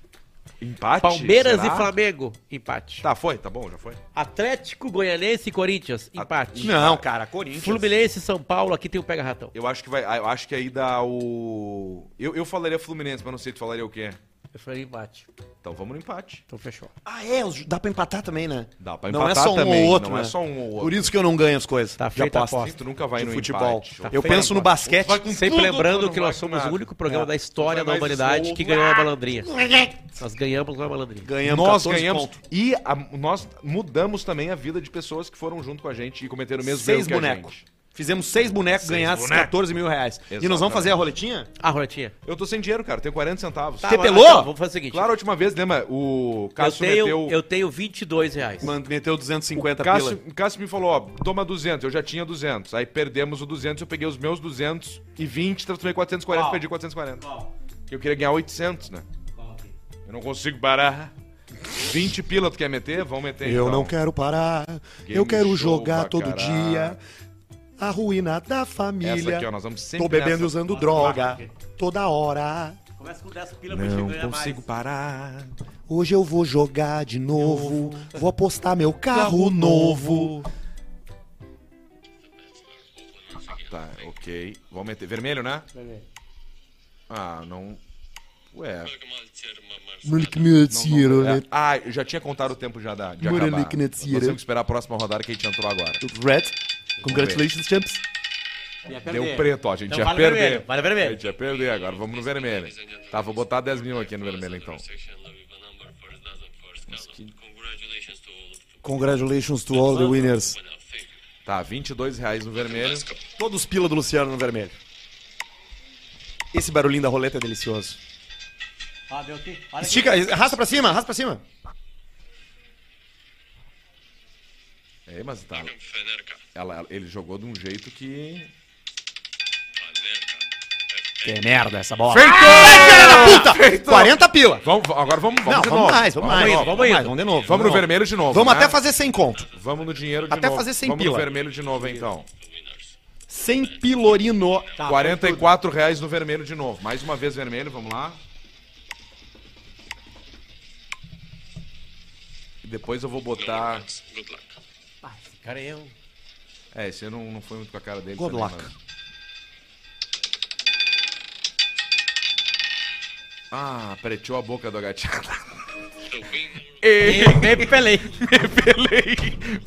[SPEAKER 1] Empate?
[SPEAKER 4] Palmeiras
[SPEAKER 1] será?
[SPEAKER 4] e Flamengo. Empate.
[SPEAKER 1] Tá, foi, tá bom, já foi.
[SPEAKER 4] Atlético, Goianense e Corinthians. Empate.
[SPEAKER 11] Não, cara, Corinthians.
[SPEAKER 4] Fluminense e São Paulo. Aqui tem o Pega Ratão.
[SPEAKER 1] Eu acho que vai, ah, eu acho que aí dá o Eu, eu falaria Fluminense, mas não sei tu falaria o quê.
[SPEAKER 4] Eu falei empate.
[SPEAKER 1] Então vamos no empate.
[SPEAKER 4] Então fechou.
[SPEAKER 11] Ah, é, os- dá pra empatar também, né?
[SPEAKER 1] Dá pra
[SPEAKER 11] não é
[SPEAKER 1] empatar
[SPEAKER 11] só um
[SPEAKER 1] também,
[SPEAKER 11] ou outro,
[SPEAKER 1] não é
[SPEAKER 11] né?
[SPEAKER 1] só um ou outro.
[SPEAKER 11] Por isso que eu não ganho as coisas.
[SPEAKER 4] Tá
[SPEAKER 11] Já
[SPEAKER 4] feita a
[SPEAKER 11] aposta.
[SPEAKER 4] aposta.
[SPEAKER 1] Tu nunca vai
[SPEAKER 11] de
[SPEAKER 1] no
[SPEAKER 11] futebol.
[SPEAKER 1] empate. Tá
[SPEAKER 11] eu
[SPEAKER 4] feita
[SPEAKER 11] penso
[SPEAKER 4] a
[SPEAKER 11] no
[SPEAKER 4] aposta.
[SPEAKER 11] basquete.
[SPEAKER 1] Vai com
[SPEAKER 4] Sempre
[SPEAKER 1] tudo,
[SPEAKER 4] lembrando
[SPEAKER 1] Bruno,
[SPEAKER 4] que nós
[SPEAKER 1] vai com
[SPEAKER 4] somos
[SPEAKER 1] nada.
[SPEAKER 4] o único programa
[SPEAKER 11] É.
[SPEAKER 4] da história
[SPEAKER 1] Vai mais
[SPEAKER 4] da humanidade
[SPEAKER 1] slow.
[SPEAKER 4] que ganhou a malandrinha. Nós ganhamos com a malandrinha.
[SPEAKER 11] Ganhamos
[SPEAKER 1] nós
[SPEAKER 11] 14
[SPEAKER 1] ganhamos
[SPEAKER 11] pontos.
[SPEAKER 1] e a- nós mudamos também a vida de pessoas que foram junto com a gente e cometeram o mesmo
[SPEAKER 11] Seis
[SPEAKER 1] erro que a
[SPEAKER 11] bonecos.
[SPEAKER 1] gente.
[SPEAKER 11] Fizemos seis bonecos ganhar esses 14 mil reais. E nós vamos
[SPEAKER 1] Exatamente.
[SPEAKER 11] fazer a roletinha?
[SPEAKER 4] Ah, Roletinha.
[SPEAKER 1] Eu tô sem dinheiro, cara, tenho 40 centavos.
[SPEAKER 4] Tá,
[SPEAKER 11] Você
[SPEAKER 4] mas-
[SPEAKER 11] pelou?
[SPEAKER 4] ah, tá, vamos fazer o seguinte.
[SPEAKER 1] Claro, a última vez, lembra? O
[SPEAKER 4] eu,
[SPEAKER 1] Cássio
[SPEAKER 4] tenho,
[SPEAKER 1] meteu.
[SPEAKER 4] eu tenho 22 reais.
[SPEAKER 11] Mano, meteu 250
[SPEAKER 1] Cássio,
[SPEAKER 11] pila.
[SPEAKER 1] Cássio me falou, ó, toma 200, eu já tinha 200. Aí perdemos o 200, eu peguei os meus 220, transformei 440, perdi 440. Porque eu queria ganhar 800, né? Eu não consigo parar. 20 pila tu quer meter? Vamos meter então.
[SPEAKER 2] quero parar,
[SPEAKER 1] Game show pra caralho.
[SPEAKER 2] A ruína da
[SPEAKER 1] Essa aqui, é ó, nós vamos sempre nessa.
[SPEAKER 2] usando droga, toda hora.
[SPEAKER 4] Começa com 10 pila
[SPEAKER 1] Não consigo parar.
[SPEAKER 2] Hoje eu vou jogar de novo, vou apostar meu carro novo.
[SPEAKER 1] Tá, ok. Vamos meter. Vermelho, né? Ah, não. Ué. É, ah, eu já tinha contado o tempo já da, de acabar. Nós temos que esperar a próxima rodada que a gente entrou agora.
[SPEAKER 2] Red, congratulations, champs.
[SPEAKER 1] Deu preto, ó. A gente
[SPEAKER 4] Então
[SPEAKER 1] ia
[SPEAKER 4] vale
[SPEAKER 1] perder.
[SPEAKER 4] vermelho, vale vermelho.
[SPEAKER 1] A gente ia perder agora. Vamos no vermelho. Tá, vou botar 10 mil aqui no vermelho, então.
[SPEAKER 2] Congratulations to all the winners.
[SPEAKER 1] Tá, 22 reais no vermelho.
[SPEAKER 11] Todos pila do Luciano no vermelho. Esse barulhinho da roleta é delicioso.
[SPEAKER 4] Ah, deu aqui. Olha aqui.
[SPEAKER 11] Estica, arrasta pra cima, arrasta pra cima.
[SPEAKER 1] É, mas tá. Ela, ela- ele jogou de um jeito que.
[SPEAKER 11] Que merda essa bola. Feito! Ah, filha da puta! 40 pila.
[SPEAKER 1] Vamos, agora vamos, vamos
[SPEAKER 11] Não,
[SPEAKER 1] de
[SPEAKER 11] vamos
[SPEAKER 1] novo.
[SPEAKER 11] mais, vamos, mais.
[SPEAKER 1] de novo.
[SPEAKER 11] vamos mais, vamos de novo.
[SPEAKER 1] Vamos no
[SPEAKER 11] de novo.
[SPEAKER 1] vermelho de novo.
[SPEAKER 11] Vamos
[SPEAKER 1] né?
[SPEAKER 11] até fazer 100 conto.
[SPEAKER 1] Vamos no dinheiro de
[SPEAKER 11] Até
[SPEAKER 1] novo.
[SPEAKER 11] fazer sem
[SPEAKER 1] Vamos no
[SPEAKER 11] pila.
[SPEAKER 1] vermelho de novo, então.
[SPEAKER 11] 100 pilorino.
[SPEAKER 1] 44 reais no vermelho de novo. Mais uma vez vermelho, vamos lá. E depois eu vou botar.
[SPEAKER 4] Ah, esse cara é um...
[SPEAKER 1] É, esse eu não, não foi muito com a cara dele.
[SPEAKER 11] Good
[SPEAKER 1] também,
[SPEAKER 11] luck.
[SPEAKER 1] mas- Ah, preteou a boca do agachado.
[SPEAKER 4] Bebe Pelé.
[SPEAKER 1] Pelei.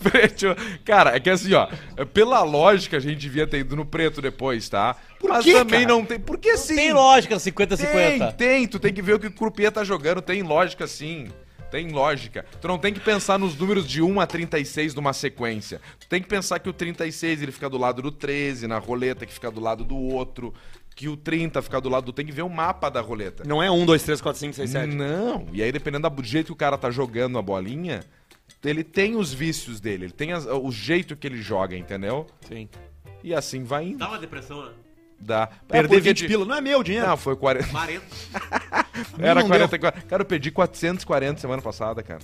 [SPEAKER 1] Preteou. Cara, é que assim, ó. Pela lógica, a gente devia ter ido no preto depois, tá? Mas
[SPEAKER 11] quê,
[SPEAKER 1] também
[SPEAKER 11] cara?
[SPEAKER 1] não tem. Porque assim.
[SPEAKER 4] Tem lógica
[SPEAKER 1] Tem,
[SPEAKER 4] 50-50.
[SPEAKER 1] tem. Tu tem que ver o que o Croupier tá jogando. Tem lógica, sim. Tem lógica. Tu não tem que pensar nos números de 1 a 36 numa sequência. Tu tem que pensar que o 36 ele fica do lado do 13, na roleta que fica do lado do outro, que o 30 fica do lado do... Tem que ver o mapa da roleta.
[SPEAKER 11] Não é 1, 2, 3, 4, 5, 6, 7.
[SPEAKER 1] Não. E aí, dependendo da- do jeito que o cara tá jogando a bolinha, ele tem os vícios dele. Ele tem as- o jeito que ele joga, entendeu?
[SPEAKER 11] Sim.
[SPEAKER 1] E assim vai indo.
[SPEAKER 4] Dá uma depressão, né?
[SPEAKER 1] Dá.
[SPEAKER 11] Perder
[SPEAKER 1] porque
[SPEAKER 11] 20 pila não é meu dinheiro.
[SPEAKER 1] Não, foi 40...
[SPEAKER 4] Marento.
[SPEAKER 1] Era
[SPEAKER 11] não
[SPEAKER 1] 44. Cara, eu perdi 440 semana passada, cara.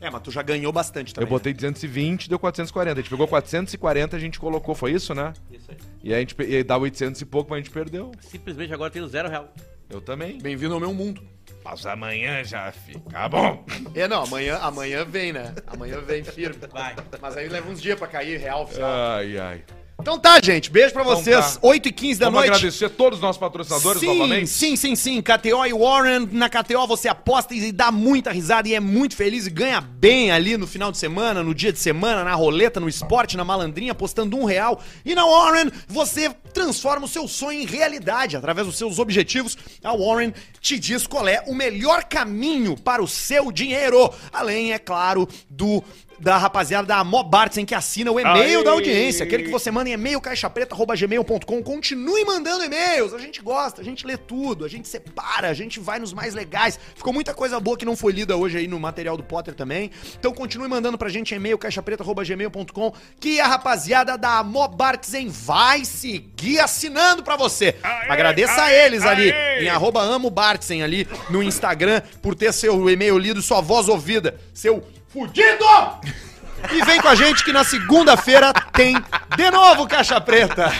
[SPEAKER 11] É, mas tu já ganhou bastante também. né?
[SPEAKER 1] eu botei 220, deu 440. A gente pegou 440, a gente colocou, foi isso, né?
[SPEAKER 4] Isso aí.
[SPEAKER 1] E aí a gente pe- e aí dá 800 e pouco, mas a gente perdeu.
[SPEAKER 4] Simplesmente agora tem o zero real.
[SPEAKER 1] Eu também.
[SPEAKER 11] Bem-vindo ao meu mundo.
[SPEAKER 1] Mas amanhã já fica bom.
[SPEAKER 11] É, não, amanhã, amanhã vem, né? Amanhã vem firme. Vai. Mas aí leva uns dias pra cair, real, oficial.
[SPEAKER 1] Ai, ai.
[SPEAKER 11] Então tá, gente. Beijo pra
[SPEAKER 1] Então
[SPEAKER 11] vocês.
[SPEAKER 1] tá.
[SPEAKER 11] 8 e 15 da
[SPEAKER 1] Vamos
[SPEAKER 11] noite.
[SPEAKER 1] agradecer a todos os nossos patrocinadores
[SPEAKER 11] sim,
[SPEAKER 1] novamente.
[SPEAKER 11] Sim, sim, sim. KTO e Warren. Na KTO você aposta e dá muita risada e é muito feliz e ganha bem ali no final de semana, no dia de semana, na roleta, no esporte, na malandrinha, apostando um real. E na Warren você transforma o seu sonho em realidade através dos seus objetivos. A Warren te diz qual é o melhor caminho para o seu dinheiro. Além, é claro, do da rapaziada da Mobartsen que assina o e-mail
[SPEAKER 1] Aê!
[SPEAKER 11] da audiência, aquele que você manda em e-mail caixapreta@gmail.com. Continue mandando e-mails, a gente gosta, a gente lê tudo, a gente separa, a gente vai nos mais legais. Ficou muita coisa boa que não foi lida hoje aí no material do Potter também. Então continue mandando pra gente e-mail caixapreta@gmail.com que a rapaziada da Mobartsen vai seguir assinando pra você.
[SPEAKER 1] Aê!
[SPEAKER 11] Agradeça a
[SPEAKER 1] Aê!
[SPEAKER 11] eles ali
[SPEAKER 1] Aê!
[SPEAKER 11] em arroba amo Bartzen ali no Instagram por ter seu e-mail lido, sua voz ouvida, seu fudido! E vem com a gente que na segunda-feira tem de novo Caixa Preta.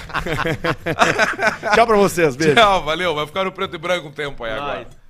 [SPEAKER 11] Tchau pra vocês, beijo.
[SPEAKER 1] Tchau, valeu. Vai ficar no preto e branco um tempo aí agora.
[SPEAKER 4] Nice.